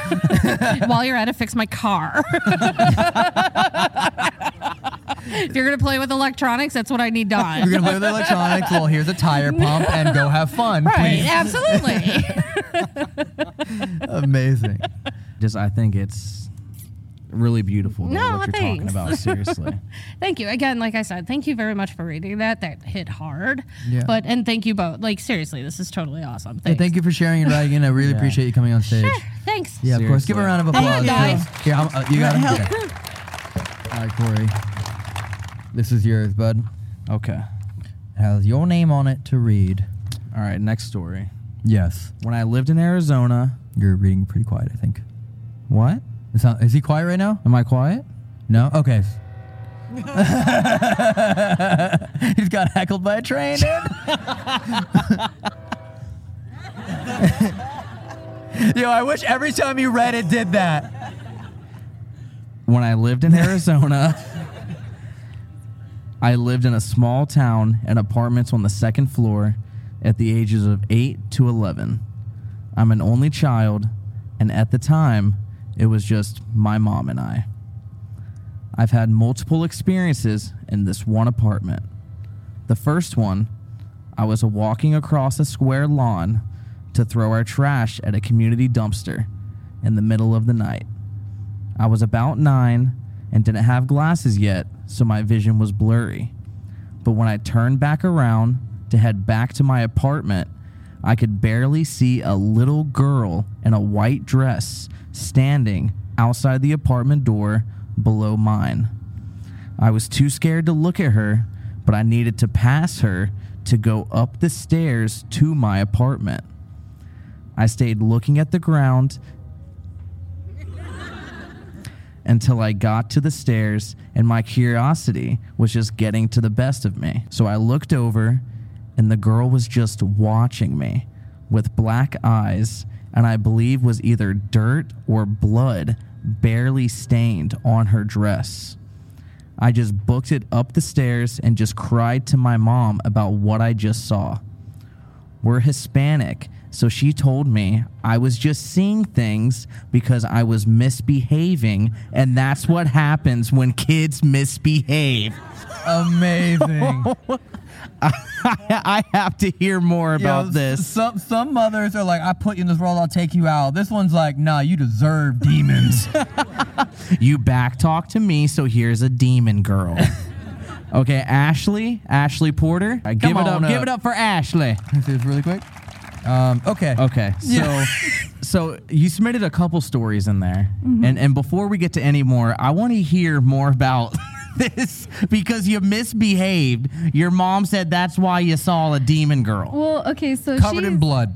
[SPEAKER 12] <laughs> While you're at it, fix my car. <laughs> if you're gonna play with electronics, that's what I need done.
[SPEAKER 2] <laughs> you're gonna play with
[SPEAKER 12] <laughs>
[SPEAKER 2] electronics well here's a tire pump and go have fun
[SPEAKER 12] Right,
[SPEAKER 2] please.
[SPEAKER 12] absolutely.
[SPEAKER 2] amazing
[SPEAKER 4] Just, I think it's really beautiful though,
[SPEAKER 12] no,
[SPEAKER 4] what you're
[SPEAKER 12] thanks.
[SPEAKER 4] talking about.
[SPEAKER 12] <laughs>
[SPEAKER 4] Seriously. <laughs>
[SPEAKER 12] thank you again. Like I said, thank you very much for reading that. That hit hard.
[SPEAKER 2] Yeah.
[SPEAKER 12] But and thank you both. Like seriously, this is totally awesome.
[SPEAKER 2] Yeah,
[SPEAKER 12] Thanks.
[SPEAKER 2] thank you for sharing and writing in i really appreciate you coming on stage
[SPEAKER 12] Thanks.
[SPEAKER 2] yeah of course give a round of
[SPEAKER 12] Thank
[SPEAKER 2] applause
[SPEAKER 12] you, guys.
[SPEAKER 2] yeah I'm- uh, you got it Okay. All right, Corey. This is yours, bud.
[SPEAKER 4] Okay.
[SPEAKER 2] It has your name on it to read.
[SPEAKER 4] All right, next story.
[SPEAKER 2] Yes.
[SPEAKER 4] When I lived in Arizona,
[SPEAKER 2] You're reading pretty quiet, I think.
[SPEAKER 4] what?
[SPEAKER 2] It's not, is he quiet right now?
[SPEAKER 4] Am I quiet?
[SPEAKER 2] No? Okay. <laughs> He's got heckled by a train, dude. <laughs> Yo, I wish every time you read it did that.
[SPEAKER 4] When I lived in Arizona, I lived in a small town and apartments on the second floor at the ages of 8 to 11. I'm an only child, and at the time, it was just my mom and I. I've had multiple experiences in this one apartment. The first one, I was walking across a square lawn to throw our trash at a community dumpster in the middle of the night. I was about nine and didn't have glasses yet, so my vision was blurry. But when I turned back around to head back to my apartment, I could barely see a little girl in a white dress standing outside the apartment door below mine. I was too scared to look at her, but I needed to pass her to go up the stairs to my apartment. I stayed looking at the ground until I got to the stairs and my curiosity was just getting to the best of me. So I looked over and the girl was just watching me with black eyes and I believe was either dirt or blood barely stained on her dress. I just booked it up the stairs and just cried to my mom about what I just saw. We're Hispanic, so she told me I was just seeing things because I was misbehaving, and that's what happens when kids misbehave.
[SPEAKER 2] Amazing.
[SPEAKER 4] <laughs> I have to hear more about
[SPEAKER 2] Yo, s-
[SPEAKER 4] this.
[SPEAKER 2] Some some mothers are like, I put you in this world, I'll take you out. This one's like, nah, you deserve <laughs> demons.
[SPEAKER 4] You backtalk to me, so here's a demon girl. okay, Ashley, Ashley Porter. I give it up, give it up for Ashley.
[SPEAKER 2] Can I see this really quick? Um, okay.
[SPEAKER 4] Okay. So,
[SPEAKER 2] Yeah.
[SPEAKER 4] <laughs> so you submitted a couple stories in there,
[SPEAKER 2] Mm-hmm.
[SPEAKER 4] and and before we get to any more, I want to hear more about <laughs> this because you misbehaved. Your mom said that's why you saw a demon girl.
[SPEAKER 5] Well, okay, so
[SPEAKER 2] Covered
[SPEAKER 5] she's
[SPEAKER 2] in <laughs> blood.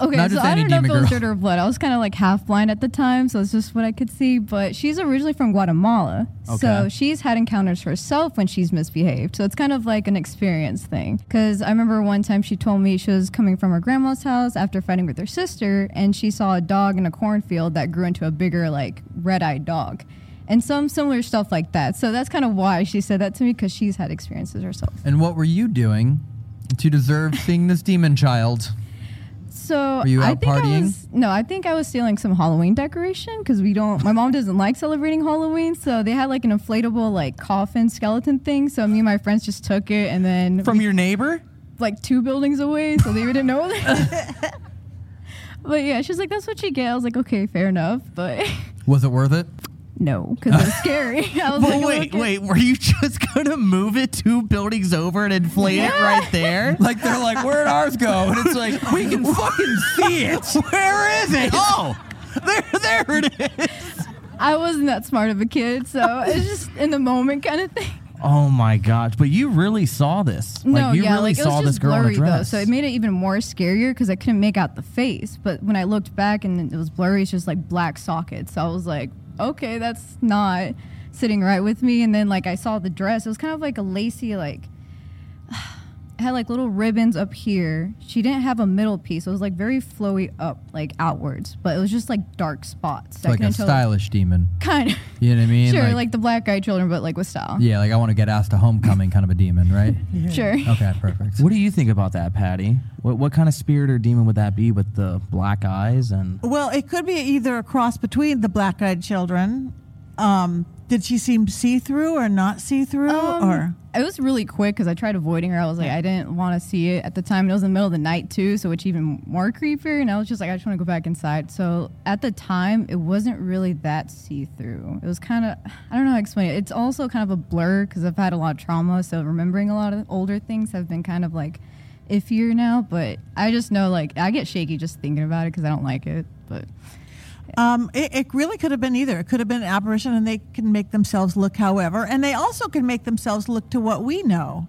[SPEAKER 5] okay.
[SPEAKER 2] Not
[SPEAKER 5] so
[SPEAKER 2] just
[SPEAKER 5] I
[SPEAKER 2] any
[SPEAKER 5] don't know if
[SPEAKER 2] demon
[SPEAKER 5] it was
[SPEAKER 2] girl.
[SPEAKER 5] dirt or blood. I was kind of like half blind at the time, so it's just what I could see. But she's originally from Guatemala,
[SPEAKER 13] Okay.
[SPEAKER 5] so she's had encounters herself when she's misbehaved. So it's kind of like an experience thing. Because I remember one time she told me she was coming from her grandma's house after fighting with her sister, and she saw a dog in a cornfield that grew into a bigger, like red-eyed dog. And some similar stuff like that. So that's kind of why she said that to me because she's had experiences herself.
[SPEAKER 2] and what were you doing to deserve seeing this demon child?
[SPEAKER 5] So
[SPEAKER 2] Were you
[SPEAKER 5] I
[SPEAKER 2] out
[SPEAKER 5] think I
[SPEAKER 2] partying?
[SPEAKER 5] was no, I think I was stealing some Halloween decoration because we don't. My mom doesn't like celebrating Halloween, so they had like an inflatable like coffin skeleton thing. So me and my friends just took it, and then
[SPEAKER 4] From your neighbor?
[SPEAKER 5] like two buildings away, so they didn't know. <laughs> but yeah, she was like, "That's what you get." I was like, "Okay, fair enough," but <laughs>
[SPEAKER 2] Was it worth it?
[SPEAKER 5] No, because it
[SPEAKER 2] <laughs>
[SPEAKER 5] was scary. <laughs> I
[SPEAKER 4] <laughs>
[SPEAKER 5] was
[SPEAKER 4] But
[SPEAKER 5] like,
[SPEAKER 4] wait,
[SPEAKER 5] "Look at-"
[SPEAKER 4] wait, were you just <laughs> gonna move it two buildings over and inflate it right there?
[SPEAKER 2] <laughs> Like they're like, where'd ours go? And it's like, we can fucking see it.
[SPEAKER 4] <laughs> Where is it? Oh, there, there it is.
[SPEAKER 5] I wasn't that smart of a kid, so it's just in the moment kind of thing.
[SPEAKER 4] Oh my gosh! But you really saw this.
[SPEAKER 5] No,
[SPEAKER 4] like you
[SPEAKER 5] yeah,
[SPEAKER 4] really
[SPEAKER 5] like it
[SPEAKER 4] saw
[SPEAKER 5] was
[SPEAKER 4] this
[SPEAKER 5] just
[SPEAKER 4] girl in
[SPEAKER 5] blurry
[SPEAKER 4] a dress.
[SPEAKER 5] though, so it made it even more scarier because I couldn't make out the face. But when I looked back and it was blurry, it's just like black sockets. So I was like, okay, that's not sitting right with me. And then like I saw the dress, it was kind of like a lacy like. <sighs> It had like little ribbons up here. She didn't have a middle piece. It was like very flowy up, like outwards, but it was just like dark spots. I
[SPEAKER 2] Like
[SPEAKER 5] couldn't
[SPEAKER 2] a
[SPEAKER 5] tell-
[SPEAKER 2] stylish demon.
[SPEAKER 5] <laughs> Kind of.
[SPEAKER 2] You know what I mean?
[SPEAKER 5] sure, like, the black eyed children, but like with style.
[SPEAKER 2] yeah, like I want to get asked to homecoming kind of a demon, right?
[SPEAKER 5] <laughs> Sure.
[SPEAKER 2] Okay, perfect.
[SPEAKER 4] What do you think about that, Patty? What what kind of spirit or demon would that be with the black eyes and
[SPEAKER 3] Well, it could be either a cross between the black eyed children. Um, did she seem see through or not see through?
[SPEAKER 5] Um,
[SPEAKER 3] or
[SPEAKER 5] it was really quick because I tried avoiding her. I was like, I didn't want to see it at the time. It was in the middle of the night too, so it's even more creepier. And I was just like, I just want to go back inside. So at the time, it wasn't really that see through. It was kind of I don't know how to explain it. It's also kind of a blur because I've had a lot of trauma, so remembering a lot of older things have been kind of like iffier now. But I just know like I get shaky just thinking about it because I don't like it. But
[SPEAKER 3] Um, it, it really could have been either. It could have been an apparition, and they can make themselves look however, and they also can make themselves look to what we know.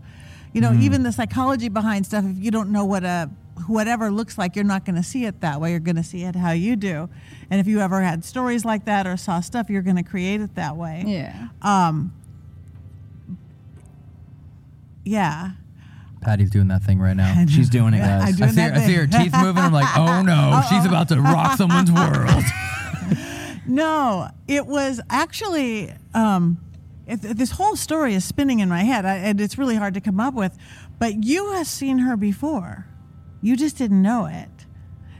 [SPEAKER 3] You know,
[SPEAKER 13] Mm.
[SPEAKER 3] even the psychology behind stuff. If you don't know what a whatever looks like, you're not going to see it that way. You're going to see it how you do, and if you ever had stories like that or saw stuff, you're going to create it that way.
[SPEAKER 5] Yeah.
[SPEAKER 3] Um. Yeah.
[SPEAKER 2] Patty's doing that thing right now.
[SPEAKER 4] She's doing it,
[SPEAKER 2] I,
[SPEAKER 4] guys.
[SPEAKER 2] see her, I see her teeth moving. I'm like, oh <laughs> no, she's about to rock someone's <laughs> world.
[SPEAKER 3] No, it was actually um, it, this whole story is spinning in my head, I, and it's really hard to come up with. But you have seen her before, you just didn't know it.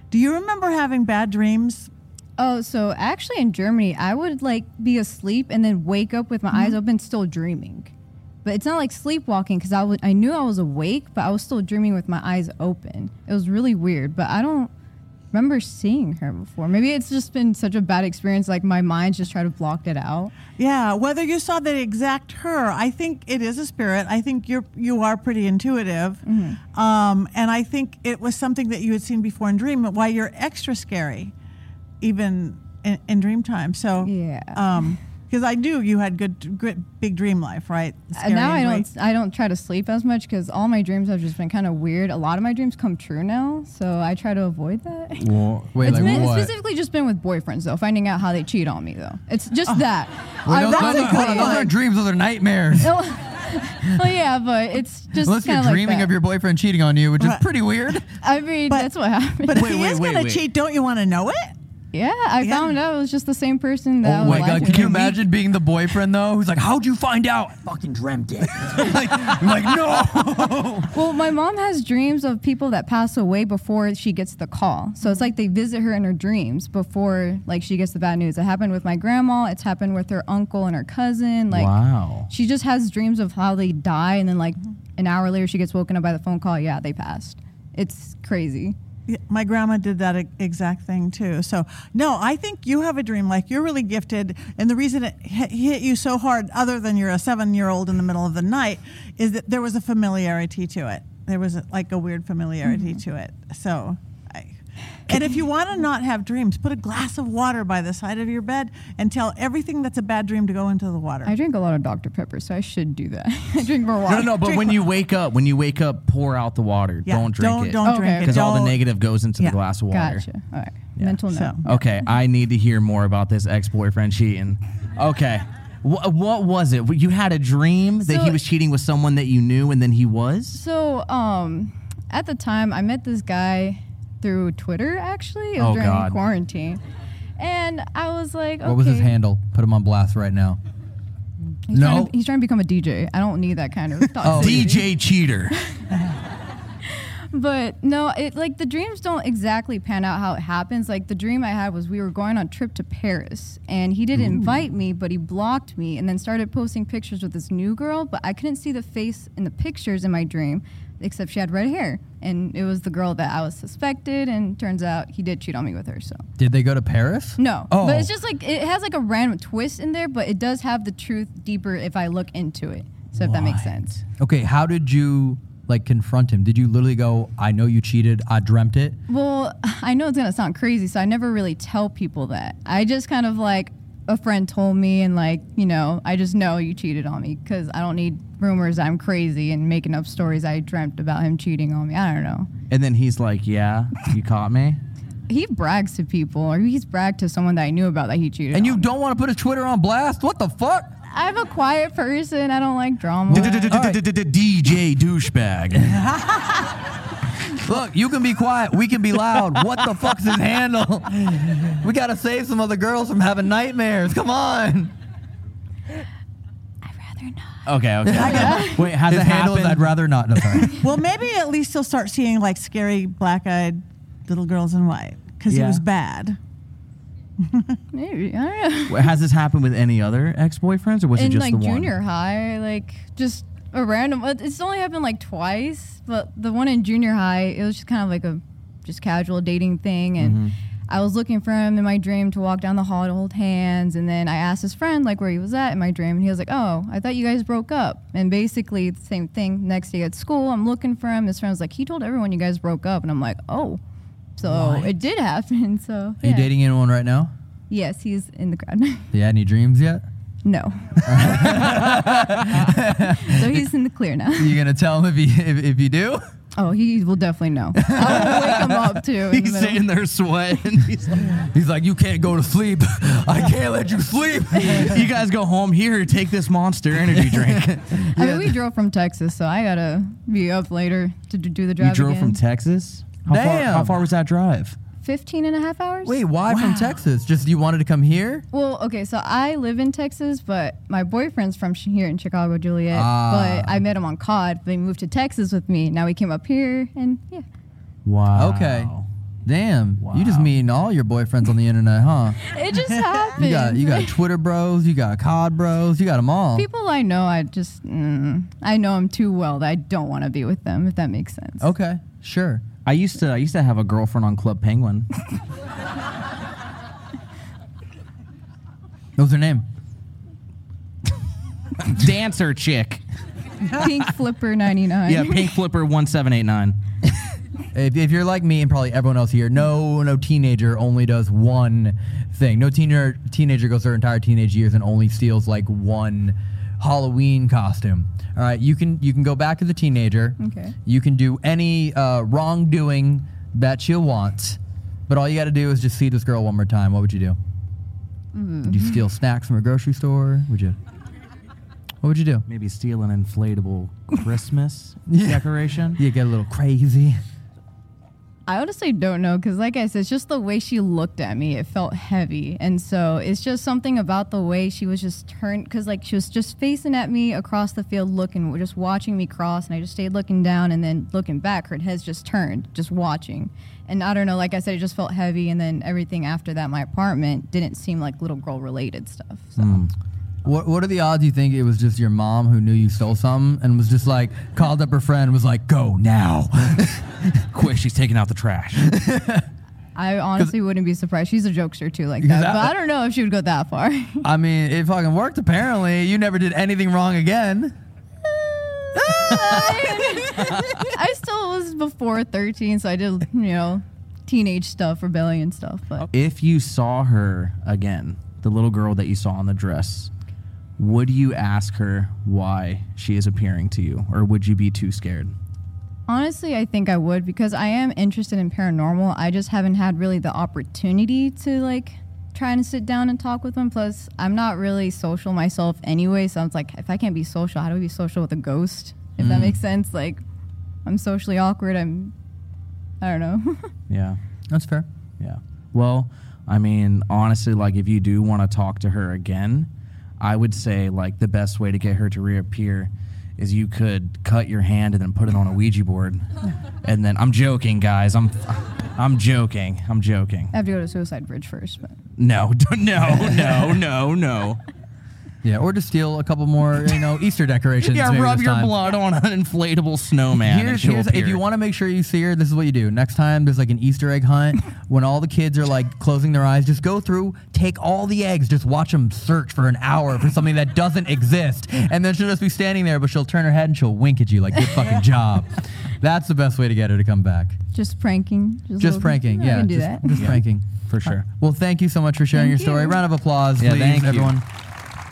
[SPEAKER 3] Do you remember having bad dreams?
[SPEAKER 5] Oh, so actually in Germany, I would like be asleep and then wake up with my
[SPEAKER 3] Mm-hmm.
[SPEAKER 5] eyes open, still dreaming. But it's not like sleepwalking because I would I knew I was awake, but I was still dreaming with my eyes open. It was really weird, but I don't remember seeing her before. Maybe it's just been such a bad experience, like my mind just tried to block it out.
[SPEAKER 3] Yeah, whether you saw the exact her, I think it is a spirit. I think you're you are pretty intuitive,
[SPEAKER 5] Mm-hmm.
[SPEAKER 3] um, and I think it was something that you had seen before in dream. Why you're extra scary, even in, in dream time. So
[SPEAKER 5] yeah,
[SPEAKER 3] because I knew you had good, good big dream life, right?
[SPEAKER 5] And Uh, now I
[SPEAKER 3] Scary
[SPEAKER 5] don't
[SPEAKER 3] and
[SPEAKER 5] I don't try to sleep as much because all my dreams have just been kind of weird. A lot of my dreams come true now, so I try to avoid that.
[SPEAKER 2] Wait,
[SPEAKER 5] it's
[SPEAKER 2] like
[SPEAKER 5] been
[SPEAKER 2] what?
[SPEAKER 5] specifically just been with boyfriends though, finding out how they cheat on me though. It's just that.
[SPEAKER 2] Ah. Wait, those,
[SPEAKER 5] Ironically-
[SPEAKER 2] those, are, hold on, those aren't dreams, those are nightmares.
[SPEAKER 5] Oh, <laughs> well, yeah, but it's just
[SPEAKER 2] Unless you're
[SPEAKER 5] kind of like
[SPEAKER 2] dreaming
[SPEAKER 5] that.
[SPEAKER 2] of your boyfriend cheating on you, which is pretty weird.
[SPEAKER 5] <laughs> I mean, that's what happened.
[SPEAKER 3] But if he is going to cheat, don't you want to know it?
[SPEAKER 5] Yeah, I found out it was just the same person that.
[SPEAKER 2] Oh
[SPEAKER 5] I
[SPEAKER 2] my
[SPEAKER 5] was
[SPEAKER 2] god,
[SPEAKER 5] like
[SPEAKER 2] can you imagine being the boyfriend though? Who's like, how'd you find out? I fucking dreamt it. <laughs> like, I'm like, no.
[SPEAKER 5] Well, my mom has dreams of people that pass away before she gets the call. So it's like they visit her in her dreams before like she gets the bad news. It happened with my grandma. It's happened with her uncle and her cousin. Like
[SPEAKER 4] Wow.
[SPEAKER 5] she just has dreams of how they die, and then like an hour later she gets woken up by the phone call. Yeah, they passed. It's crazy.
[SPEAKER 3] Yeah, my grandma did that e- exact thing too. So no, I think you have a dream life. You're really gifted, and the reason it hit hit you so hard, other than you're a seven-year-old in the middle of the night, is that there was a familiarity to it. There was like a weird familiarity to it. So. I And if you want to not have dreams, put a glass of water by the side of your bed and tell everything that's a bad dream to go into the water.
[SPEAKER 5] I drink a lot of Dr Pepper, so I should do that. <laughs> I drink more water.
[SPEAKER 4] No, no, no. But when you wake up, when you wake up, pour out the water.
[SPEAKER 5] Yeah,
[SPEAKER 4] don't drink
[SPEAKER 5] don't-
[SPEAKER 4] it.
[SPEAKER 5] don't drink Okay. it.
[SPEAKER 4] Because all the
[SPEAKER 5] Don't-
[SPEAKER 4] negative goes into
[SPEAKER 5] Yeah,
[SPEAKER 4] the glass of water.
[SPEAKER 5] <laughs> Gotcha. All right. Mental note.
[SPEAKER 4] Okay, I need to hear more about this ex-boyfriend cheating. Okay. What, what was it? You had a dream that he
[SPEAKER 5] So-
[SPEAKER 4] was cheating with someone that you knew and then he was?
[SPEAKER 5] So, um, at the time, I met this guy through Twitter. Actually, it was
[SPEAKER 2] Oh,
[SPEAKER 5] during
[SPEAKER 2] God.
[SPEAKER 5] quarantine, and I was like, okay.
[SPEAKER 2] What was his handle? Put him on blast right now.
[SPEAKER 5] He's
[SPEAKER 2] No. Oh.
[SPEAKER 5] trying to, he's trying to become a DJ. I don't need that
[SPEAKER 2] <laughs>
[SPEAKER 5] kind of thought.
[SPEAKER 4] DJ cheater.
[SPEAKER 5] But no, it like the dreams don't exactly pan out how it happens. Like the dream I had was we were going on a trip to Paris and he didn't
[SPEAKER 14] Ooh.
[SPEAKER 5] invite me, but he blocked me and then started posting pictures with this new girl, but I couldn't see the face in the pictures in my dream except she had red hair and it was the girl that I was suspected and turns out he did cheat on me with her. So
[SPEAKER 2] Did they go to Paris?
[SPEAKER 5] no.
[SPEAKER 2] Oh.
[SPEAKER 5] But it's just like it has like a random twist in there, but it does have the truth deeper if I look into it. So if that makes sense.
[SPEAKER 2] Okay, how did you like confront him? Did you literally go, I know you cheated, I dreamt it?
[SPEAKER 5] Well, <laughs> I know it's gonna sound crazy, so I never really tell people that. I just kind of like a friend told me, and like you know, I just know you cheated on me because I don't need rumors I'm crazy and making up stories I dreamt about him cheating on me. I don't know.
[SPEAKER 4] And then he's like, Yeah, you caught me.
[SPEAKER 5] He brags to people, or he's bragged to someone that I knew about that he cheated.
[SPEAKER 2] And you don't want to put his Twitter on blast? What the fuck?
[SPEAKER 5] I'm a quiet person. I don't
[SPEAKER 2] <laughs>
[SPEAKER 5] like drama.
[SPEAKER 4] DJ douchebag.
[SPEAKER 2] Look, you can be quiet, we can <laughs> be loud. What the fuck's his handle? We gotta save some other girls from having nightmares. Come on.
[SPEAKER 4] Okay,
[SPEAKER 2] <laughs>
[SPEAKER 4] okay. Wait, how
[SPEAKER 2] his
[SPEAKER 4] did it
[SPEAKER 2] handle is
[SPEAKER 4] happen?
[SPEAKER 2] I'd rather not. No, sorry.
[SPEAKER 3] <laughs> well, maybe at least he'll start seeing like scary black-eyed little girls in white because
[SPEAKER 4] Yeah.
[SPEAKER 3] he was bad.
[SPEAKER 5] Maybe I don't know.
[SPEAKER 4] <laughs> Wait, Has this happened with any other ex-boyfriends, or was
[SPEAKER 5] in
[SPEAKER 4] it just
[SPEAKER 5] like
[SPEAKER 4] the one? <laughs>
[SPEAKER 5] junior high, like just a random. it- It's only happened like twice, but the one in junior high, it was just kind of like a just casual dating thing,
[SPEAKER 4] Mm-hmm.
[SPEAKER 5] and
[SPEAKER 2] Mm-hmm.
[SPEAKER 14] Mhm.
[SPEAKER 5] I was looking for him in my dream to walk down the hall to hold hands, and then I asked his friend like where he was at in my dream, and he was like, "Oh, I thought you guys broke up." And basically the same thing. Next day at school, I'm looking for him. His friend's like, "He told everyone you guys broke up," and I'm like, "Oh." So
[SPEAKER 2] What?
[SPEAKER 5] it did <laughs> happen. So
[SPEAKER 2] Are you dating anyone right now?
[SPEAKER 5] Yes, he's in the ground.
[SPEAKER 4] You had any dreams yet?
[SPEAKER 5] <laughs> no. <laughs> so he's in the clear now.
[SPEAKER 2] You gonna tell him if you if, if you do?
[SPEAKER 5] Oh, he will
[SPEAKER 2] <laughs>
[SPEAKER 5] definitely know. I'll wake him up too. In
[SPEAKER 4] He's
[SPEAKER 5] the middle.
[SPEAKER 4] sitting there sweating. He's like, he's like, you can't go to sleep. <laughs> I can't let you
[SPEAKER 5] <laughs>
[SPEAKER 4] sleep. you guys go home here. Take this monster energy drink.
[SPEAKER 2] <laughs>
[SPEAKER 5] I mean, we drove from Texas, so I gotta be up later to d- do the drive.
[SPEAKER 4] you drove
[SPEAKER 5] again.
[SPEAKER 4] from Texas. How Far, how
[SPEAKER 2] Damn.
[SPEAKER 4] far was that drive?
[SPEAKER 5] 15 and a half hours?
[SPEAKER 2] Wait, why from Texas? Just you wanted to come here?
[SPEAKER 5] Well, okay, so I live in Texas, but my boyfriend's from sh- here in Chicago, Juliet.
[SPEAKER 2] Ah.
[SPEAKER 5] But I met him on COD. They moved to Texas with me. Now he came up here, and yeah.
[SPEAKER 4] Wow.
[SPEAKER 2] Okay. Damn. You just meeting all your boyfriends on the internet, huh?
[SPEAKER 5] It just
[SPEAKER 2] <laughs>
[SPEAKER 5] happened.
[SPEAKER 2] You got you got Twitter bros, you got COD bros, you got them all.
[SPEAKER 5] People I know, I just, mm, I know them too well that I don't want to be with them, if that makes sense.
[SPEAKER 2] Okay, sure.
[SPEAKER 4] I used to I used to have a girlfriend on Club Penguin.
[SPEAKER 2] What was her name?
[SPEAKER 4] <laughs> Dancer chick.
[SPEAKER 5] Pink Flipper 99.
[SPEAKER 4] Yeah, Pink Flipper one seven eight nine.
[SPEAKER 2] <laughs> If, if you're like me and probably everyone else here, no no teenager only does one thing. No teenager teenager goes their entire teenage years and only steals like one Halloween costume. All right, you can you can go back as a teenager.
[SPEAKER 5] Okay.
[SPEAKER 2] You can do any uh, wrongdoing that she wants, but all you got to do is just see this girl one more time. What would you do?
[SPEAKER 5] Mm.
[SPEAKER 4] Mm-hmm.
[SPEAKER 2] Would you steal snacks from a grocery store? Would you? What would you do?
[SPEAKER 4] Maybe steal an inflatable Christmas
[SPEAKER 2] Yeah.
[SPEAKER 4] decoration.
[SPEAKER 2] You get a little crazy.
[SPEAKER 5] I honestly don't know because, like I said, it's just the way she looked at me. It felt heavy, and so it's just something about the way she was just turned. Because like she was just facing at me across the field, looking, just watching me cross, and I just stayed looking down and then looking back. Her head's just turned, just watching. And I don't know, like I said, it just felt heavy, and then everything after that, my apartment didn't seem like little girl related stuff.
[SPEAKER 2] Hmm. What What are the odds you think it was just your mom who knew you stole something and was just like called up her friend and was like, "Go now, <laughs>
[SPEAKER 4] quick! She's taking out the trash."
[SPEAKER 5] I honestly wouldn't be surprised. She's a jokester too, like
[SPEAKER 2] Because
[SPEAKER 5] that.
[SPEAKER 2] I-
[SPEAKER 5] but I don't know if she would go that far. <laughs>
[SPEAKER 2] I mean, it fucking worked. Apparently, you never did anything wrong again.
[SPEAKER 5] <laughs> I still was before 13, so I did, you know, teenage stuff, rebellion stuff.
[SPEAKER 2] Oh.
[SPEAKER 5] But
[SPEAKER 4] If you saw her again, the little girl that you saw in the dress, would you ask her why she is appearing to you, or would you be too scared?
[SPEAKER 5] honestly, I think I would because I am interested in paranormal. I just haven't had really the opportunity to, like, try and sit down and talk with one. Plus, I'm not really social myself anyway. So I was like, if I can't be social, how do I be social with a ghost? If that
[SPEAKER 4] Mm.
[SPEAKER 5] makes sense. Like, I'm socially awkward. I'm, I don't know. <laughs>
[SPEAKER 4] Yeah.
[SPEAKER 2] That's fair.
[SPEAKER 4] Yeah. Well, I mean, honestly, like if you do want to talk to her again, I would say like the best way to get her to reappear is you could cut your hand and then put it on a Ouija
[SPEAKER 2] <laughs>
[SPEAKER 4] board. and then I'm joking, guys. I'm I'm joking. I'm joking.
[SPEAKER 5] I have to go to Suicide Bridge first. But
[SPEAKER 4] No, <laughs> no, no, no, no.
[SPEAKER 2] Yeah, or just steal a couple more, you know,
[SPEAKER 4] <laughs>
[SPEAKER 2] Easter decorations.
[SPEAKER 4] Yeah,
[SPEAKER 2] maybe
[SPEAKER 4] rub
[SPEAKER 2] this
[SPEAKER 4] your
[SPEAKER 2] time.
[SPEAKER 4] blood on an inflatable snowman. and
[SPEAKER 2] Here's,
[SPEAKER 4] she'll
[SPEAKER 2] here's- if
[SPEAKER 4] appear.
[SPEAKER 2] you want to make sure you see her, this is what you do. Next time there's like an Easter egg hunt, when all the kids are like closing their eyes, just go through, take all the eggs, just watch them search for an hour for something that doesn't exist. And then she'll just be standing there, but she'll turn her head and she'll wink at you like, good fucking job. That's the best way to get her to come back.
[SPEAKER 5] just pranking. Just,
[SPEAKER 2] Just
[SPEAKER 5] little-
[SPEAKER 2] pranking.
[SPEAKER 5] I
[SPEAKER 2] Yeah,
[SPEAKER 5] can do
[SPEAKER 2] just,
[SPEAKER 5] that.
[SPEAKER 2] just pranking.
[SPEAKER 4] For sure.
[SPEAKER 2] Well, thank you so much for sharing
[SPEAKER 5] Thank
[SPEAKER 2] your story.
[SPEAKER 5] you.
[SPEAKER 2] Round of applause,
[SPEAKER 4] Yeah,
[SPEAKER 2] please,
[SPEAKER 4] thank you.
[SPEAKER 2] everyone.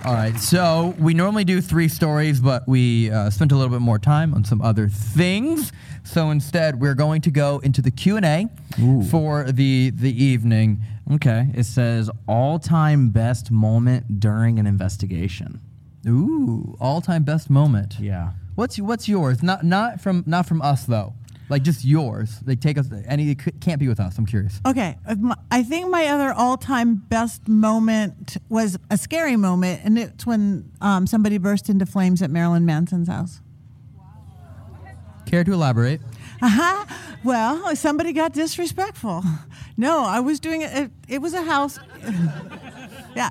[SPEAKER 2] All right, so we normally do three stories, but we uh, spent a little bit more time on some other things. So instead, we're going to go into the Q and A for the the evening.
[SPEAKER 4] Okay, it says all time best moment during an investigation.
[SPEAKER 2] Ooh, all time best moment.
[SPEAKER 4] Yeah.
[SPEAKER 2] What's what's yours? Not not from not from us though. Like just yours. Like take us. Any it c- can't be with us. I'm curious.
[SPEAKER 3] Okay, uh, my- I think my other all-time best moment was a scary moment, and it's when um, somebody burst into flames at Marilyn Manson's house.
[SPEAKER 2] Care to elaborate?
[SPEAKER 3] Uh-huh. Well, somebody got disrespectful. No, I was doing it. It, it was a house. <laughs> yeah.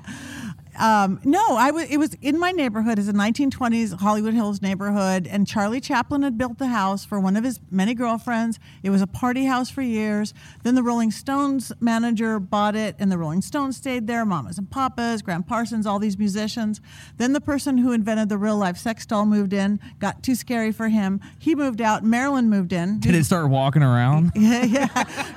[SPEAKER 3] um, no, I was. It was in my neighborhood. It's a 1920s Hollywood Hills neighborhood, and Charlie Chaplin had built the house for one of his many girlfriends. It was a party house for years. Then the Rolling Stones manager bought it, and the Rolling Stones stayed there. Mamas and Papas, Grand Parsons, all these musicians. Then the person who invented the real life sex doll moved in. Got too scary for him. He moved out. Marilyn moved in.
[SPEAKER 4] Did it start walking around?
[SPEAKER 3] <laughs> yeah, yeah,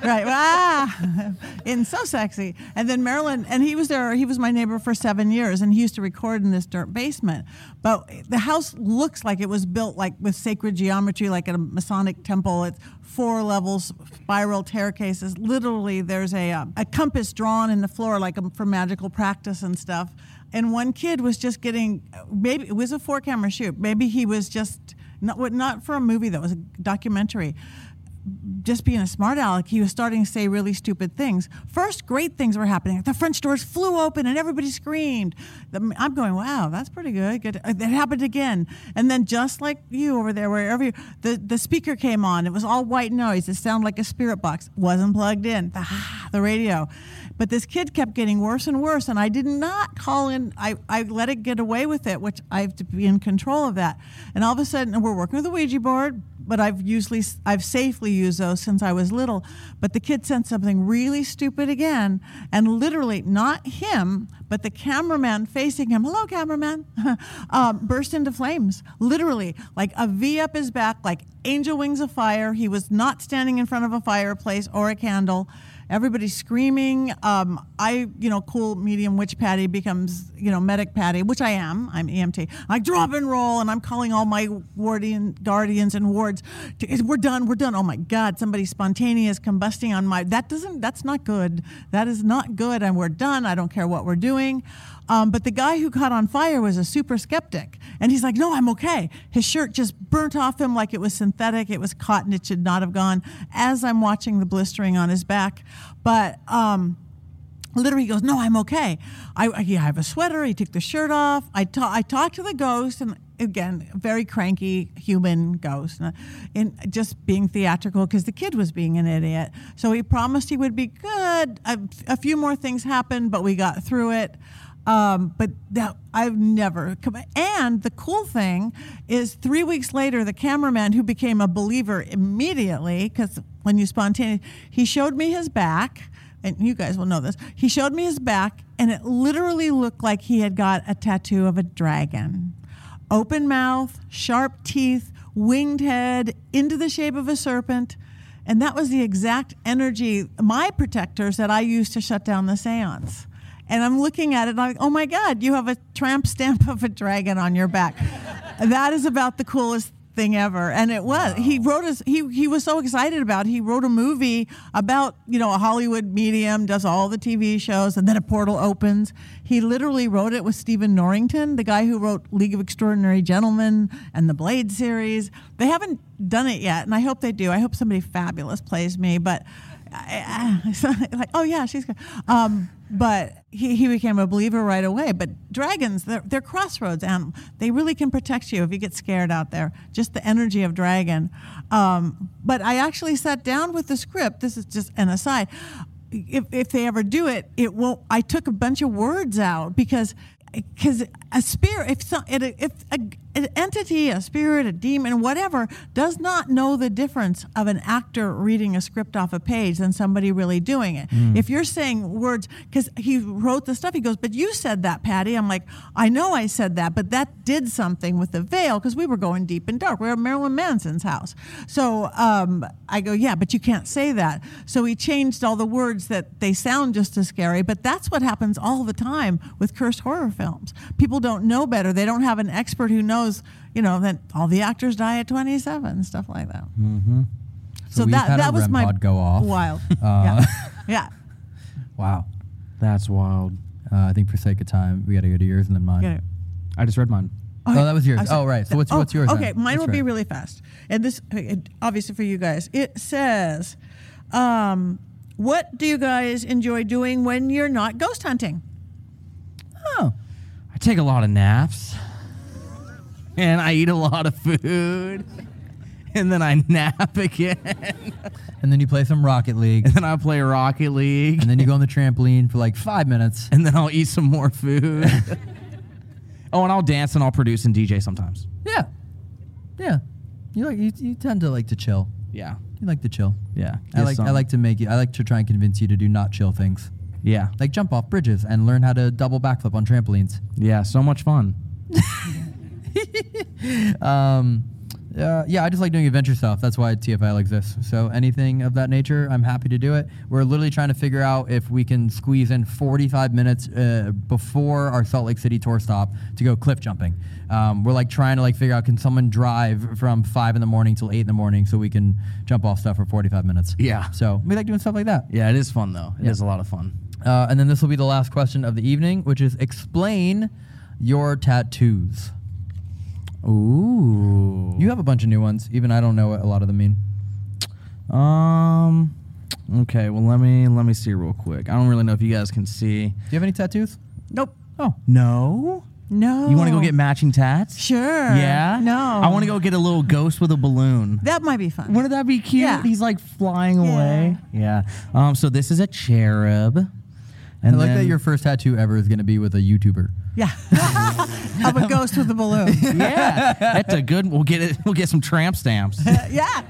[SPEAKER 3] right. Ah, <laughs> and so sexy. And then Marilyn, and he was there. He was my neighbor for seven years, and he used to record in this dirt basement. But the house looks like it was built like with sacred geometry, like at a Masonic temple. It's four levels, spiral staircases. Literally, there's a um, a compass drawn in the floor, like um, for magical practice and stuff. And one kid was just getting maybe it was a four camera shoot. Maybe he was just. Not, what- not for a movie that was a documentary just being a smart aleck, he was starting to say really stupid things. First, great things were happening. The French doors flew open and everybody screamed. The- I'm going, wow, that's pretty good. good. It happened again. And then, just like you over there, wherever you, the, the speaker came on, it was all white noise. It sounded like a spirit box. Wasn't plugged in. The, <sighs> the radio. But this kid kept getting worse and worse, and I did not call in. I, I let it get away with it, which I have to be in control of that. And all of a sudden, and we're working with the Ouija board, but I've usually, I've safely used those since I was little. But the kid sent something really stupid again, and literally, not him, but the cameraman facing him, hello, cameraman, <laughs> um, burst into flames. Literally, like a V up his back, like angel wings of fire. He was not standing in front of a fireplace or a candle everybody's screaming. Um, I, you know, cool medium witch patty becomes, you know, medic patty, which I am. I'm EMT. I drop and roll, and I'm calling all my wardian guardians and wards. to- We're done. We're done. Oh my God! Somebody spontaneous combusting on my. That doesn't. That's not good. That is not good. And we're done. I don't care what we're doing. Um, but the guy who caught on fire was a super skeptic. And he's like, no, I'm okay. His shirt just burnt off him like it was synthetic. It was cotton. It should not have gone. As I'm watching the blistering on his back. But um, literally, he goes, no, I'm okay. I, I, yeah, I have a sweater. He took the shirt off. I, ta- I talked to the ghost. And again, very cranky human ghost. And, and just being theatrical because the kid was being an idiot. So he promised he would be good. A, a few more things happened, but we got through it. Um, but that I've never come. And the cool thing is, three weeks later, the cameraman who became a believer immediately, because when you spontaneous, he showed me his back, and you guys will know this. He showed me his back, and it literally looked like he had got a tattoo of a dragon open mouth, sharp teeth, winged head, into the shape of a serpent. And that was the exact energy, my protectors, that I used to shut down the seance. And I'm looking at it and I'm like, oh my God, you have a tramp stamp <laughs> of a dragon on your back. that is about the coolest thing ever. And it was. He wrote us he he was so excited about it. he wrote a movie about, you know, a Hollywood medium, does all the TV shows, and then a portal opens. He literally wrote it with Stephen Norrington, the guy who wrote League of Extraordinary Gentlemen and the Blade series. They haven't done it yet, and I hope they do. I hope somebody fabulous plays me, but <laughs> I, I- so, like, oh yeah, she's good. Um, but he, he became a believer right away. But dragons, they're, they're crossroads and They really can protect you if you get scared out there. Just the energy of dragon. Um, but I actually sat down with the script. This is just an aside. If, if they ever do it, it won't. I took a bunch of words out because because a spirit, if some, it, if a, an entity, a spirit, a demon, whatever, does not know the difference of an actor reading a script off a page than somebody really doing it.
[SPEAKER 13] Mm.
[SPEAKER 3] If you're saying words, because he wrote the stuff, he goes, "But you said that, Patty." I'm like, "I know I said that, but that did something with the veil because we were going deep and dark. We were at Marilyn Manson's house." So um, I go, "Yeah, but you can't say that." So he changed all the words that they sound just as scary. But that's what happens all the time with cursed horror films. People don't know better. They don't have an expert who knows. You know that all the actors die at 27, stuff like that.
[SPEAKER 4] Mm-hmm.
[SPEAKER 3] So that- that was my
[SPEAKER 4] go off.
[SPEAKER 3] wild.
[SPEAKER 4] <laughs> Uh,
[SPEAKER 3] Yeah.
[SPEAKER 4] wow, that's wild. Uh, I think for sake of time, we gotta go to yours and then mine.
[SPEAKER 3] Get it.
[SPEAKER 4] I just read mine.
[SPEAKER 3] Oh,
[SPEAKER 4] that was yours.
[SPEAKER 3] I'm sorry.
[SPEAKER 4] Oh, right. So what's
[SPEAKER 3] Oh,
[SPEAKER 4] what's yours?
[SPEAKER 3] Okay,
[SPEAKER 4] then?
[SPEAKER 3] mine
[SPEAKER 4] That's
[SPEAKER 3] will be
[SPEAKER 4] right.
[SPEAKER 3] really fast. And this, it- obviously, for you guys, it says, um, "What do you guys enjoy doing when you're not ghost hunting?"
[SPEAKER 4] I take a lot of naps, and I eat a lot of food, and and then I <laughs> nap again.
[SPEAKER 2] And then you play some Rocket League.
[SPEAKER 4] <laughs> And then I play Rocket League.
[SPEAKER 2] And then
[SPEAKER 4] <laughs>
[SPEAKER 2] you go on the trampoline for like five minutes.
[SPEAKER 4] And then I'll eat some more
[SPEAKER 2] <laughs>
[SPEAKER 4] food. oh, and I'll dance and I'll produce and DJ sometimes.
[SPEAKER 2] Yeah. Yeah. You like you, you tend to like to chill.
[SPEAKER 4] Yeah.
[SPEAKER 2] You like to chill.
[SPEAKER 4] Yeah.
[SPEAKER 2] I like I like to make you I like to try and convince you to do not chill things.
[SPEAKER 4] Yeah.
[SPEAKER 2] Like jump off bridges and learn how to double backflip on trampolines.
[SPEAKER 4] Yeah, so much fun.
[SPEAKER 2] um, uh, yeah, I just like doing adventure stuff. That's why TFL exists. So anything of that nature, I'm happy to do it. We're literally trying to figure out if we can squeeze in 45 minutes uh, before our Salt Lake City tour stop to go cliff jumping. Um, we're like trying to like figure out can someone drive from five in the morning till eight in the morning so we can jump off stuff for 45 minutes.
[SPEAKER 4] Yeah.
[SPEAKER 2] So we like doing stuff like that.
[SPEAKER 4] Yeah, it is fun though. It is a lot of fun.
[SPEAKER 2] Uh, and then this will be the last question of the evening, which is explain your tattoos.
[SPEAKER 4] Ooh.
[SPEAKER 2] You have a bunch of new ones. Even I don't know what a lot of them mean.
[SPEAKER 4] Um. Okay. Well, let me let me see real quick. I don't really know if you guys can see. Do
[SPEAKER 2] you have any tattoos?
[SPEAKER 4] Nope.
[SPEAKER 2] Oh
[SPEAKER 4] no.
[SPEAKER 3] No.
[SPEAKER 4] You want to go get matching tats?
[SPEAKER 3] Sure.
[SPEAKER 4] Yeah.
[SPEAKER 3] No.
[SPEAKER 4] I want to go get a little ghost with a balloon.
[SPEAKER 3] That might be fun.
[SPEAKER 4] Wouldn't that be cute? He's like flying away. Yeah. Um. So this is a cherub.
[SPEAKER 2] And I like that your first tattoo ever is going to be with a YouTuber.
[SPEAKER 3] Yeah. <laughs> of a ghost with a balloon.
[SPEAKER 4] <laughs> yeah. That's a good. We'll get it. We'll get some tramp stamps.
[SPEAKER 3] <laughs> yeah.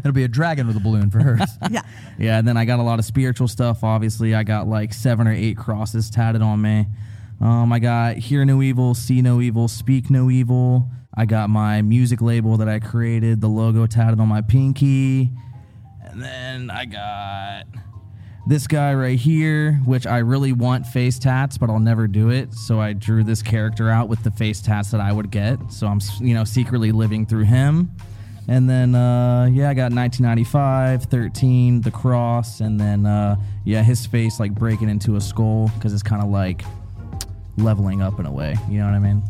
[SPEAKER 2] It'll be a dragon with a balloon for hers.
[SPEAKER 3] yeah.
[SPEAKER 4] Yeah, and then I got a lot of spiritual stuff. Obviously, I got like seven or eight crosses tatted on me. Um, I got hear no evil, see no evil, speak no evil. I got my music label that I created, the logo tatted on my pinky, and then I got this guy right here, which I really want face tats, but I'll never do it. So I drew this character out with the face tats that I would get. So I'm, you know, secretly living through him. And then, uh, yeah, I got 1995, 13, the cross, and then, uh, yeah, his face like breaking into a skull because it's kind of like leveling up in a way. You know what I mean?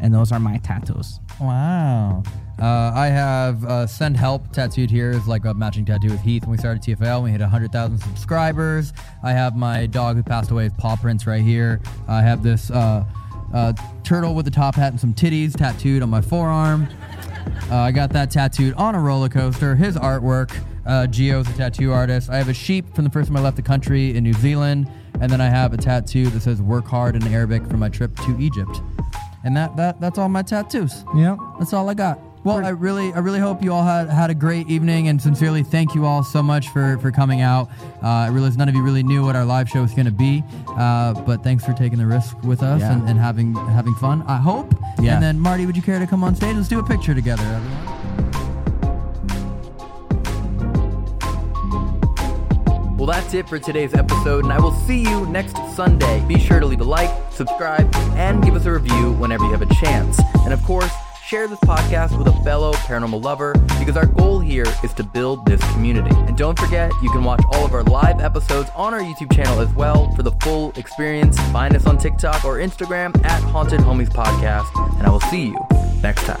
[SPEAKER 4] And those are my tattoos.
[SPEAKER 2] Wow. Uh, I have uh, Send Help tattooed here is like a matching tattoo with Heath. When we started TFL, we hit 100,000 subscribers. I have my dog who passed away's paw prints right here. I have this uh, uh, turtle with a top hat and some titties tattooed on my forearm. Uh, I got that tattooed on a roller coaster. His artwork. Uh, Geo's a tattoo artist. I have a sheep from the first time I left the country in New Zealand. And then I have a tattoo that says work hard in Arabic for my trip to Egypt. And that, that that's all my tattoos.
[SPEAKER 4] Yep.
[SPEAKER 2] That's all I got. Well, I really, I really hope you all had, had a great evening, and sincerely thank you all so much for for coming out. Uh, I realize none of you really knew what our live show was going to be, uh, but thanks for taking the risk with us
[SPEAKER 4] Yeah.
[SPEAKER 2] and, and having having fun. I hope.
[SPEAKER 4] Yeah.
[SPEAKER 2] And then Marty, would you care to come on stage? Let's do a picture together, everyone.
[SPEAKER 1] Well, that's it for today's episode, and I will see you next Sunday. Be sure to leave a like, subscribe, and give us a review whenever you have a chance. And of course, share this podcast with a fellow paranormal lover because our goal here is to build this community. And don't forget, you can watch all of our live episodes on our YouTube channel as well for the full experience. Find us on TikTok or Instagram at Haunted Homies Podcast, and I will see you next time.